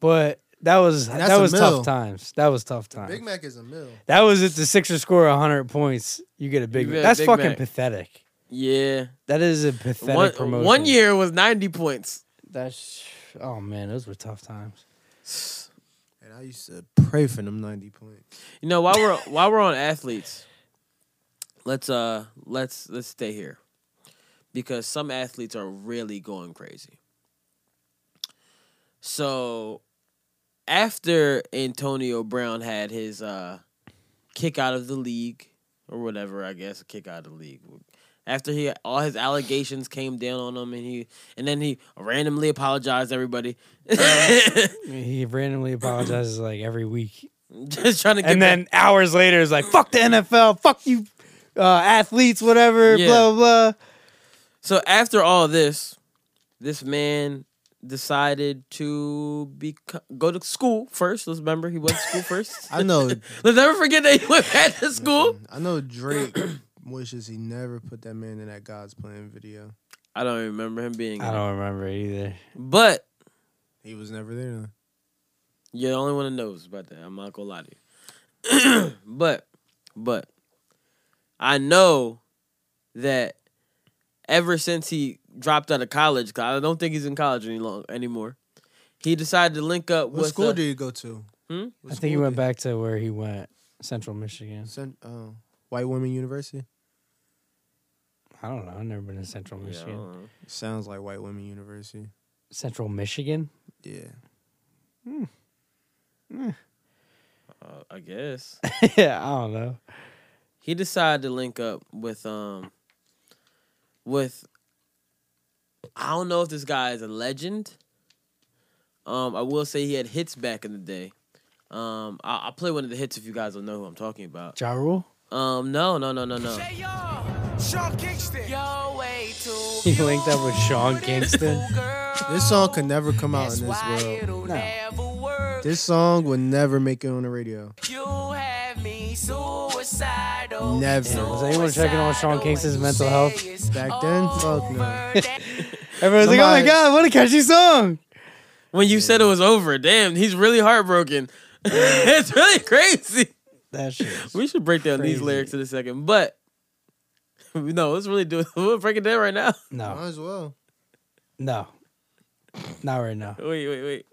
[SPEAKER 4] But that was
[SPEAKER 3] That's
[SPEAKER 4] that
[SPEAKER 3] a
[SPEAKER 4] was
[SPEAKER 3] meal.
[SPEAKER 4] tough times. That was tough
[SPEAKER 3] Big
[SPEAKER 4] times.
[SPEAKER 3] Mac is a meal.
[SPEAKER 4] That was if the Sixers score 100 points, you get a big.
[SPEAKER 1] get a
[SPEAKER 4] That's
[SPEAKER 1] Big
[SPEAKER 4] fucking
[SPEAKER 1] Mac.
[SPEAKER 4] pathetic.
[SPEAKER 1] Yeah,
[SPEAKER 4] That is a pathetic
[SPEAKER 1] one,
[SPEAKER 4] promotion.
[SPEAKER 1] one year was ninety points.
[SPEAKER 4] That's oh man, those were tough times.
[SPEAKER 3] And I used to pray for them 90 points.
[SPEAKER 1] You know, while [LAUGHS] we're while we're on athletes, let's uh let's let's stay here because some athletes are really going crazy. So after Antonio Brown had his uh kick out of the league or whatever, I guess, kick out of the league. after he all his allegations came down on him, and he and then he randomly apologized to everybody, [LAUGHS]
[SPEAKER 4] He randomly apologizes like every week,
[SPEAKER 1] just trying to get
[SPEAKER 4] and then hours later is like, "Fuck the NFL, fuck you, uh, athletes, whatever,
[SPEAKER 1] Yeah.
[SPEAKER 4] blah blah."
[SPEAKER 1] So after all this, this man decided to be go to school first. Let's remember he went to school [LAUGHS] first.
[SPEAKER 3] I [LAUGHS] know.
[SPEAKER 1] Let's never forget that he went back to school.
[SPEAKER 3] I know Drake [COUGHS] wishes he never put that man in that God's plan video.
[SPEAKER 1] [LAUGHS] I don't remember him being.
[SPEAKER 4] I don't remember either.
[SPEAKER 1] But
[SPEAKER 3] He was never there.
[SPEAKER 1] you're the only one that knows about that. I'm not gonna lie to you. [CLEARS THROAT] but, but I know that ever since he dropped out of college, 'cause I don't think he's in college any long anymore. He decided to link up
[SPEAKER 3] What
[SPEAKER 1] with
[SPEAKER 3] school
[SPEAKER 1] uh,
[SPEAKER 3] did you go to?
[SPEAKER 1] Hmm?
[SPEAKER 3] What
[SPEAKER 4] I think he
[SPEAKER 3] school
[SPEAKER 4] went
[SPEAKER 3] did-
[SPEAKER 4] back to where he went, Central Michigan.
[SPEAKER 3] Cent- oh, White Women University.
[SPEAKER 4] I don't know. I've never been to Central
[SPEAKER 1] Yeah, I
[SPEAKER 4] Michigan.
[SPEAKER 1] don't know.
[SPEAKER 3] Sounds like White Women University.
[SPEAKER 4] Central Michigan. [LAUGHS]
[SPEAKER 3] Yeah.
[SPEAKER 1] Uh, I guess.
[SPEAKER 4] yeah, I don't know.
[SPEAKER 1] he decided to link up with um with I don't know if this guy is a legend. Um, I will say he had hits back in the day. Um, I- I'll play one of the hits if you guys don't know who I'm talking about.
[SPEAKER 4] Ja Rule?
[SPEAKER 1] Um, no, no, no, no, no.
[SPEAKER 4] He linked up with Sean Kingston.
[SPEAKER 3] This song could never come out in this world. This song would never make it on the radio.
[SPEAKER 4] Damn,
[SPEAKER 3] Never.
[SPEAKER 4] is anyone checking on Sean Kingston's mental health?
[SPEAKER 6] [LAUGHS]
[SPEAKER 3] Back then, fuck no.
[SPEAKER 4] Everyone's like, oh my
[SPEAKER 3] Somebody-
[SPEAKER 4] god, what a catchy song.
[SPEAKER 1] When you said it was over, damn, he's really heartbroken. [LAUGHS] it's really crazy.
[SPEAKER 4] That shit. is-
[SPEAKER 1] We should break down these
[SPEAKER 4] Crazy.
[SPEAKER 1] lyrics in a second, but [LAUGHS] no, let's really do it. [LAUGHS] We'll break it down right now. [LAUGHS]
[SPEAKER 3] Might
[SPEAKER 4] No,
[SPEAKER 3] as well.
[SPEAKER 4] no. Not right now.
[SPEAKER 1] Wait, wait, wait.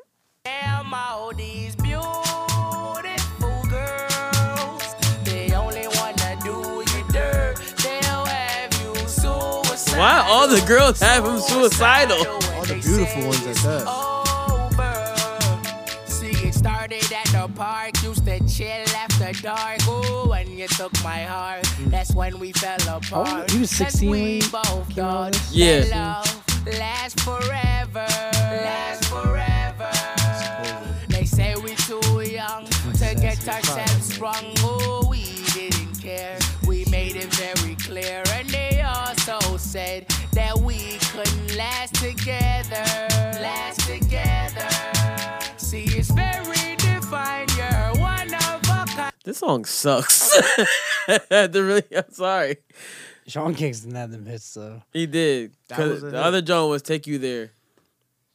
[SPEAKER 11] Damn all these beautiful girls. They only wanna do you dirt. They'll have you suicidal.
[SPEAKER 1] Why all the girls have him suicidal?
[SPEAKER 3] All the beautiful ones at that.
[SPEAKER 11] Over. See, it started at the park. Used to chill after dark. Ooh, when you took my heart. That's when we fell apart.
[SPEAKER 4] old- he was
[SPEAKER 11] That's
[SPEAKER 4] 16 when he
[SPEAKER 11] we both
[SPEAKER 4] came out
[SPEAKER 11] thought
[SPEAKER 4] with
[SPEAKER 1] Yeah.
[SPEAKER 11] that love lasts forever. Lasts forever. They say we too young to get ourselves sprung. Oh, we didn't care. We made it very clear. And they also said that we couldn't last together. Last together. See, it's very defined. You're one of a kind.
[SPEAKER 1] This song sucks. [LAUGHS] The really, I'm sorry.
[SPEAKER 4] Sean Kingston had them hits though.
[SPEAKER 1] He did.
[SPEAKER 3] That
[SPEAKER 1] 'Cause
[SPEAKER 3] was a
[SPEAKER 1] the
[SPEAKER 3] hit.
[SPEAKER 1] other John was Take You There.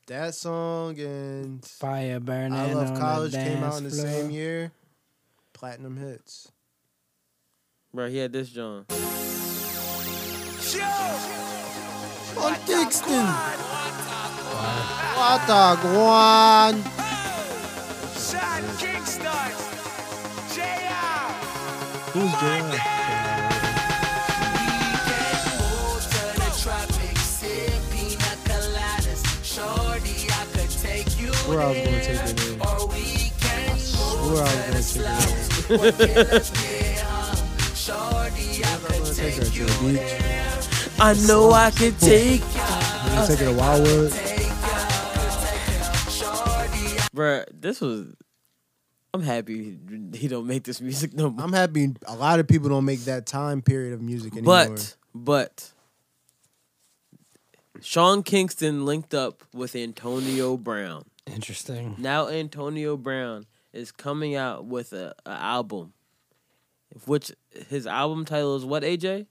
[SPEAKER 3] That song and
[SPEAKER 4] Fire burning.
[SPEAKER 3] I Love
[SPEAKER 4] on
[SPEAKER 3] College
[SPEAKER 4] the
[SPEAKER 3] came out
[SPEAKER 4] dance
[SPEAKER 3] in the
[SPEAKER 4] floor.
[SPEAKER 3] same year. Platinum hits.
[SPEAKER 1] Bro, he had this John.
[SPEAKER 3] On Kingston. What a guan. Who's doing Where I was gonna take it in. I swear I was gonna take it in. I was gonna take her to the beach.
[SPEAKER 1] I know I could take. [LAUGHS]
[SPEAKER 3] I was gonna take her to Wildwood.
[SPEAKER 1] Bro, this was. I'm happy he- he don't make this music no more.
[SPEAKER 3] [LAUGHS] I'm happy a lot of people don't make that time period of music anymore.
[SPEAKER 1] But, but. Sean Kingston linked up with Antonio Brown.
[SPEAKER 4] Interesting.
[SPEAKER 1] Now Antonio Brown is coming out with a, a album, which his album title is what? AJ?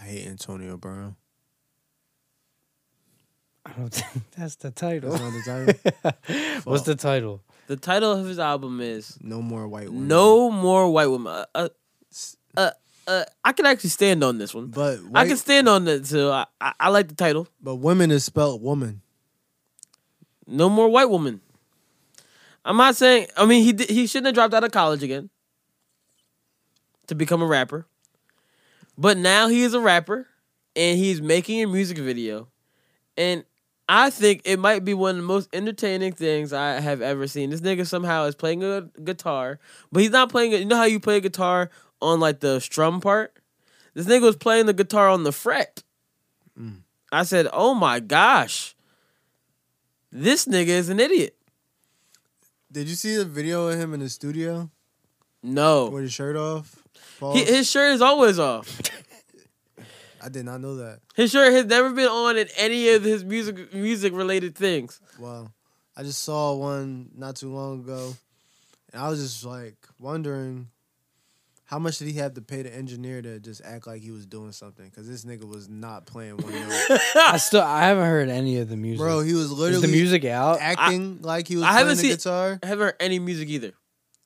[SPEAKER 3] I hate Antonio Brown.
[SPEAKER 4] I don't think [LAUGHS] that's the title.
[SPEAKER 3] That's not the
[SPEAKER 1] [LAUGHS]
[SPEAKER 3] title.
[SPEAKER 4] [LAUGHS] What's the title?
[SPEAKER 1] The title of his album is
[SPEAKER 3] No more white women.
[SPEAKER 1] No more white women. Uh, uh, uh, uh, I can actually stand on this one.
[SPEAKER 3] But
[SPEAKER 1] I
[SPEAKER 3] white,
[SPEAKER 1] can stand on it. So I, I, I like the title.
[SPEAKER 3] but women is spelled woman.
[SPEAKER 1] No more white woman. I'm not saying. I mean, he did, he shouldn't have dropped out of college again to become a rapper. But now he is a rapper, and he's making a music video, and I think it might be one of the most entertaining things I have ever seen. This nigga somehow is playing a guitar, but he's not playing it. You know how you play a guitar on like the strum part. This nigga was playing the guitar on the fret. I said, "Oh my gosh, this nigga is an idiot."
[SPEAKER 3] Did you see the video of him in the studio
[SPEAKER 1] No,
[SPEAKER 3] with his shirt off?
[SPEAKER 1] he,
[SPEAKER 3] Pause.
[SPEAKER 1] his shirt is always off.
[SPEAKER 3] I did not know that.
[SPEAKER 1] His shirt has never been on in any of his music music related things.
[SPEAKER 3] Wow. I just saw one not too long ago, and I was just like wondering how much did he have to pay the engineer to just act like he was doing something? Because this nigga was not playing one note.
[SPEAKER 4] I still I haven't heard any of the music.
[SPEAKER 3] Bro, he was literally
[SPEAKER 4] Is the music
[SPEAKER 3] [LAUGHS]
[SPEAKER 4] out. [LAUGHS]
[SPEAKER 3] acting like he was
[SPEAKER 1] I
[SPEAKER 3] playing
[SPEAKER 1] haven't
[SPEAKER 3] the
[SPEAKER 1] seen-
[SPEAKER 3] guitar,
[SPEAKER 1] I haven't heard any music either.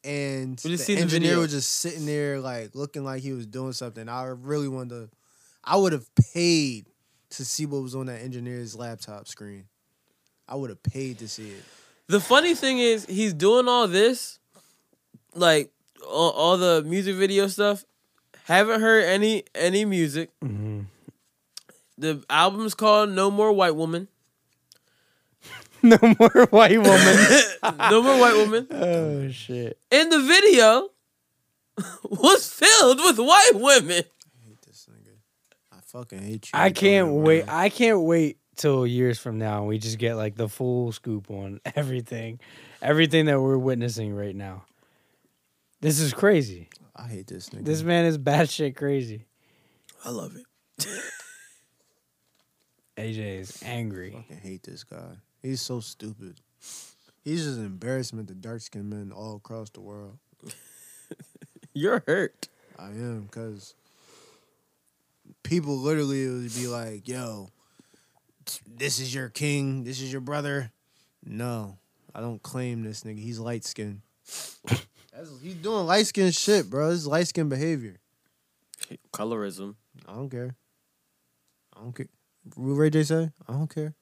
[SPEAKER 3] and
[SPEAKER 1] We just
[SPEAKER 3] the
[SPEAKER 1] seen the
[SPEAKER 3] engineer
[SPEAKER 1] video.
[SPEAKER 3] was just sitting there like looking like he was doing something. I really wanted to. I would have paid to see what was on that engineer's laptop screen. I would have paid to see it.
[SPEAKER 1] The funny thing is, he's doing all this, like all, all the music video stuff. Haven't heard any any music. Mm-hmm. The album's called No More White Woman.
[SPEAKER 4] no more white
[SPEAKER 3] [LAUGHS]
[SPEAKER 4] woman.
[SPEAKER 1] no More White Woman.
[SPEAKER 4] [LAUGHS] oh shit.
[SPEAKER 1] And the video [LAUGHS] was filled with white women.
[SPEAKER 3] I fucking hate you.
[SPEAKER 4] I
[SPEAKER 3] Go
[SPEAKER 4] can't
[SPEAKER 3] ahead,
[SPEAKER 4] wait. I can't wait till years from now and we just get like the full scoop on [LAUGHS] everything, everything that we're witnessing right now. This is crazy.
[SPEAKER 3] I hate this nigga.
[SPEAKER 4] This man is [LAUGHS] batshit crazy.
[SPEAKER 1] I love it.
[SPEAKER 4] AJ is angry.
[SPEAKER 3] I hate this guy. He's so stupid. He's just an embarrassment to dark skinned men all across the world.
[SPEAKER 1] You're hurt.
[SPEAKER 3] I am, because people literally would be like, yo, this is your king. This is your brother. No, I don't claim this nigga. He's light skinned. He's doing light skinned shit, bro. This is light skinned behavior.
[SPEAKER 1] Colorism.
[SPEAKER 3] I don't care. I don't care. What Ray J say? I don't care.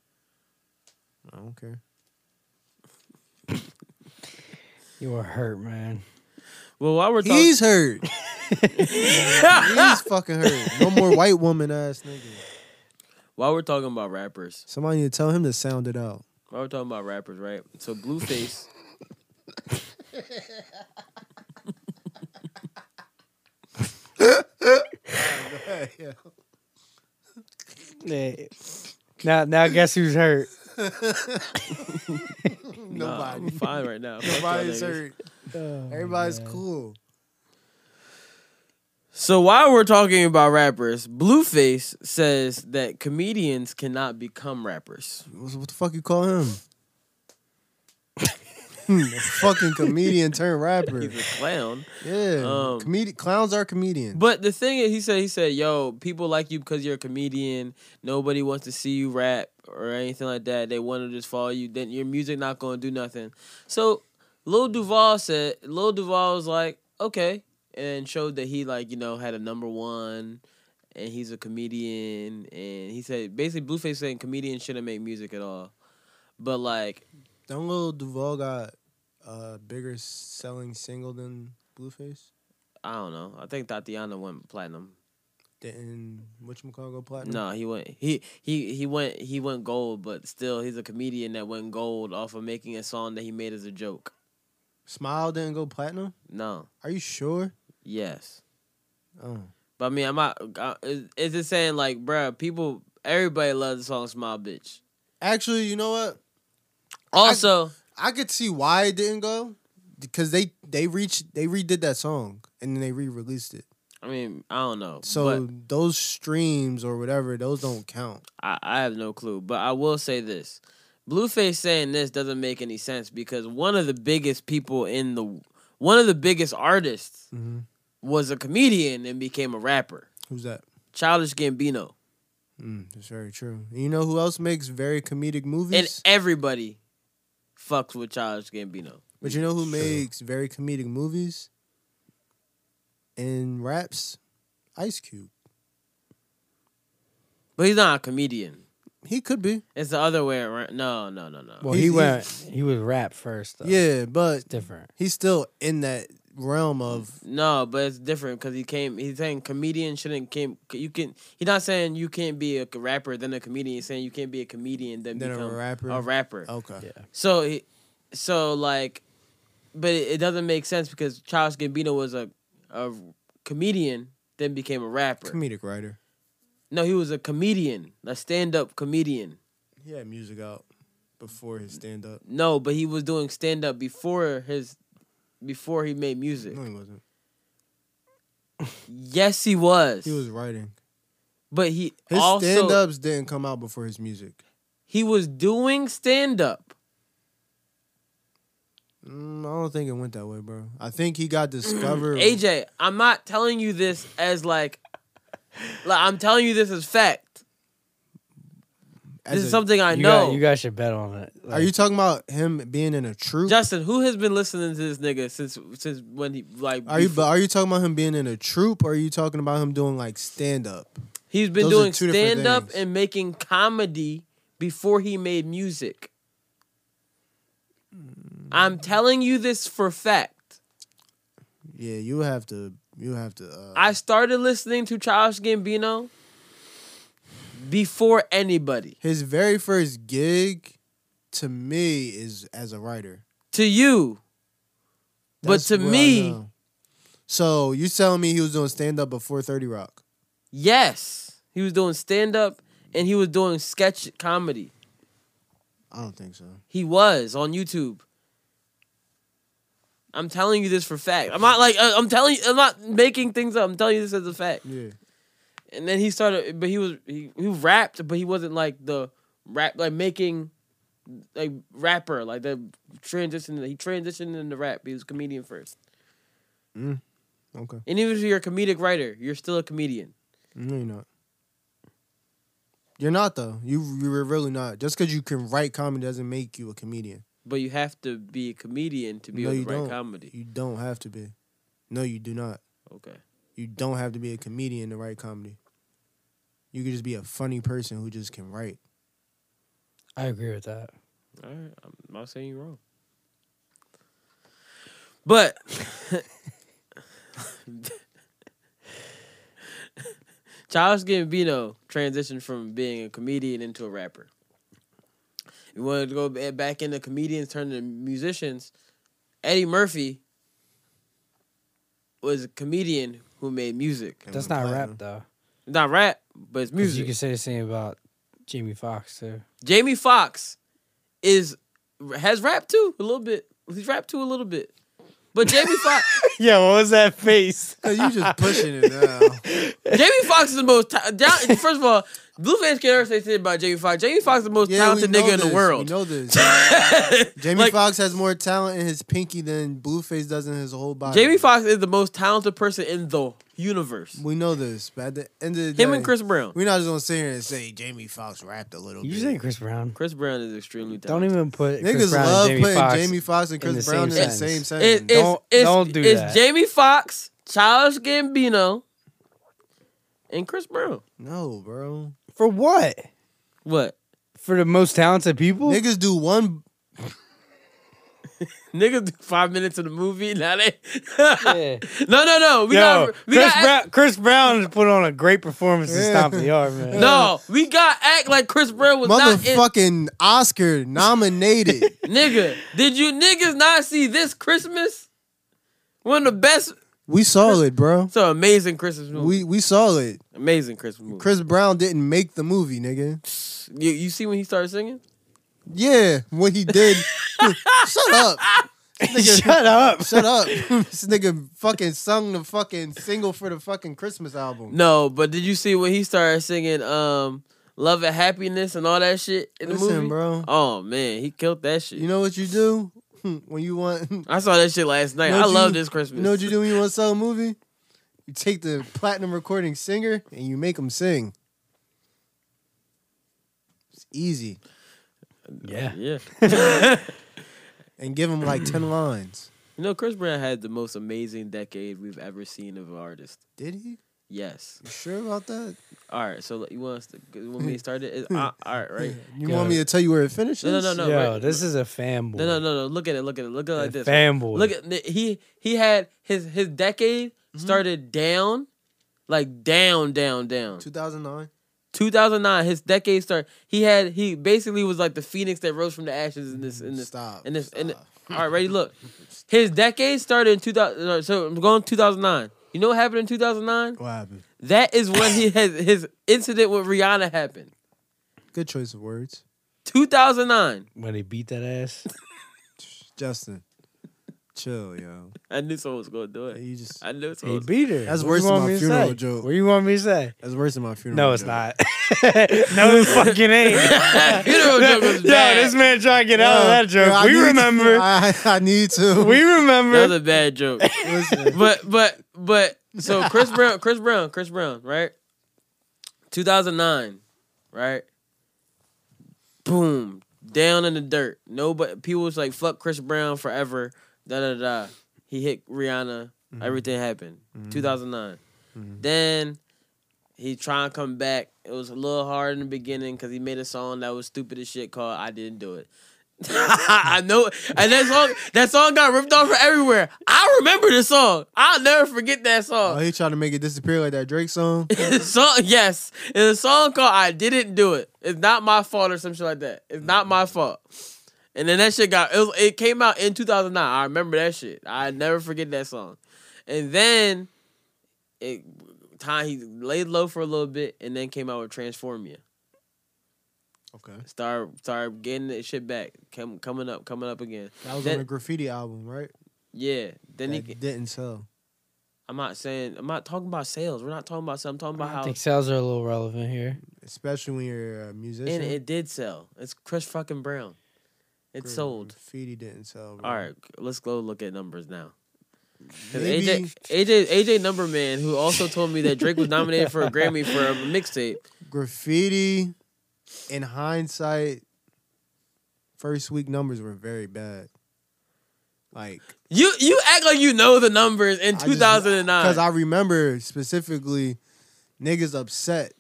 [SPEAKER 3] I don't care.
[SPEAKER 4] You are hurt, man.
[SPEAKER 1] Well, while we're talking, [LAUGHS]
[SPEAKER 3] He's hurt. He's fucking hurt. No more white woman ass nigga.
[SPEAKER 1] while we're talking about rappers,
[SPEAKER 3] Somebody need to tell him to sound it out.
[SPEAKER 1] while we're talking about rappers, right? So Blueface.
[SPEAKER 4] Yeah. Now, now, guess who's hurt?
[SPEAKER 1] Nah, um, I'm
[SPEAKER 3] Nobody.
[SPEAKER 1] fine right now. Fuck [LAUGHS] y'all
[SPEAKER 3] Nobody's
[SPEAKER 1] niggas.
[SPEAKER 3] hurt. Oh, Everybody's cool.
[SPEAKER 1] So while we're talking about rappers, Blueface says that comedians cannot become rappers.
[SPEAKER 3] What what the fuck you call him? [LAUGHS] Hmm, a fucking comedian turned
[SPEAKER 1] [LAUGHS]
[SPEAKER 3] rapper.
[SPEAKER 1] He's a clown.
[SPEAKER 3] Yeah.
[SPEAKER 1] Um,
[SPEAKER 3] Comedi- clowns are comedians.
[SPEAKER 1] But the thing is, he said, he said, yo, people like you because you're a comedian. Nobody wants to see you rap or anything like that. They want to just follow you. Then your music not gonna do nothing. So Lil Duval said, Lil Duval was like, okay, and showed that he like you know had a number one, and he's a comedian. And he said basically Blueface saying comedians shouldn't make music at all. But like
[SPEAKER 3] Don't little Duval got a bigger selling single than Blueface?
[SPEAKER 1] I don't know. I think Tatiana went platinum.
[SPEAKER 3] Didn't whatchamacallit go platinum?
[SPEAKER 1] No, he went. He he he went. He went gold, but still, he's a comedian that went gold off of making a song that he made as a joke.
[SPEAKER 3] Smile didn't go platinum?
[SPEAKER 1] No.
[SPEAKER 3] Are you sure?
[SPEAKER 1] Yes.
[SPEAKER 3] Oh.
[SPEAKER 1] But I mean, I'm not. I, it's it's just saying, like, bruh, people, everybody loves the song "Smile, Bitch."
[SPEAKER 3] Actually, you know what?
[SPEAKER 1] Also,
[SPEAKER 3] I could see why it didn't go because they they reached they redid that song and then they re-released it.
[SPEAKER 1] I, mean, I don't know.
[SPEAKER 3] So
[SPEAKER 1] So but
[SPEAKER 3] those streams or whatever, those don't count.
[SPEAKER 1] I, I have no clue. But I will say this: Blueface saying this doesn't make any sense because one of the biggest people in the, one of the biggest artists, was a comedian and became a rapper.
[SPEAKER 3] Who's that?
[SPEAKER 1] Childish Gambino.
[SPEAKER 3] Mm, that's very true. And you know who else makes very comedic
[SPEAKER 1] And
[SPEAKER 3] movies?
[SPEAKER 1] everybody fucks with Childish Gambino.
[SPEAKER 3] but you know who makes very comedic movies and raps? Ice Cube.
[SPEAKER 1] But he's not a comedian.
[SPEAKER 3] He could be.
[SPEAKER 1] It's the other way around. No, no, no, no.
[SPEAKER 4] Well,
[SPEAKER 3] He's-
[SPEAKER 4] he
[SPEAKER 3] he's-
[SPEAKER 4] went. He was rap first, though.
[SPEAKER 3] Yeah, but
[SPEAKER 4] different.
[SPEAKER 3] he's still in that realm of
[SPEAKER 1] no, but it's different because he came. He's saying comedian shouldn't came. You can. He's not saying you can't be a rapper then a comedian. He's saying you can't be a comedian then,
[SPEAKER 3] Then a
[SPEAKER 1] become
[SPEAKER 3] rapper? Oh.
[SPEAKER 1] A rapper.
[SPEAKER 3] okay.
[SPEAKER 4] Yeah.
[SPEAKER 1] So, he- so like, but it, it doesn't make sense because Charles Gambino was a a comedian then became a rapper.
[SPEAKER 3] Comedic writer.
[SPEAKER 1] No, he was a comedian, a stand up comedian.
[SPEAKER 3] He had music out before his stand up.
[SPEAKER 1] No, but he was doing stand up before his before he made music.
[SPEAKER 3] No, he wasn't.
[SPEAKER 1] Yes, he was.
[SPEAKER 3] He was writing.
[SPEAKER 1] But he
[SPEAKER 3] His
[SPEAKER 1] also
[SPEAKER 3] stand ups didn't come out before his music.
[SPEAKER 1] he was doing stand up.
[SPEAKER 3] Mm, I don't think it went that way, bro. I think he
[SPEAKER 1] Mm,
[SPEAKER 3] got discovered.
[SPEAKER 1] AJ, I'm not telling you this as like, like I'm telling you this as fact.
[SPEAKER 3] as
[SPEAKER 1] this is
[SPEAKER 3] a-
[SPEAKER 1] something I
[SPEAKER 4] you
[SPEAKER 1] know.
[SPEAKER 4] got- you guys should bet on it.
[SPEAKER 3] Are you talking about him being in a troop?
[SPEAKER 1] Justin, who has been listening to this nigga since since when he like
[SPEAKER 3] Are you but are you talking about him being in a troop or are you talking about him doing like stand up?
[SPEAKER 1] he's been
[SPEAKER 3] Those are
[SPEAKER 1] doing
[SPEAKER 3] two different
[SPEAKER 1] stand up and making comedy before he made music.
[SPEAKER 3] Hmm.
[SPEAKER 1] I'm telling you this for fact.
[SPEAKER 3] Yeah, you have to you have to uh,
[SPEAKER 1] I started listening to Childish Gambino before anybody.
[SPEAKER 3] his very first gig to me is as a writer.
[SPEAKER 1] To you. But
[SPEAKER 3] That's
[SPEAKER 1] to
[SPEAKER 3] what I
[SPEAKER 1] me-
[SPEAKER 3] know. So you telling me he was doing stand up before 30 Rock.
[SPEAKER 1] Yes, he was doing stand up and he was doing sketch comedy.
[SPEAKER 3] I don't think so.
[SPEAKER 1] He was on YouTube. I'm telling you this for fact. I'm not like I- I'm telling you. I'm not making things up. I'm telling you this as a fact.
[SPEAKER 3] Yeah.
[SPEAKER 1] And then he started, but he was he, he rapped, but he wasn't like the rap like making like rapper like the transition. He transitioned into rap. He was a comedian first.
[SPEAKER 3] Mm. Okay.
[SPEAKER 1] And even if you're a comedic writer, you're still a comedian.
[SPEAKER 3] No, you're not. You're not though. You you're really not. Just because you can write comedy doesn't make you a comedian.
[SPEAKER 1] But you have to be a comedian to be
[SPEAKER 3] no,
[SPEAKER 1] able
[SPEAKER 3] you
[SPEAKER 1] to write
[SPEAKER 3] don't.
[SPEAKER 1] comedy.
[SPEAKER 3] You don't have to be. No, you do not.
[SPEAKER 1] Okay.
[SPEAKER 3] You don't have to be a comedian to write comedy. You could just be a funny person who just can [LAUGHS] write.
[SPEAKER 4] I agree with that.
[SPEAKER 1] All right. I'm not saying you're wrong. But [LAUGHS] Charles Gambino transitioned from being a comedian into a rapper. You wanted to go ba- back into comedians, turn to musicians. Eddie Murphy was a comedian who made music.
[SPEAKER 4] That's not rap though.
[SPEAKER 1] Not rap, but it's
[SPEAKER 4] 'Cause You
[SPEAKER 1] music.
[SPEAKER 4] can say the same about Jamie Foxx too.
[SPEAKER 1] Jamie Foxx is has rap too a little bit. He's rap too a little bit. But Jamie Foxx
[SPEAKER 4] Yeah, what was that face?
[SPEAKER 3] Cause you just pushing it now.
[SPEAKER 1] Jamie Foxx is the most ta- down, first of all, Blueface can never say shit about Jamie Foxx. Jamie Foxx is the most
[SPEAKER 3] [LAUGHS] Yeah, we
[SPEAKER 1] talented
[SPEAKER 3] know
[SPEAKER 1] nigga in
[SPEAKER 3] this.
[SPEAKER 1] the world.
[SPEAKER 3] We know this.
[SPEAKER 1] [LAUGHS]
[SPEAKER 3] Jamie
[SPEAKER 1] Like-
[SPEAKER 3] Foxx has more talent in his pinky than Blueface does in his whole body.
[SPEAKER 1] Jamie Foxx is the most talented person in the universe.
[SPEAKER 3] We know this, but at the end of the day,
[SPEAKER 1] Him and Chris Brown.
[SPEAKER 3] We're not just gonna sit here and say Jamie Foxx rapped a
[SPEAKER 4] [LAUGHS]
[SPEAKER 3] little
[SPEAKER 4] You
[SPEAKER 3] bit.
[SPEAKER 4] saying Chris Brown?
[SPEAKER 1] Chris Brown is extremely
[SPEAKER 4] Don't
[SPEAKER 1] talented.
[SPEAKER 4] even put Chris
[SPEAKER 3] Niggas
[SPEAKER 4] Brown
[SPEAKER 3] love
[SPEAKER 4] and Jamie
[SPEAKER 3] putting
[SPEAKER 4] Foxx.
[SPEAKER 3] Jamie Foxx and
[SPEAKER 4] in
[SPEAKER 3] Chris
[SPEAKER 4] the
[SPEAKER 3] Brown in
[SPEAKER 4] same
[SPEAKER 3] the
[SPEAKER 4] sentence.
[SPEAKER 3] same
[SPEAKER 1] It-
[SPEAKER 3] sentence.
[SPEAKER 1] it's,
[SPEAKER 4] Don't-
[SPEAKER 1] it's,
[SPEAKER 4] don't do
[SPEAKER 1] it's
[SPEAKER 4] that.
[SPEAKER 1] Jamie Foxx, Charles Gambino, and Chris Brown.
[SPEAKER 3] no, bro.
[SPEAKER 4] For what?
[SPEAKER 1] What?
[SPEAKER 4] For the most talented people?
[SPEAKER 3] Niggas do one.
[SPEAKER 1] Niggas do five minutes of the movie. Now they
[SPEAKER 4] Yeah.
[SPEAKER 1] [LAUGHS] No, no, no. We
[SPEAKER 4] Yo,
[SPEAKER 1] got we
[SPEAKER 4] Chris,
[SPEAKER 1] got
[SPEAKER 4] Brown, Chris Brown put on a great performance in
[SPEAKER 3] Yeah.
[SPEAKER 4] Stomp the Yard,
[SPEAKER 1] [LAUGHS]
[SPEAKER 4] man.
[SPEAKER 1] no. We got act like Chris Brown was not in,
[SPEAKER 3] Motherfucking
[SPEAKER 1] [LAUGHS]
[SPEAKER 3] Oscar nominated.
[SPEAKER 1] nigga. Did you niggas not see this Christmas? One of the best.
[SPEAKER 3] we saw it, bro.
[SPEAKER 1] It's an amazing Christmas movie.
[SPEAKER 3] We we saw it.
[SPEAKER 1] amazing Christmas movie.
[SPEAKER 3] Chris Brown didn't make the movie, nigga.
[SPEAKER 1] you, you see when he started singing?
[SPEAKER 3] Yeah, what he did. [LAUGHS] shut up.
[SPEAKER 1] [LAUGHS]
[SPEAKER 4] Shut up.
[SPEAKER 3] Shut up. [LAUGHS] this nigga fucking sung the fucking single for the fucking Christmas album.
[SPEAKER 1] No, but did you see when he started singing um "Love and Happiness" and all that shit in the
[SPEAKER 3] Listen,
[SPEAKER 1] movie?
[SPEAKER 3] bro.
[SPEAKER 1] Oh man, he killed that shit.
[SPEAKER 3] You know what you do [LAUGHS] when you want.
[SPEAKER 1] I saw that shit last night.
[SPEAKER 3] You know
[SPEAKER 1] I
[SPEAKER 3] what
[SPEAKER 1] love
[SPEAKER 3] you-
[SPEAKER 1] this Christmas.
[SPEAKER 3] You know what you do when you want to sell a movie? You take the platinum recording singer and you make them sing. It's easy.
[SPEAKER 4] [LAUGHS] Yeah.
[SPEAKER 1] Yeah.
[SPEAKER 3] [LAUGHS]
[SPEAKER 1] [LAUGHS]
[SPEAKER 3] And give them like 10 lines.
[SPEAKER 1] You know Chris Brown had the most amazing decade we've ever seen of an artist.
[SPEAKER 3] Did he?
[SPEAKER 1] Yes.
[SPEAKER 3] You sure about that?
[SPEAKER 1] All right, so you want us to, you want me to start it? It's- uh, all right, right?
[SPEAKER 3] You want me to tell you where it finishes?
[SPEAKER 1] No, no, no, no.
[SPEAKER 4] Yo,
[SPEAKER 1] right.
[SPEAKER 4] this is a fanboy.
[SPEAKER 1] No, no, no, no. Look at it. Look at it. Look at it like this.
[SPEAKER 4] fanboy.
[SPEAKER 1] Look at he he had his his decade started down, like down, down, down.
[SPEAKER 3] 2009.
[SPEAKER 1] 2009, his decade start. He had he basically was like the phoenix that rose from the ashes in this in this
[SPEAKER 3] Stop.
[SPEAKER 1] in this in.
[SPEAKER 3] stop.
[SPEAKER 1] All right, ready? Look, his decade started in 2000. So I'm going 2009. You know what happened in 2009?
[SPEAKER 3] What happened?
[SPEAKER 1] That is when he has his incident with Rihanna happened.
[SPEAKER 3] Good choice of words.
[SPEAKER 1] 2009.
[SPEAKER 4] When they beat that ass.
[SPEAKER 3] Justin, chill, yo.
[SPEAKER 1] I knew someone was gonna do it. You
[SPEAKER 3] just
[SPEAKER 1] I knew someone
[SPEAKER 4] He
[SPEAKER 1] was-
[SPEAKER 4] beat her.
[SPEAKER 3] That's
[SPEAKER 4] What
[SPEAKER 3] worse
[SPEAKER 4] you
[SPEAKER 3] than
[SPEAKER 4] want
[SPEAKER 3] my
[SPEAKER 4] me to
[SPEAKER 3] funeral
[SPEAKER 4] say?
[SPEAKER 3] joke.
[SPEAKER 4] What you want me to say?
[SPEAKER 3] That's worse than my funeral.
[SPEAKER 4] No, it's
[SPEAKER 3] joke.
[SPEAKER 4] not. [LAUGHS] no, it
[SPEAKER 1] [LAUGHS]
[SPEAKER 4] fucking ain't.
[SPEAKER 1] Funeral joke was
[SPEAKER 4] [LAUGHS] Yo,
[SPEAKER 1] bad.
[SPEAKER 4] this man trying to get out of
[SPEAKER 3] Yo,
[SPEAKER 4] that joke.
[SPEAKER 3] yo, I
[SPEAKER 4] we
[SPEAKER 3] need to-
[SPEAKER 4] remember.
[SPEAKER 3] I, I need to.
[SPEAKER 4] we remember.
[SPEAKER 1] That was a bad joke.
[SPEAKER 3] Listen,
[SPEAKER 1] but but but so Chris Brown, Chris Brown, Chris Brown, right? 2009, right? Boom, down in the dirt. Nobody, people was like, "Fuck Chris Brown forever." Da da da. da. He hit Rihanna. Everything happened. 2009. Then he trying to come back. It was a little hard in the beginning because he made a song that was stupid as shit called "I Didn't Do It." [LAUGHS] I know, and that song that song got ripped off from everywhere. I remember this song. I'll never forget that
[SPEAKER 3] oh,
[SPEAKER 1] song.
[SPEAKER 3] he tried to make it disappear like that
[SPEAKER 1] [LAUGHS]
[SPEAKER 3] Drake song.
[SPEAKER 1] song yes, it's a song called "I Didn't Do It." It's not my fault or some shit like that. It's not my
[SPEAKER 4] Mm-hmm.
[SPEAKER 1] fault. And then that shit got it, was, it came out in 2009. I remember that shit. I never forget that song. And then it time he laid low for a little bit, and then came out with "Transformia."
[SPEAKER 3] Okay,
[SPEAKER 1] Start start getting the shit back. Come coming up, coming up again.
[SPEAKER 3] that was
[SPEAKER 1] Then-
[SPEAKER 3] on the graffiti album, right?
[SPEAKER 1] Yeah. Then he
[SPEAKER 3] That didn't sell.
[SPEAKER 1] I'm not saying I'm not talking about sales. We're not talking about sales. I'm talking about
[SPEAKER 4] I
[SPEAKER 1] how
[SPEAKER 4] think sales are a little relevant here.
[SPEAKER 3] especially when you're a musician.
[SPEAKER 1] and it did sell. It's Chris fucking Brown. It
[SPEAKER 3] Gra-
[SPEAKER 1] sold.
[SPEAKER 3] Graffiti didn't sell. Bro.
[SPEAKER 1] All right, let's go look at numbers now. 'Cause
[SPEAKER 3] Um, Maybe-
[SPEAKER 1] AJ AJ AJ Numberman, who also told me that Drake was nominated for a Grammy for a mixtape.
[SPEAKER 3] graffiti in hindsight first week numbers were very bad like
[SPEAKER 1] You you act like you know the numbers in
[SPEAKER 3] because
[SPEAKER 1] 2009.
[SPEAKER 3] i remember specifically niggas upset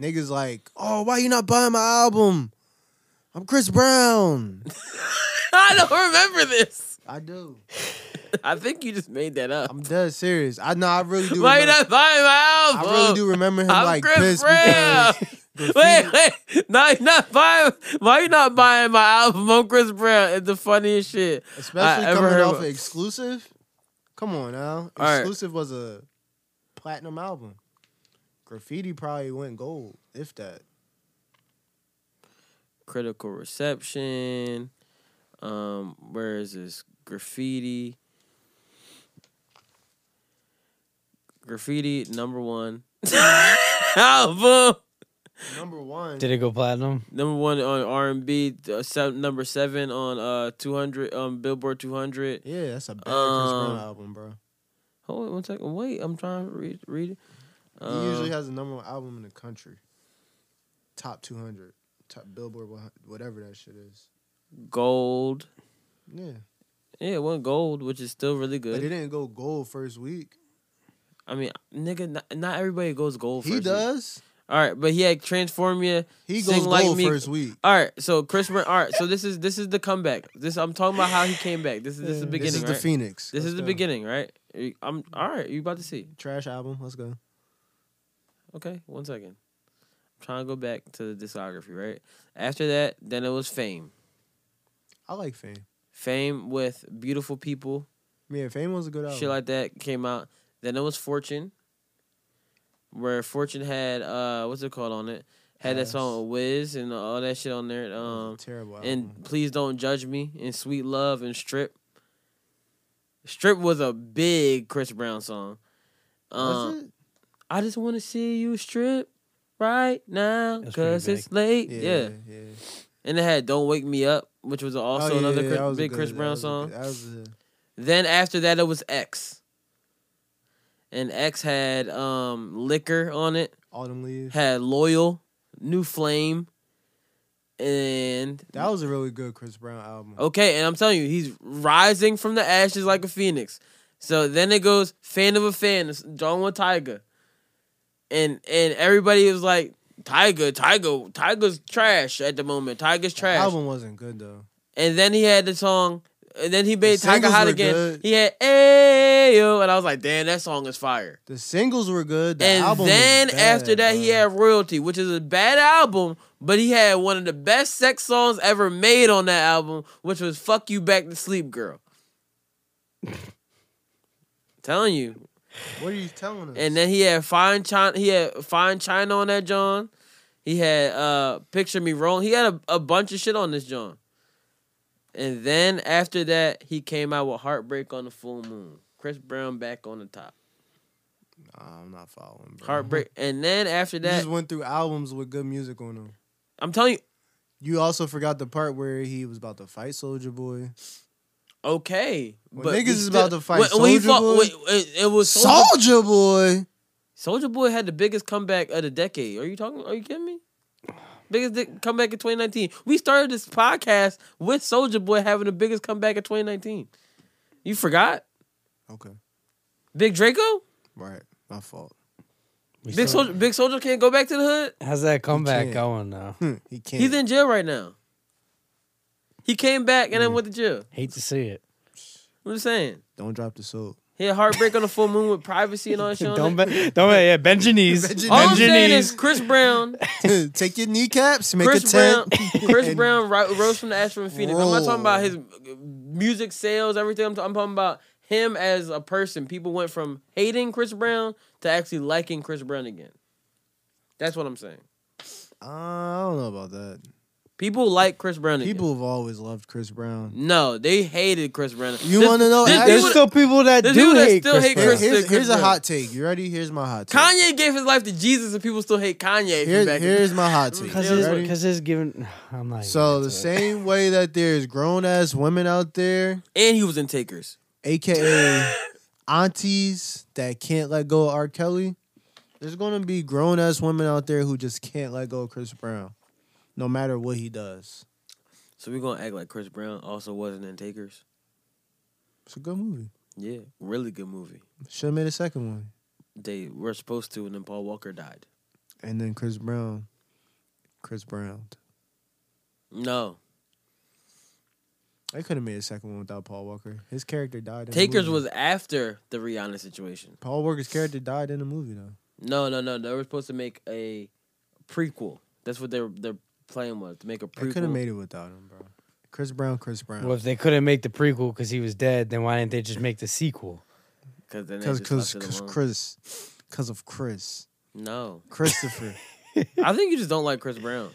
[SPEAKER 3] niggas like oh why you not buying my album i'm
[SPEAKER 1] [LAUGHS]
[SPEAKER 3] chris brown
[SPEAKER 1] [LAUGHS] I don't remember this.
[SPEAKER 3] i do
[SPEAKER 1] I think you just made that up.
[SPEAKER 3] i'm dead serious i know i really do
[SPEAKER 1] Why you
[SPEAKER 3] remember,
[SPEAKER 1] not buying my album?
[SPEAKER 3] i
[SPEAKER 1] [LAUGHS]
[SPEAKER 3] really do remember him
[SPEAKER 1] I'm
[SPEAKER 3] like
[SPEAKER 1] Chris
[SPEAKER 3] pissed
[SPEAKER 1] Brown.
[SPEAKER 3] because
[SPEAKER 1] [LAUGHS] Wait, wait. No, you're not buying. Why you not buying my album on Chris Brown? It's the funniest shit.
[SPEAKER 3] especially
[SPEAKER 1] ever
[SPEAKER 3] coming
[SPEAKER 1] heard
[SPEAKER 3] off
[SPEAKER 1] of-
[SPEAKER 3] of exclusive come on now
[SPEAKER 1] right.
[SPEAKER 3] exclusive was a platinum album graffiti probably went gold if that
[SPEAKER 1] Critical reception. Um, where is this graffiti? Graffiti number one [LAUGHS] album.
[SPEAKER 3] number one
[SPEAKER 4] Did it go platinum?
[SPEAKER 1] Number one on R and B. uh, Number seven on uh two hundred um Billboard two hundred.
[SPEAKER 3] yeah that's a bad chris
[SPEAKER 1] Um,
[SPEAKER 3] brown album bro
[SPEAKER 1] Hold on one second. Wait, I'm trying to read read it.
[SPEAKER 3] he
[SPEAKER 1] Um,
[SPEAKER 3] usually has the number one album in the country top 200 top billboard 100, whatever that shit is
[SPEAKER 1] gold.
[SPEAKER 3] yeah
[SPEAKER 1] Yeah, it went gold, which is still really
[SPEAKER 3] but it
[SPEAKER 1] good.
[SPEAKER 3] didn't go gold first week
[SPEAKER 1] I mean, nigga, not, not everybody goes gold.
[SPEAKER 3] he
[SPEAKER 1] first Week.
[SPEAKER 3] does
[SPEAKER 1] All right, but he had Transformia.
[SPEAKER 3] he
[SPEAKER 1] Sing
[SPEAKER 3] goes
[SPEAKER 1] Like
[SPEAKER 3] gold
[SPEAKER 1] Me.
[SPEAKER 3] first week
[SPEAKER 1] All right, so Chris Brown. All right, so this is this is the comeback. This I'm talking about how he came back. This is this is the beginning.
[SPEAKER 3] this is
[SPEAKER 1] right?
[SPEAKER 3] the phoenix
[SPEAKER 1] This
[SPEAKER 3] Let's
[SPEAKER 1] is the
[SPEAKER 3] go.
[SPEAKER 1] beginning, right? You- I'm all right. You about to see?
[SPEAKER 3] trash album let's go
[SPEAKER 1] Okay, one second. I'm trying to go back to the discography, right? After that, then it was Fame.
[SPEAKER 3] i like fame
[SPEAKER 1] Fame with Beautiful People,
[SPEAKER 3] yeah fame was a good album
[SPEAKER 1] shit like that came out. Then it was Fortune, where Fortune had uh, what's it called on it? Had that
[SPEAKER 3] Yes.
[SPEAKER 1] song Wiz and all that shit on there. Um,
[SPEAKER 3] terrible album.
[SPEAKER 1] and please don't judge me and sweet love and strip strip was a big chris brown song um,
[SPEAKER 3] was it?
[SPEAKER 1] i just want to see you strip right now
[SPEAKER 4] That's pretty
[SPEAKER 1] because
[SPEAKER 4] big.
[SPEAKER 1] it's late yeah.
[SPEAKER 3] Yeah, yeah.
[SPEAKER 1] and it had don't wake me up which was also
[SPEAKER 3] Oh, yeah,
[SPEAKER 1] another
[SPEAKER 3] yeah,
[SPEAKER 1] Chris-
[SPEAKER 3] that was a
[SPEAKER 1] big
[SPEAKER 3] good-
[SPEAKER 1] chris
[SPEAKER 3] that
[SPEAKER 1] brown
[SPEAKER 3] was a
[SPEAKER 1] song
[SPEAKER 3] good- that was a-
[SPEAKER 1] then after that it was x and x had um liquor on it
[SPEAKER 3] Autumn Leaves.
[SPEAKER 1] had loyal new flame and
[SPEAKER 3] That was a really good Chris Brown album.
[SPEAKER 1] Okay, and I'm telling you, he's rising from the ashes like a phoenix. So then it goes fan of a fan, it's John with Tiger, and and everybody was like, Tiger, Tiger, Tiger's trash at the moment. Tiger's
[SPEAKER 3] The
[SPEAKER 1] trash.
[SPEAKER 3] album wasn't good though.
[SPEAKER 1] And then he had the song, and then he made Tiger
[SPEAKER 3] singles
[SPEAKER 1] hot
[SPEAKER 3] were
[SPEAKER 1] again.
[SPEAKER 3] good.
[SPEAKER 1] He had Ayo, and I was like, damn, that song is fire.
[SPEAKER 3] The singles were good. The
[SPEAKER 1] and
[SPEAKER 3] album was
[SPEAKER 1] then
[SPEAKER 3] bad,
[SPEAKER 1] after that, he
[SPEAKER 3] bro.
[SPEAKER 1] had Royalty, which is a bad album, but he had one of the best sex songs ever made on that album, which was "Fuck You Back to Sleep, Girl." [LAUGHS] Telling you,
[SPEAKER 3] What are you telling us?
[SPEAKER 1] And then he had fine China. He had fine China on that John. He had uh picture me wrong. He had a, a bunch of shit on this John. And then after that, he came out with heartbreak on the full moon. Chris Brown back on the top.
[SPEAKER 3] Nah, I'm not following. Bro.
[SPEAKER 1] Heartbreak. And then after
[SPEAKER 3] you
[SPEAKER 1] that,
[SPEAKER 3] just went through albums with good music on them.
[SPEAKER 1] I'm telling you,
[SPEAKER 3] You also forgot the part where he was about to fight Soldier Boy.
[SPEAKER 1] okay.
[SPEAKER 3] When
[SPEAKER 1] but
[SPEAKER 3] niggas
[SPEAKER 1] we
[SPEAKER 3] is about to fight
[SPEAKER 1] when, when he
[SPEAKER 3] Soulja
[SPEAKER 1] fought-
[SPEAKER 3] Boy-
[SPEAKER 1] wait, it, it was
[SPEAKER 3] Soldier Boy.
[SPEAKER 1] Soldier Boy had the biggest comeback of the decade. Are you talking? Are you kidding me? Biggest di- comeback in 2019. We started this podcast with Soldier Boy having the biggest comeback of 2019. You forgot?
[SPEAKER 3] Okay.
[SPEAKER 1] Big Draco?
[SPEAKER 3] Right. My fault. [LAUGHS]
[SPEAKER 1] Big Soldier Big Soldier can't go back to the hood?
[SPEAKER 4] How's that comeback
[SPEAKER 3] can't.
[SPEAKER 4] going now?
[SPEAKER 3] He can't.
[SPEAKER 1] He's in jail right now. He came back and then went to jail.
[SPEAKER 4] Hate to
[SPEAKER 1] [LAUGHS]
[SPEAKER 4] see it.
[SPEAKER 1] I'm just saying.
[SPEAKER 3] Don't drop the soap.
[SPEAKER 1] He had heartbreak on the full moon with privacy
[SPEAKER 3] [LAUGHS]
[SPEAKER 1] and all that shit. on
[SPEAKER 4] Don't
[SPEAKER 1] there.
[SPEAKER 4] be, don't be, yeah, bend your knees.
[SPEAKER 3] Bend your
[SPEAKER 1] all I'm
[SPEAKER 4] Bend your
[SPEAKER 1] saying is
[SPEAKER 4] knees.
[SPEAKER 1] Chris
[SPEAKER 3] [LAUGHS]
[SPEAKER 1] Brown
[SPEAKER 3] Take your kneecaps, make a
[SPEAKER 1] Chris Brown,
[SPEAKER 3] tent. [LAUGHS]
[SPEAKER 1] Chris
[SPEAKER 3] and-
[SPEAKER 1] Brown ri- rose from the ash from Phoenix. I'm not talking about
[SPEAKER 3] Roll.
[SPEAKER 1] his uh, music sales, everything. I'm, t- I'm talking about him as a person. People went from hating Chris Brown to actually liking Chris Brown again. That's what I'm saying.
[SPEAKER 3] Uh, I don't know about that.
[SPEAKER 1] People like Chris Brown again.
[SPEAKER 3] People have always loved Chris Brown.
[SPEAKER 1] No, they hated Chris Brown.
[SPEAKER 3] You
[SPEAKER 1] This-
[SPEAKER 3] wanna know,
[SPEAKER 1] this
[SPEAKER 3] actually-
[SPEAKER 4] There's
[SPEAKER 1] dude-
[SPEAKER 4] still people that
[SPEAKER 1] this
[SPEAKER 4] do
[SPEAKER 1] dude that
[SPEAKER 4] hate
[SPEAKER 1] still
[SPEAKER 4] Chris
[SPEAKER 1] hate
[SPEAKER 4] Brown.
[SPEAKER 3] Here-
[SPEAKER 1] Chris-
[SPEAKER 3] here's
[SPEAKER 1] Chris
[SPEAKER 3] here's a
[SPEAKER 1] Brown.
[SPEAKER 3] hot take. You ready? Here's my hot take.
[SPEAKER 1] Kanye gave his life to Jesus, and people still hate Kanye.
[SPEAKER 3] Here-
[SPEAKER 1] back in-
[SPEAKER 3] here's my hot take.
[SPEAKER 4] Because
[SPEAKER 1] Yeah,
[SPEAKER 3] You
[SPEAKER 1] it's-
[SPEAKER 3] ready?
[SPEAKER 4] it's, given. [SIGHS] I'm not. even
[SPEAKER 3] So
[SPEAKER 4] into
[SPEAKER 3] the
[SPEAKER 4] it.
[SPEAKER 3] same way that there's grown ass women out there,
[SPEAKER 1] and he was in Takers. [LAUGHS]
[SPEAKER 3] aka aunties that can't let go of R. Kelly, there's gonna be grown ass women out there who just can't let go of Chris Brown, no matter what he does.
[SPEAKER 1] So we're gonna act like Chris Brown also wasn't in Takers.
[SPEAKER 3] It's a good movie.
[SPEAKER 1] Yeah, really good movie.
[SPEAKER 3] Should have made a second one.
[SPEAKER 1] They were supposed to, and then Paul Walker died.
[SPEAKER 3] And then Chris Brown. Chris Brown.
[SPEAKER 1] No,
[SPEAKER 3] They could have made a second one without Paul Walker. His character died. In the
[SPEAKER 1] Takers
[SPEAKER 3] movie.
[SPEAKER 1] was after the Rihanna situation.
[SPEAKER 3] Paul Walker's character died in the movie though.
[SPEAKER 1] No, no, no. They were supposed to make a prequel. That's what their their plan was to make a
[SPEAKER 3] They
[SPEAKER 1] prequel.
[SPEAKER 3] could have made it without him, bro. Chris Brown, Chris Brown.
[SPEAKER 4] Well, if they couldn't make the prequel because he was dead, then why didn't they just make the sequel?
[SPEAKER 1] because then they
[SPEAKER 3] Because
[SPEAKER 1] just
[SPEAKER 3] because
[SPEAKER 1] left it
[SPEAKER 3] because
[SPEAKER 1] alone.
[SPEAKER 3] Chris, because of Chris,
[SPEAKER 1] No, [LAUGHS]
[SPEAKER 3] Christopher.
[SPEAKER 1] I think you just don't like Chris Brown.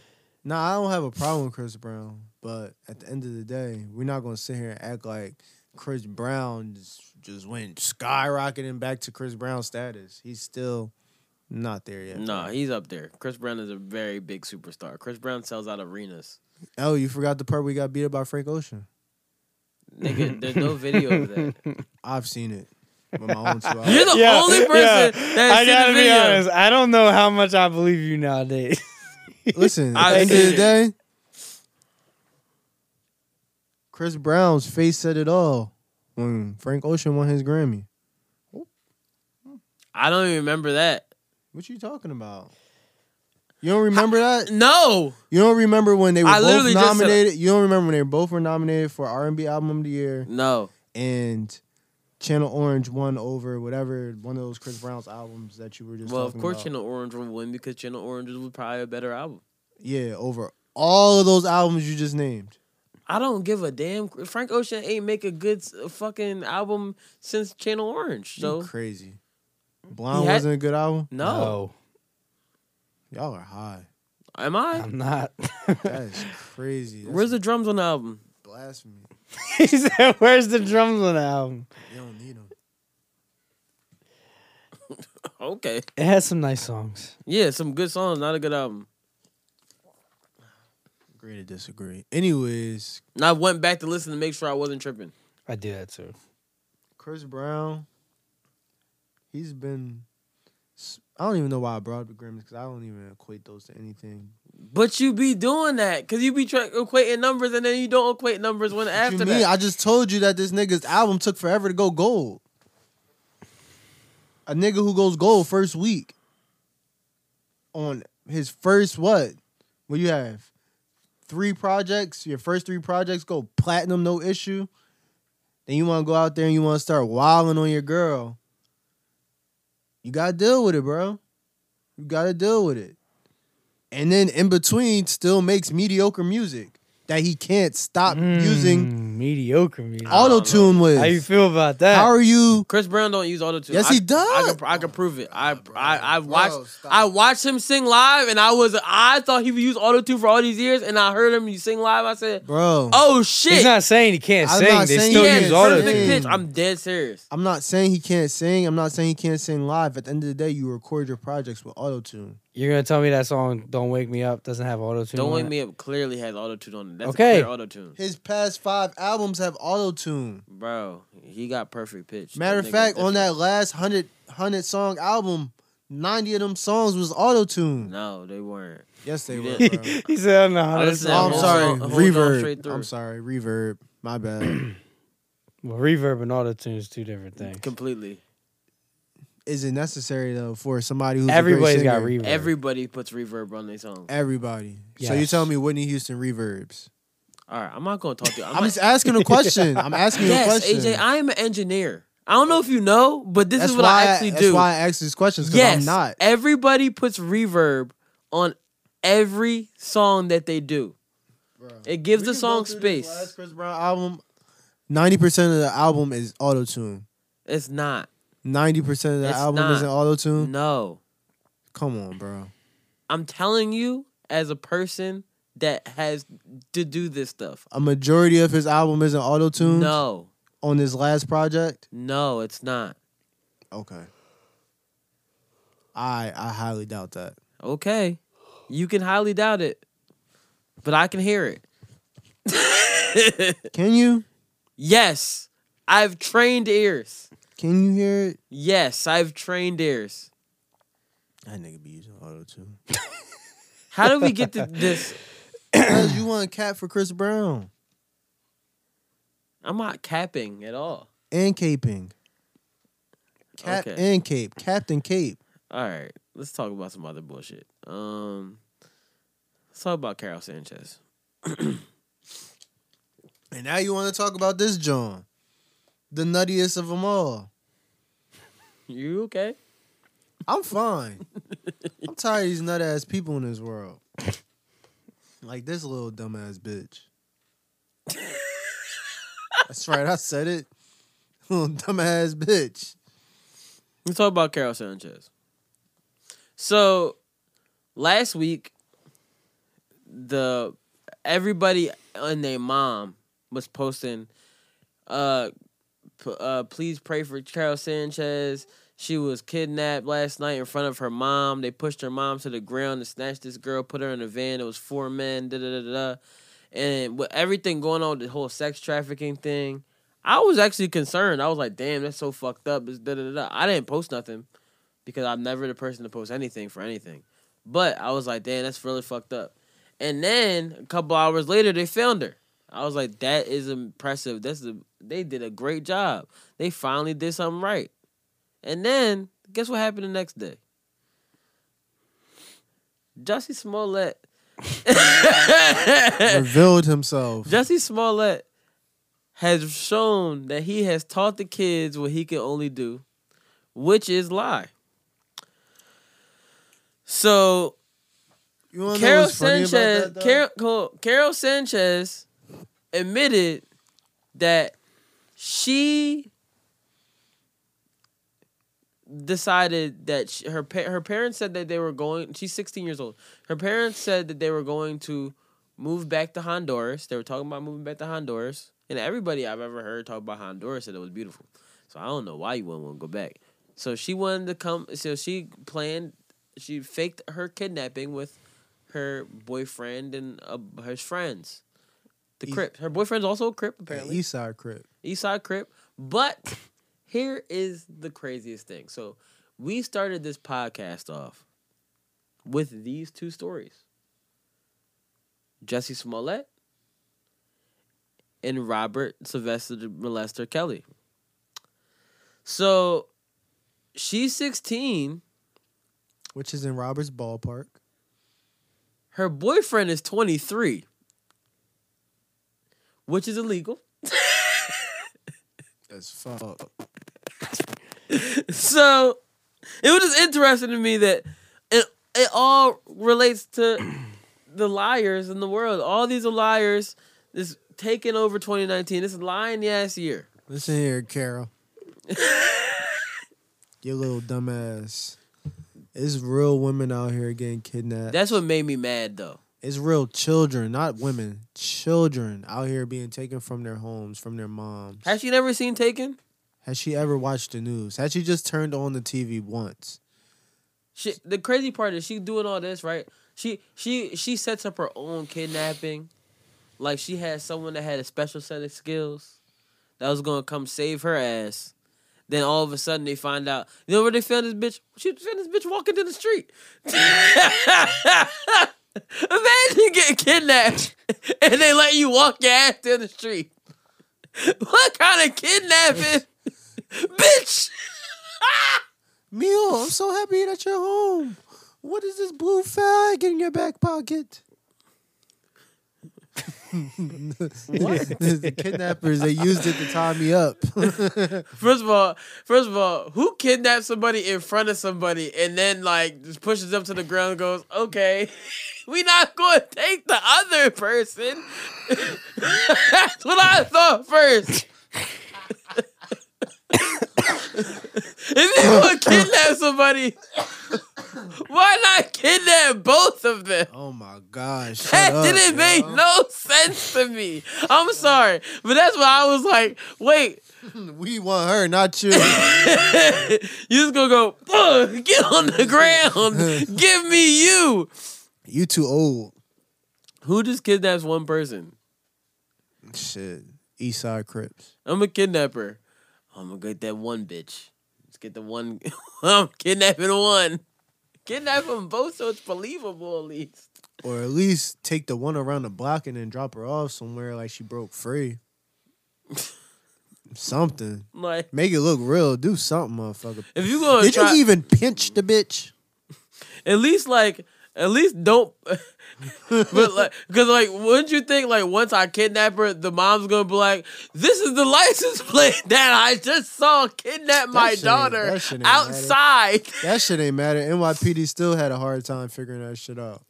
[SPEAKER 3] nah, I don't have a problem with Chris Brown, but at the end of the day, we're not gonna sit here and act like Chris Brown just, just went skyrocketing back to Chris Brown status. He's still not there yet.
[SPEAKER 1] Nah,
[SPEAKER 3] bro.
[SPEAKER 1] he's up there. Chris Brown is a very big superstar. Chris Brown sells out
[SPEAKER 3] [LAUGHS]
[SPEAKER 1] arenas.
[SPEAKER 3] Oh, you forgot the part where he got beat up by Frank Ocean.
[SPEAKER 1] Nigga, there's no video of that.
[SPEAKER 3] I've seen it with
[SPEAKER 1] [LAUGHS]
[SPEAKER 3] my own two eyes.
[SPEAKER 1] You're
[SPEAKER 4] [LAUGHS]
[SPEAKER 1] the only person that
[SPEAKER 4] I
[SPEAKER 1] has seen
[SPEAKER 4] gotta
[SPEAKER 1] the
[SPEAKER 4] be
[SPEAKER 1] video.
[SPEAKER 4] honest. I don't know how much I believe you nowadays.
[SPEAKER 3] Listen, at
[SPEAKER 1] I've
[SPEAKER 3] the end of
[SPEAKER 1] seen
[SPEAKER 3] the
[SPEAKER 1] it.
[SPEAKER 3] day, Chris Brown's face said it all when Frank Ocean won his Grammy.
[SPEAKER 1] I don't even remember that.
[SPEAKER 3] What you talking about? You don't remember that?
[SPEAKER 1] No,
[SPEAKER 3] You don't remember when they were
[SPEAKER 1] I
[SPEAKER 3] both
[SPEAKER 1] literally just said-
[SPEAKER 3] nominated? You don't remember when they both were nominated for R and B album of the year
[SPEAKER 1] no.
[SPEAKER 3] and Channel Orange won over whatever one of those Chris Brown's albums that you were just
[SPEAKER 1] Well, of
[SPEAKER 3] talking
[SPEAKER 1] course,
[SPEAKER 3] about.
[SPEAKER 1] Channel Orange will win because Channel Orange was probably a better album.
[SPEAKER 3] yeah over all of those albums you just named.
[SPEAKER 1] I don't give a damn. Frank Ocean ain't make a good s- fucking album since Channel Orange.
[SPEAKER 3] You
[SPEAKER 1] So
[SPEAKER 3] crazy. Blonde
[SPEAKER 1] had-
[SPEAKER 3] wasn't a good album.
[SPEAKER 1] no,
[SPEAKER 3] Y'all are high.
[SPEAKER 1] am I?
[SPEAKER 4] I'm not.
[SPEAKER 3] That is
[SPEAKER 1] [LAUGHS]
[SPEAKER 3] crazy. That's
[SPEAKER 1] Where's the drums on the album?
[SPEAKER 3] blasphemy?
[SPEAKER 4] [LAUGHS] he said, "Where's the drums on the album?"
[SPEAKER 3] You don't need them.
[SPEAKER 1] Okay,
[SPEAKER 4] It has some nice songs.
[SPEAKER 1] yeah, some good songs, not a good album.
[SPEAKER 3] Agree to disagree. Anyways,
[SPEAKER 1] And I went back to listen to make sure I wasn't tripping.
[SPEAKER 4] I do that too.
[SPEAKER 3] Chris Brown, he's been. s- I don't even know why I brought up the Grammys because I don't even equate those to anything.
[SPEAKER 1] But you be doing that because you be tra- equating numbers and then you don't equate numbers when
[SPEAKER 3] What you
[SPEAKER 1] after
[SPEAKER 3] mean?
[SPEAKER 1] that.
[SPEAKER 3] I just told you that this nigga's album took forever to go gold. A nigga who goes gold first week on his first what? What you have? Three projects. Your first three projects go platinum, no issue. Then you want to go out there and you want to start wilding on your girl. You gotta deal with it, bro. You gotta deal with it.
[SPEAKER 4] Mm.
[SPEAKER 3] And then in between, still makes mediocre music that he can't stop using
[SPEAKER 4] Hmm, mediocre music.
[SPEAKER 3] Auto tune with.
[SPEAKER 4] How you feel about that?
[SPEAKER 3] How are you?
[SPEAKER 1] Chris Brown don't use auto tune.
[SPEAKER 3] Yes,
[SPEAKER 1] I,
[SPEAKER 3] he
[SPEAKER 1] I
[SPEAKER 3] does.
[SPEAKER 1] can, I can prove it. I I I watched I watched him sing live, and I was I thought he would use auto tune for all these years, and I heard him sing live. I said,
[SPEAKER 3] Bro.
[SPEAKER 1] "Oh shit!"
[SPEAKER 4] He's not saying he can't
[SPEAKER 3] I'm
[SPEAKER 4] sing.
[SPEAKER 3] not
[SPEAKER 4] They
[SPEAKER 3] saying
[SPEAKER 4] still
[SPEAKER 3] he
[SPEAKER 1] yeah,
[SPEAKER 3] can't
[SPEAKER 4] use auto
[SPEAKER 1] perfect
[SPEAKER 4] tune.
[SPEAKER 3] sing.
[SPEAKER 1] pitch. I'm dead serious.
[SPEAKER 3] I'm not saying he can't sing. I'm not saying he can't sing live. At the end of the day, you record your projects with auto tune.
[SPEAKER 4] You're gonna tell me that song "Don't Wake Me Up" doesn't have auto tune?
[SPEAKER 1] Don't wake me up. Clearly has auto tune on it. That's
[SPEAKER 4] Okay.
[SPEAKER 1] a clear auto tune,
[SPEAKER 3] His past five albums have auto tune.
[SPEAKER 1] bro. He got perfect pitch.
[SPEAKER 3] Matter
[SPEAKER 1] That
[SPEAKER 3] of
[SPEAKER 1] nigga's
[SPEAKER 3] fact, on that
[SPEAKER 1] different.
[SPEAKER 3] last 100, 100 song album, 90 of them songs was auto tune.
[SPEAKER 1] No, they weren't.
[SPEAKER 3] Yes, they
[SPEAKER 1] You
[SPEAKER 3] were.
[SPEAKER 1] didn't. [LAUGHS]
[SPEAKER 4] [LAUGHS]
[SPEAKER 3] bro.
[SPEAKER 4] he said, "No,
[SPEAKER 1] I
[SPEAKER 4] that's
[SPEAKER 1] listened
[SPEAKER 3] Oh,
[SPEAKER 1] Yeah,
[SPEAKER 4] not
[SPEAKER 3] I'm
[SPEAKER 1] hold
[SPEAKER 4] auto
[SPEAKER 3] sorry.
[SPEAKER 1] on- hold on straight
[SPEAKER 3] reverb.
[SPEAKER 1] through.
[SPEAKER 3] I'm sorry. Reverb.
[SPEAKER 1] [CLEARS THROAT]
[SPEAKER 3] My bad.
[SPEAKER 4] Well, reverb and auto tune is two different things.
[SPEAKER 1] Completely.
[SPEAKER 3] Is it necessary though for somebody who's
[SPEAKER 4] Everybody's
[SPEAKER 3] everybody's
[SPEAKER 4] got reverb.
[SPEAKER 1] Everybody puts reverb on their song.
[SPEAKER 3] Everybody. So you
[SPEAKER 4] Yes.
[SPEAKER 3] telling me Whitney Houston reverbs?
[SPEAKER 1] All right, I'm not gonna talk to you.
[SPEAKER 3] I'm, just asking a question. I'm asking you
[SPEAKER 1] [LAUGHS]
[SPEAKER 3] a
[SPEAKER 1] yes,
[SPEAKER 3] question.
[SPEAKER 1] AJ, I am an engineer. I don't know if you know, but this
[SPEAKER 3] that's
[SPEAKER 1] is what
[SPEAKER 3] why
[SPEAKER 1] I actually
[SPEAKER 3] that's
[SPEAKER 1] do.
[SPEAKER 3] why I ask these questions because
[SPEAKER 1] yes,
[SPEAKER 3] I'm not.
[SPEAKER 1] everybody puts reverb on every song that they do. It gives the song space.
[SPEAKER 3] Chris Brown album. Ninety percent of the album is auto tune.
[SPEAKER 1] It's not.
[SPEAKER 3] Ninety percent of the
[SPEAKER 1] It's
[SPEAKER 3] album
[SPEAKER 1] not.
[SPEAKER 3] isn't auto tune.
[SPEAKER 1] No,
[SPEAKER 3] Come on, bro.
[SPEAKER 1] I'm telling you, as a person that has to do this stuff.
[SPEAKER 3] A majority of his album isn't auto tune.
[SPEAKER 1] No,
[SPEAKER 3] On his last project.
[SPEAKER 1] no, it's not.
[SPEAKER 3] Okay. I I highly doubt that.
[SPEAKER 1] Okay, you can highly doubt it, but I can hear it.
[SPEAKER 3] Can you?
[SPEAKER 1] yes, I've trained ears.
[SPEAKER 3] Can you hear it?
[SPEAKER 1] Yes, I've trained ears.
[SPEAKER 3] That nigga be using
[SPEAKER 1] [COUGHS]
[SPEAKER 3] auto tune.
[SPEAKER 1] How do we get to this?
[SPEAKER 3] Cause you want a cat for Chris Brown
[SPEAKER 1] I'm not capping at all.
[SPEAKER 3] and caping. Cap
[SPEAKER 1] Okay.
[SPEAKER 3] and cape. Captain Cape.
[SPEAKER 1] All right, let's talk about some other bullshit. Um, let's talk about Carol Sanchez.
[SPEAKER 3] And now you want to talk about this John, the nuttiest of them all.
[SPEAKER 1] You okay?
[SPEAKER 3] I'm
[SPEAKER 1] [LAUGHS]
[SPEAKER 3] fine. I'm tired of these nut ass people in this world. Like this little dumbass bitch. That's right, I said it. [LAUGHS] Little dumbass bitch.
[SPEAKER 1] Let's talk about Carol Sanchez. So, last week, the everybody and their mom was posting, uh, p- uh, please pray for Carol Sanchez. She was kidnapped last night in front of her mom. They pushed her mom to the ground and snatched this girl, put her in a van. It was four men, da da da da. And with everything going on, the whole sex trafficking thing, I was actually concerned. I was like, damn, that's so fucked up. It's da da da. I didn't post nothing because I'm never the person to post anything for anything. But I was like, damn, that's really fucked up. And then a couple hours later, they found her. I was like, that is impressive. That's the they did a great job. They finally did something right. And then guess what happened the next day? Jussie Smollett. [LAUGHS] [LAUGHS]
[SPEAKER 3] Revealed himself.
[SPEAKER 1] Jesse Smollett has shown that he has taught the kids what he can only do, which is lie. So
[SPEAKER 3] You wanna know
[SPEAKER 1] Carol
[SPEAKER 3] what's funny about
[SPEAKER 1] Sanchez,
[SPEAKER 3] that, though?
[SPEAKER 1] Carol, hold on. Carol Sanchez admitted that she decided that she, her pa- her parents said that they were going. She's 16 years old. Her parents said that they were going to move back to Honduras. They were talking about moving back to Honduras, and everybody I've ever heard talk about Honduras said it was beautiful. So I don't know why you wouldn't want to go back. So she wanted to come. So she planned. She faked her kidnapping with her boyfriend and uh, her friends. The
[SPEAKER 3] Eas-
[SPEAKER 1] Crip. Her boyfriend's also a Crip, apparently.
[SPEAKER 3] East Side Crip.
[SPEAKER 1] Eastside Crip. But here is the craziest thing. So we started this podcast off with these two stories. Jesse Smollett and Robert Sylvester Molester Kelly. So she's 16.
[SPEAKER 3] which is in Robert's ballpark.
[SPEAKER 1] Her boyfriend is 23, which is illegal.
[SPEAKER 3] As fuck.
[SPEAKER 1] so it was just interesting to me that it it [CLEARS THROAT] all relates to the liars in the world. All these are liars. This taking over 2019. This lying ass year.
[SPEAKER 3] Listen here, Carol. [LAUGHS] you little dumbass. It's real women out here getting kidnapped.
[SPEAKER 1] That's what made me mad though.
[SPEAKER 3] It's real children, not women. Children out here being taken from their homes, from their moms.
[SPEAKER 1] Has she never seen Taken?
[SPEAKER 3] Has she ever watched the news? Has she just turned on the TV once?
[SPEAKER 1] She, the crazy part is she doing all this right. She she she sets up her own kidnapping, like she had someone that had a special set of skills that was gonna come save her ass. Then all of a sudden they find out. You know where they found this bitch? She found this bitch walking down the street. [LAUGHS] Imagine getting kidnapped [LAUGHS] and they let you walk your ass down the street. [LAUGHS] What kind of kidnapping, [LAUGHS] bitch?
[SPEAKER 3] [LAUGHS] Mio, I'm so happy that you're home. What is this blue flag in your back [LAUGHS] pocket? [LAUGHS] the, the kidnappers they used it to tie me up.
[SPEAKER 1] First of all, first of all, who kidnaps somebody in front of somebody and then like just pushes them to the ground and goes, "Okay, [LAUGHS] we not going to take the other person." That's what I thought first. if you gonna kidnap somebody, why not kidnap both of them?
[SPEAKER 3] oh my gosh.
[SPEAKER 1] That
[SPEAKER 3] shut up,
[SPEAKER 1] didn't make
[SPEAKER 3] yo.
[SPEAKER 1] no sense to me. I'm sorry, but that's why I was like, wait,
[SPEAKER 3] We want her, not
[SPEAKER 1] [LAUGHS]
[SPEAKER 3] you.
[SPEAKER 1] you just gonna go, "Ugh, get on the ground, give me you.
[SPEAKER 3] you too old.
[SPEAKER 1] Who just kidnaps one person?
[SPEAKER 3] Shit. East Side Crips.
[SPEAKER 1] I'm a kidnapper. I'm gonna get that one bitch. Let's get the one. [LAUGHS] I'm kidnapping one. Kidnap them both so it's believable at least.
[SPEAKER 3] Or at least take the one around the block and then drop her off somewhere like she
[SPEAKER 1] [LAUGHS]
[SPEAKER 3] broke free. something.
[SPEAKER 1] Like
[SPEAKER 3] Make it look real. Do something, motherfucker.
[SPEAKER 1] if you gonna
[SPEAKER 3] Did
[SPEAKER 1] try,
[SPEAKER 3] you even pinch the bitch?
[SPEAKER 1] at least like at least don't. [LAUGHS] but like, cause like, wouldn't you think like once I kidnap her, the mom's gonna be like, "This is the license [LAUGHS] plate that I just saw kidnap my
[SPEAKER 3] shit ain't-
[SPEAKER 1] daughter
[SPEAKER 3] that shit ain't matter.
[SPEAKER 1] outside." [LAUGHS]
[SPEAKER 3] That shit ain't matter. NYPD still had a hard time figuring that shit out.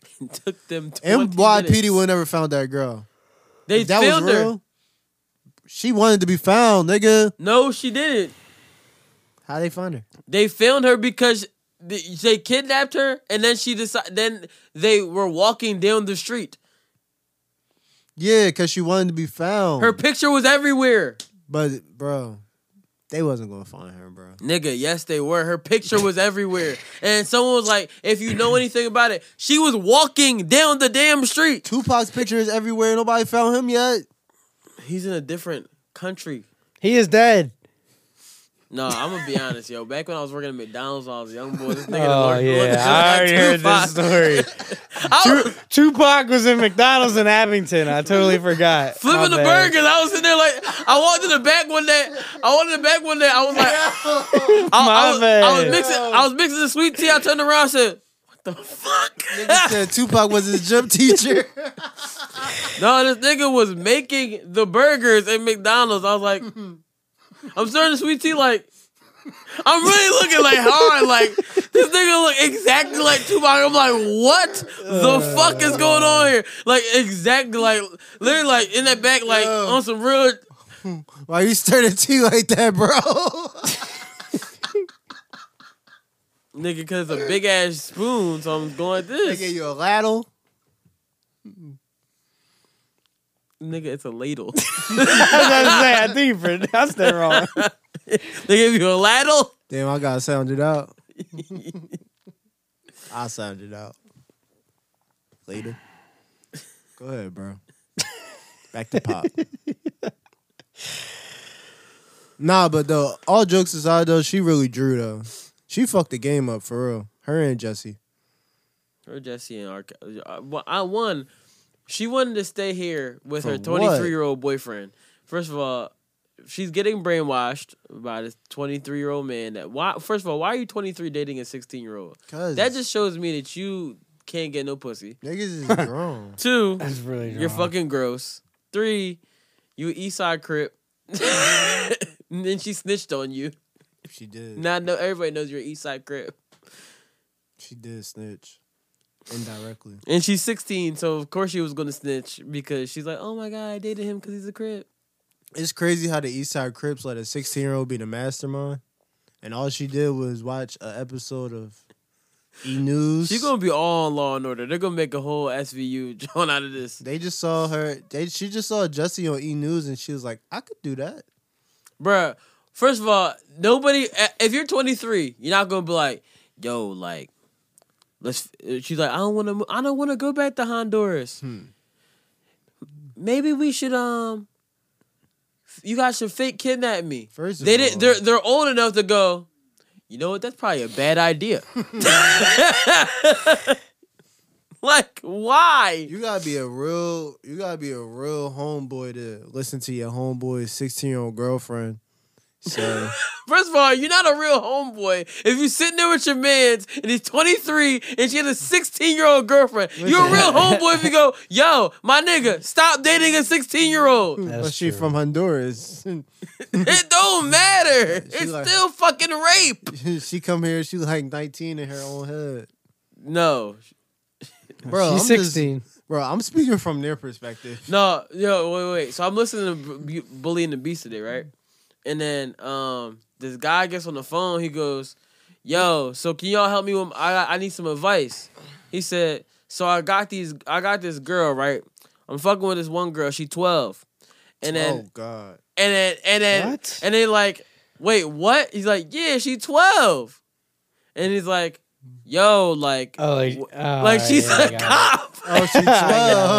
[SPEAKER 1] took them 20
[SPEAKER 3] NYPD
[SPEAKER 1] minutes.
[SPEAKER 3] would never found that girl.
[SPEAKER 1] They
[SPEAKER 3] If that was
[SPEAKER 1] filmed her.
[SPEAKER 3] real. She wanted to be found, nigga.
[SPEAKER 1] No, she didn't.
[SPEAKER 3] How they find her?
[SPEAKER 1] They filmed her because th- they kidnapped her, and then she decided. Then they were walking down the street.
[SPEAKER 3] Yeah, cause she wanted to be found.
[SPEAKER 1] Her picture was everywhere,
[SPEAKER 3] but bro, they wasn't gonna find her, bro.
[SPEAKER 1] nigga. Yes, they were. Her picture was everywhere, and someone was like, "If you know anything about it, she was walking down the damn street."
[SPEAKER 3] Tupac's picture is everywhere. Nobody found him yet.
[SPEAKER 1] He's in a different country.
[SPEAKER 4] He is dead.
[SPEAKER 1] No, I'm gonna be honest, yo. Back when I was working at McDonald's, when I was a young boy. This nigga done
[SPEAKER 4] Oh
[SPEAKER 1] learned- learned
[SPEAKER 4] yeah, I already heard
[SPEAKER 1] Tupac.
[SPEAKER 4] this story.
[SPEAKER 1] I was-
[SPEAKER 4] Tupac was in McDonald's in Abington. I totally forgot.
[SPEAKER 1] flipping
[SPEAKER 4] My
[SPEAKER 1] the
[SPEAKER 4] bad.
[SPEAKER 1] burgers. I was in there like I walked in the back one day. I walked in the back one day. I
[SPEAKER 4] [LAUGHS]
[SPEAKER 1] was like, I, I
[SPEAKER 4] My
[SPEAKER 1] was, I
[SPEAKER 4] bad.
[SPEAKER 1] was mixing. I was mixing the sweet tea. I turned around. and said, "What the
[SPEAKER 3] He
[SPEAKER 1] fuck?"
[SPEAKER 3] said Tupac was his gym [LAUGHS] teacher.
[SPEAKER 1] no, this nigga was making the burgers at McDonald's. I was
[SPEAKER 3] [LAUGHS]
[SPEAKER 1] like, I'm serving the sweet tea. Like, I'm really looking like hard. Like this nigga look exactly like Tupac. I'm like, what the
[SPEAKER 3] Uh,
[SPEAKER 1] fuck is going on here? Like exactly like literally like in that back like
[SPEAKER 3] Yo.
[SPEAKER 1] on some real.
[SPEAKER 3] Why you staring at you like that, bro? [LAUGHS]
[SPEAKER 1] Nigga, cause it's a big ass spoon, so I'm going
[SPEAKER 3] they
[SPEAKER 1] this.
[SPEAKER 3] gave
[SPEAKER 1] Nigga,
[SPEAKER 3] you a ladle.
[SPEAKER 1] it's a ladle. [LAUGHS]
[SPEAKER 4] I was about to say, I think you pronounced that wrong.
[SPEAKER 1] they give you a ladle.
[SPEAKER 3] Damn, I gotta sound it [LAUGHS] out. I sound it out. Later. Go ahead, bro. Back to [LAUGHS] pop. nah, but though, all jokes aside though, she really drew though. She fucked the game up for real. Her and Jesse.
[SPEAKER 1] Her Jesse and our, uh, well, I won. She wanted to stay here with
[SPEAKER 3] For
[SPEAKER 1] her
[SPEAKER 3] what?
[SPEAKER 1] 23 year old boyfriend. First of all, she's getting brainwashed by this 23 year old man. That why? First of all, why are you 23 dating a 16 year old?
[SPEAKER 3] Cause
[SPEAKER 1] That just shows me that you can't get no pussy.
[SPEAKER 3] niggas is [LAUGHS] grown.
[SPEAKER 1] Two,
[SPEAKER 4] [LAUGHS] That's really
[SPEAKER 1] You're
[SPEAKER 4] wrong.
[SPEAKER 1] fucking gross. Three, you East Side Crip. [LAUGHS] and then she snitched on you.
[SPEAKER 3] She did.
[SPEAKER 1] Now I know everybody knows you're an East Side Crip.
[SPEAKER 3] She did snitch. indirectly.
[SPEAKER 1] And she's 16, so of course she was gonna snitch because she's like, oh my god, I dated him because he's a crip.
[SPEAKER 3] It's crazy how the East Side Crips let a 16 year old be the mastermind, and all she did was watch an episode of E News.
[SPEAKER 1] She's gonna be all on Law and Order. They're gonna make a whole SVU [LAUGHS] John out of this.
[SPEAKER 3] They just saw her. They she just saw Jesse on E News, and she was like, "I could do that."
[SPEAKER 1] Bruh, first of all, nobody, if you're 23, you're not gonna be like, yo, like, let's, she's like, I don't wanna, I don't wanna go back to Honduras.
[SPEAKER 3] Hmm.
[SPEAKER 1] Maybe we should, um, you guys should fake kidnap me.
[SPEAKER 3] First of
[SPEAKER 1] they didn't,
[SPEAKER 3] all-
[SPEAKER 1] they're, they're old enough to go, you know what, that's probably a bad
[SPEAKER 3] [LAUGHS]
[SPEAKER 1] idea. [LAUGHS] like, why?
[SPEAKER 3] You gotta be a real. You gotta be a real homeboy to listen to your homeboy's 16 year old girlfriend.
[SPEAKER 1] [LAUGHS]
[SPEAKER 3] So
[SPEAKER 1] First of all, you're not a real homeboy. If you sitting there with your mans and he's 23 and she has a 16 year old girlfriend, you're a real homeboy if you go, yo, my nigga, stop dating a 16 year old.
[SPEAKER 3] [LAUGHS] but she from Honduras. [LAUGHS]
[SPEAKER 1] It don't matter.
[SPEAKER 3] she
[SPEAKER 1] It's
[SPEAKER 3] like-
[SPEAKER 1] still fucking rape.
[SPEAKER 3] she come here. She like 19 in her own head.
[SPEAKER 1] No,
[SPEAKER 3] Bro,
[SPEAKER 4] She's
[SPEAKER 3] I'm
[SPEAKER 4] 16.
[SPEAKER 3] Just, bro, I'm speaking from their perspective.
[SPEAKER 1] No, yo, wait, wait. So I'm listening to Bu- Bu- Bully and the Beast today, right? And then um, this guy gets on the phone. He goes, "Yo, so can y'all help me with? I I need some advice." He said, "So I got these. I got this girl, right? I'm fucking with this one girl. She 12, and then
[SPEAKER 3] oh God.
[SPEAKER 1] and then and then
[SPEAKER 4] What?
[SPEAKER 1] and they like, wait, what? He's like, yeah, she 12, and he's like, yo, like,
[SPEAKER 4] Oh, like,
[SPEAKER 1] w-
[SPEAKER 4] oh,
[SPEAKER 1] like she's
[SPEAKER 4] yeah, I
[SPEAKER 1] a
[SPEAKER 4] got it.
[SPEAKER 1] cop. [LAUGHS]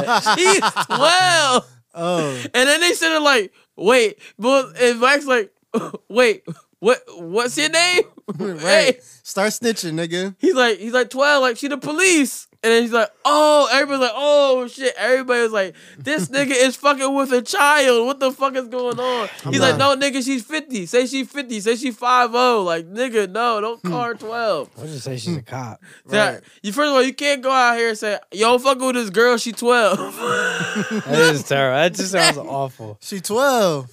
[SPEAKER 3] Oh, [LAUGHS] she's [LAUGHS] twelve.
[SPEAKER 1] She's 12."
[SPEAKER 3] oh,
[SPEAKER 1] And then they said it like, wait, but and Mike's like, [LAUGHS] wait, what what's your name?
[SPEAKER 3] [LAUGHS]
[SPEAKER 1] [LAUGHS]
[SPEAKER 3] right.
[SPEAKER 1] Hey.
[SPEAKER 3] Start snitching, nigga.
[SPEAKER 1] He's like, he's like 12, like she the police. And then he's like, oh, everybody's like, oh shit. Everybody was like,
[SPEAKER 3] [LAUGHS]
[SPEAKER 1] this nigga is fucking with a child. What the fuck is going on? He's like, no, nigga, she's 50. Say she's 50. Say she's 5 Like, nigga, no, don't call her 12.
[SPEAKER 4] I'll just say she's a cop.
[SPEAKER 1] That-
[SPEAKER 3] Hmm. Right.
[SPEAKER 1] you first of all, you can't go out here and say, yo, fuck with this girl, she 12.
[SPEAKER 4] [LAUGHS] That is terrible. That just sounds awful.
[SPEAKER 3] She twelve.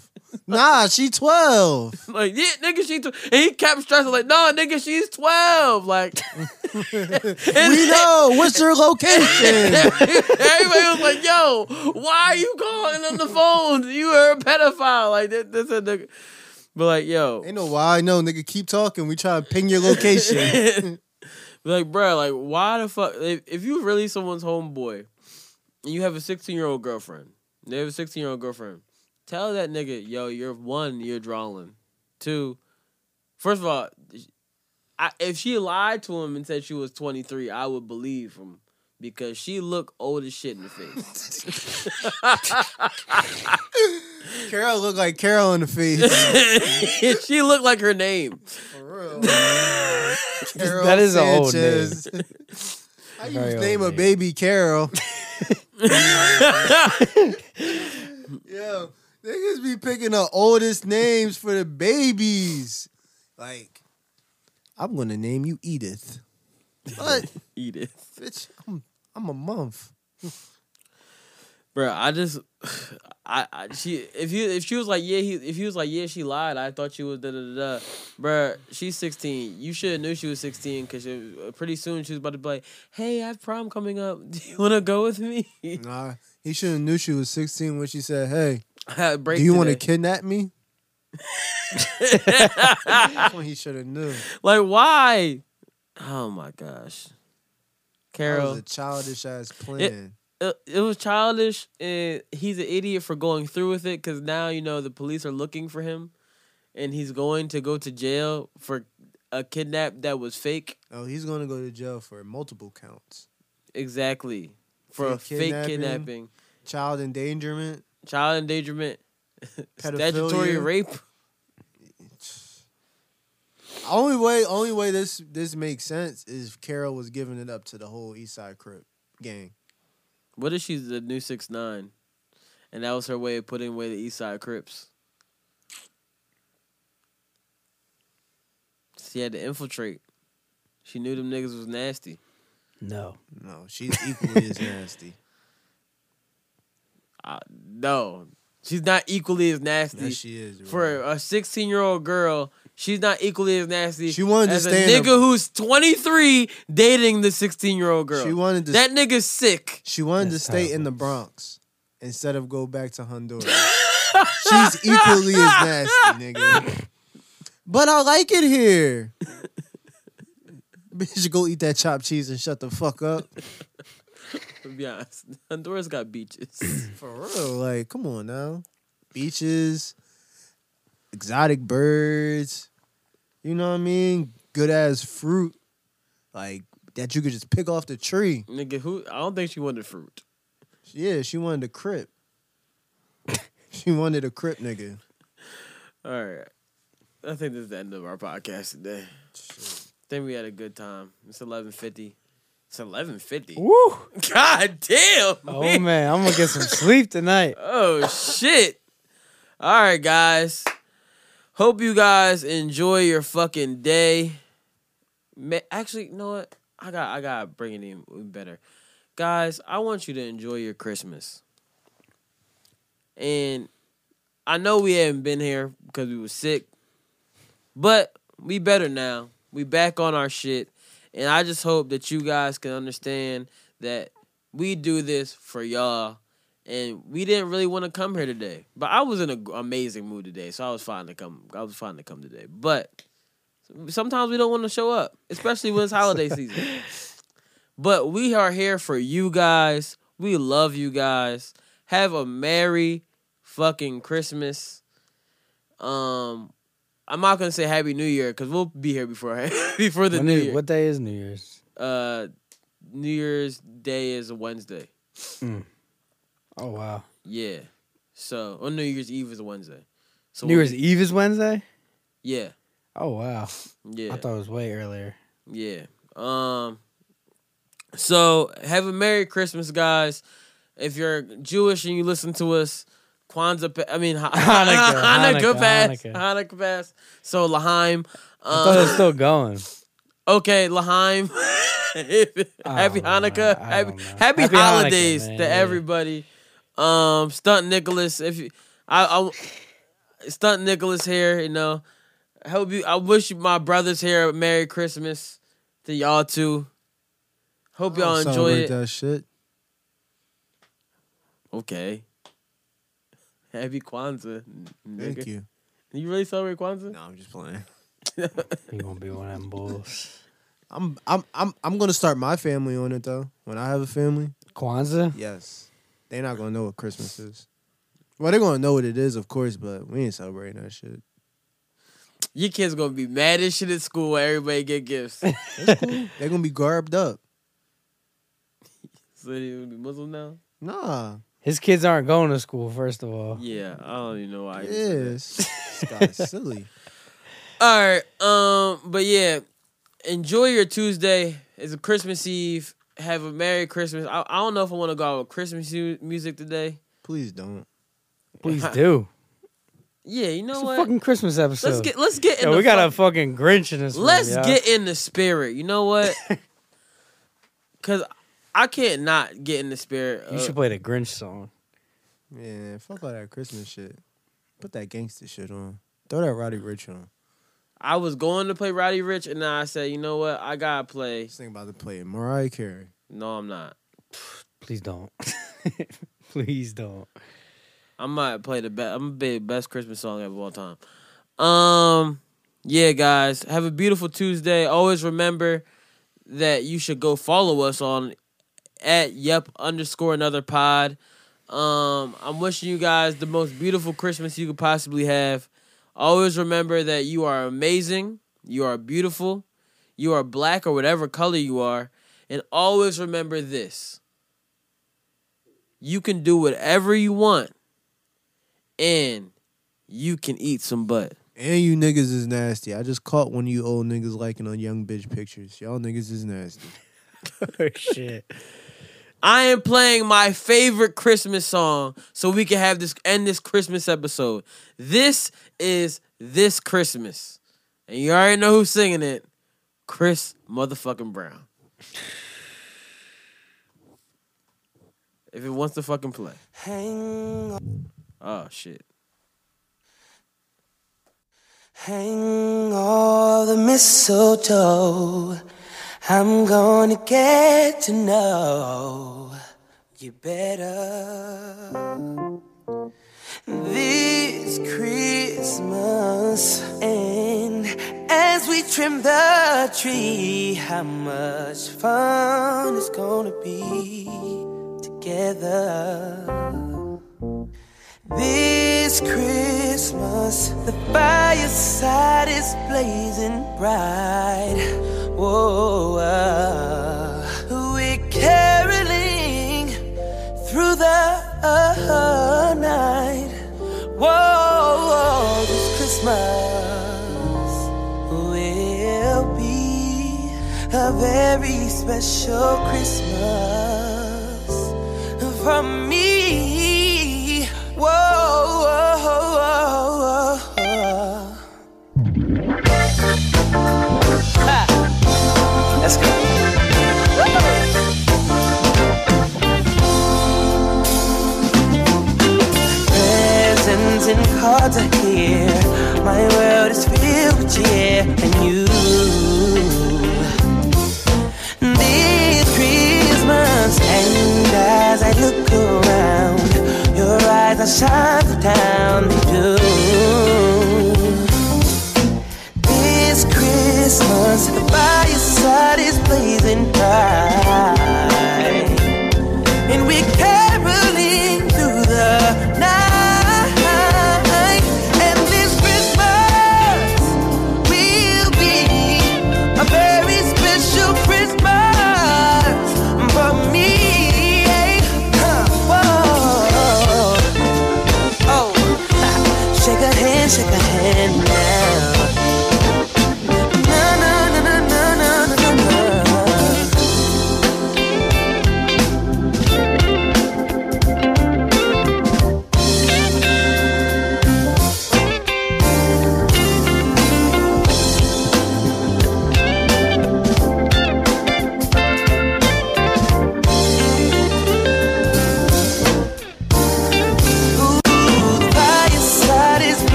[SPEAKER 3] Nah,
[SPEAKER 4] [LAUGHS]
[SPEAKER 3] she twelve.
[SPEAKER 1] [LAUGHS] Like, yeah, nigga, she. Tw-. And he kept stressing, like, no, nigga, she's 12. Like,
[SPEAKER 3] We know. What's your location? [LAUGHS]
[SPEAKER 1] everybody was like, yo, why are you calling on the phone? You are a pedophile. Like, that, that's a nigga. But, like, yo.
[SPEAKER 3] Ain't no why. No, nigga, keep talking. We try to ping your location.
[SPEAKER 4] [LAUGHS]
[SPEAKER 1] [LAUGHS] like, bro, like, why the fuck? If, if you really someone's homeboy and you have a 16 year old girlfriend, they have a 16 year old girlfriend, tell that nigga, yo, you're one, you're drawing. Two, first of all, I, if she lied to him and said she was 23, I would believe him because she looked old as shit in the face.
[SPEAKER 3] Carol look like Carol in the face.
[SPEAKER 1] [LAUGHS] she looked like her
[SPEAKER 3] [LAUGHS]
[SPEAKER 1] name.
[SPEAKER 3] For real.
[SPEAKER 4] [LAUGHS]
[SPEAKER 3] Carol
[SPEAKER 4] That is an old name.
[SPEAKER 3] Sanchez.
[SPEAKER 4] [LAUGHS]
[SPEAKER 3] How you
[SPEAKER 4] Very old
[SPEAKER 3] name a
[SPEAKER 4] name.
[SPEAKER 3] baby Carol? [LAUGHS] Yo, niggas be picking the oldest names for the babies. Like, I'm gonna name you Edith. What?
[SPEAKER 1] Eat it.
[SPEAKER 3] Bitch, I'm, I'm a month.
[SPEAKER 1] Bro, I just, I, I she if you if she was like yeah he if he was like yeah she lied I thought she was da da da da, bro she's sixteen you should have knew she was sixteen because pretty soon she was about to be like hey I have prom coming up [LAUGHS] do you want to go with me [LAUGHS]
[SPEAKER 3] Nah, he should have knew she was 16 when she said, "Hey,
[SPEAKER 1] I had a break
[SPEAKER 3] do you want to
[SPEAKER 1] today.
[SPEAKER 3] kidnap
[SPEAKER 1] [LAUGHS]
[SPEAKER 3] me?" That's when he should have knew.
[SPEAKER 1] like why oh my gosh
[SPEAKER 3] That
[SPEAKER 1] Carol
[SPEAKER 3] was a childish ass plan.
[SPEAKER 1] it, it was childish and he's an idiot for going through with it because now you know the police are looking for him and he's going to go to jail for a kidnap that was fake
[SPEAKER 3] oh, he's gonna go to jail for multiple counts:
[SPEAKER 1] exactly for
[SPEAKER 3] Fake
[SPEAKER 1] a fake
[SPEAKER 3] kidnapping.
[SPEAKER 1] kidnapping
[SPEAKER 3] child endangerment, [SIGHS]
[SPEAKER 1] child endangerment [LAUGHS] statutory
[SPEAKER 3] pedophilia.
[SPEAKER 1] rape
[SPEAKER 3] Only way, only way this this makes sense is if Carol was giving it up to the whole East Side Crip gang.
[SPEAKER 1] what if she's the new 6-9 and that was her way of putting away the east side crips she had to infiltrate she knew them niggas was nasty
[SPEAKER 4] No.
[SPEAKER 3] No, she's
[SPEAKER 1] [LAUGHS]
[SPEAKER 3] equally as nasty.
[SPEAKER 1] Uh, no, she's not equally as nasty.
[SPEAKER 3] Yes, she is. bro.
[SPEAKER 1] for a 16 year old girl She's not equally as nasty.
[SPEAKER 3] She wanted to
[SPEAKER 1] as
[SPEAKER 3] stay
[SPEAKER 1] a
[SPEAKER 3] in
[SPEAKER 1] nigga
[SPEAKER 3] a-
[SPEAKER 1] who's 23 dating the 16 year old girl.
[SPEAKER 3] She wanted to-
[SPEAKER 1] that nigga's sick.
[SPEAKER 3] She wanted to stay in the Bronx instead of go back to Honduras. She's equally as nasty, nigga. But I like it here. Bitch, go eat that chopped cheese and shut the fuck up.
[SPEAKER 1] To be honest, [LAUGHS] Honduras got
[SPEAKER 3] [CLEARS THROAT]
[SPEAKER 1] beaches.
[SPEAKER 3] For real, like, come on now. Beaches, exotic birds, you know what I mean? Good ass fruit, like, that you could just pick off the tree.
[SPEAKER 1] Nigga, who? I don't think she wanted fruit.
[SPEAKER 3] Yeah, she wanted a crip. [LAUGHS] she wanted a crip, nigga.
[SPEAKER 1] All right. I think this is the end of our podcast today. think we had a good time. It's 11.50. It's 11.50.
[SPEAKER 4] Woo!
[SPEAKER 1] [LAUGHS] God damn.
[SPEAKER 4] Oh man, I'm gonna get some sleep tonight.
[SPEAKER 1] Oh shit. All right, guys. Hope you guys enjoy your fucking day. Ma- Actually, you know what? I got I got to bring it in better. Guys, I want you to enjoy your Christmas. And I know we haven't been here because we were sick, but we better now. We back on our shit. And I just hope that you guys can understand that we do this for y'all and we didn't really want to come here today. But I was in an amazing mood today, so I was fine to come. I was fine to come today. But sometimes we don't want to show up, especially when it's
[SPEAKER 4] [LAUGHS]
[SPEAKER 1] holiday season. But we are here for you guys. We love you guys. Have a merry fucking Christmas. Um, I'm not gonna say Happy New Year because we'll be here before [LAUGHS] before the
[SPEAKER 4] When
[SPEAKER 1] New
[SPEAKER 4] is-
[SPEAKER 1] Year.
[SPEAKER 4] What day is New Year's?
[SPEAKER 1] Uh, New Year's Day is a Wednesday.
[SPEAKER 4] Oh wow.
[SPEAKER 1] Yeah. So on New Year's Eve is a Wednesday. So
[SPEAKER 4] New
[SPEAKER 1] we'll-
[SPEAKER 4] Year's Eve is Wednesday?
[SPEAKER 1] Yeah.
[SPEAKER 4] Oh wow.
[SPEAKER 1] Yeah.
[SPEAKER 4] I thought it was way earlier.
[SPEAKER 1] Yeah. Um. So have a merry Christmas, guys. If you're Jewish and you listen to us, Kwanzaa. Pa- I mean [LAUGHS] Ha-
[SPEAKER 4] Hanukkah,
[SPEAKER 1] Hanukkah, pass.
[SPEAKER 4] Hanukkah.
[SPEAKER 1] Hanukkah pass. So Lahaim.
[SPEAKER 4] I thought it was
[SPEAKER 1] Um,
[SPEAKER 4] still going.
[SPEAKER 1] okay, Lahaim. [LAUGHS] happy Hanukkah. Happy, happy
[SPEAKER 4] Happy Hanukkah,
[SPEAKER 1] holidays
[SPEAKER 4] man,
[SPEAKER 1] to
[SPEAKER 4] yeah.
[SPEAKER 1] everybody. Um, Stunt Nicholas. If you, I, I Stunt Nicholas here, you know. I hope you. I wish my brothers here a Merry Christmas to y'all too. Hope y'all
[SPEAKER 3] Don't
[SPEAKER 1] enjoy
[SPEAKER 3] celebrate
[SPEAKER 1] it.
[SPEAKER 3] that shit.
[SPEAKER 1] Okay. Happy Kwanzaa. n-
[SPEAKER 3] Thank
[SPEAKER 1] nigga.
[SPEAKER 3] you.
[SPEAKER 1] You really celebrate Kwanzaa?
[SPEAKER 3] No, I'm just playing.
[SPEAKER 1] [LAUGHS]
[SPEAKER 4] You gonna be one of them bulls.
[SPEAKER 3] I'm I'm I'm I'm gonna start my family on it though. When I have a family,
[SPEAKER 4] Kwanzaa?
[SPEAKER 3] yes, they're not gonna know what Christmas is. Well, they're gonna know what it is, of course, but we ain't celebrating that shit.
[SPEAKER 1] Your kids gonna be mad as shit at school. Where everybody get
[SPEAKER 3] [LAUGHS]
[SPEAKER 1] gifts. so
[SPEAKER 3] They're gonna be garbed up.
[SPEAKER 1] they gonna be Muslim now?
[SPEAKER 3] Nah,
[SPEAKER 4] His kids aren't going to school, first of all.
[SPEAKER 1] Yeah, I don't even know why. I even said that.
[SPEAKER 3] yes, this guy's silly.
[SPEAKER 1] All right. Um, but yeah, enjoy your Tuesday. It's a Christmas Eve. Have a Merry Christmas. I, I don't know if I want to go out with Christmas mu- music today.
[SPEAKER 3] Please don't.
[SPEAKER 1] [LAUGHS]
[SPEAKER 4] Please do.
[SPEAKER 1] Yeah, you know
[SPEAKER 4] It's a
[SPEAKER 1] what?
[SPEAKER 4] fucking Christmas episode.
[SPEAKER 1] let's get let's get in
[SPEAKER 4] Yo,
[SPEAKER 1] the
[SPEAKER 4] we got a
[SPEAKER 1] fuck-
[SPEAKER 4] fucking Grinch in this room,
[SPEAKER 1] let's
[SPEAKER 4] y'all.
[SPEAKER 1] get in the spirit. You know
[SPEAKER 4] [LAUGHS]
[SPEAKER 1] what? Cause I can't not get in the spirit.
[SPEAKER 4] You
[SPEAKER 1] of-
[SPEAKER 4] should play the Grinch song.
[SPEAKER 3] Yeah, fuck all that Christmas shit. Put that gangster shit on. Throw that Roddy Rich on.
[SPEAKER 1] I was going to play Roddy Rich, and then I said, you know what? I gotta play.
[SPEAKER 3] Just think about the play Mariah Carey.
[SPEAKER 1] No, I'm not.
[SPEAKER 4] Please don't. [LAUGHS] Please
[SPEAKER 1] [LAUGHS]
[SPEAKER 4] don't.
[SPEAKER 1] I might play the best. I'm gonna play the best Christmas song ever of all time. Um, yeah, guys, have a beautiful Tuesday. Always remember that you should go follow us on at yep underscore another pod. Um, I'm wishing you guys the most beautiful Christmas you could possibly have. Always remember that you are amazing, you are beautiful, you are black or whatever color you are, and always remember this. You can do whatever you want, and you can eat some butt.
[SPEAKER 3] And you niggas is nasty. I just caught one of you old niggas liking on young bitch pictures. Y'all niggas is nasty.
[SPEAKER 1] Oh,
[SPEAKER 4] Shit.
[SPEAKER 1] I am playing my favorite Christmas song so we can have this end this Christmas episode. This is this Christmas. And you already know who's singing it. Chris motherfucking Brown. If it wants to fucking play. Oh shit.
[SPEAKER 3] Hang all the mistletoe. I'm gonna get to know you better. This Christmas, and as we trim the tree, how much fun it's gonna be together. This Christmas, the fireside is blazing bright. Whoa, uh, we're caroling through the uh, night. Whoa, whoa, this Christmas will be a very special Christmas for me. Whoa, whoa, whoa, whoa. Ha. Let's go. Presents and cards are here. My world is filled with cheer and you. This Christmas, and as I look around, your eyes are shine the town they do. This Christmas, the fireside is blazing. Oh,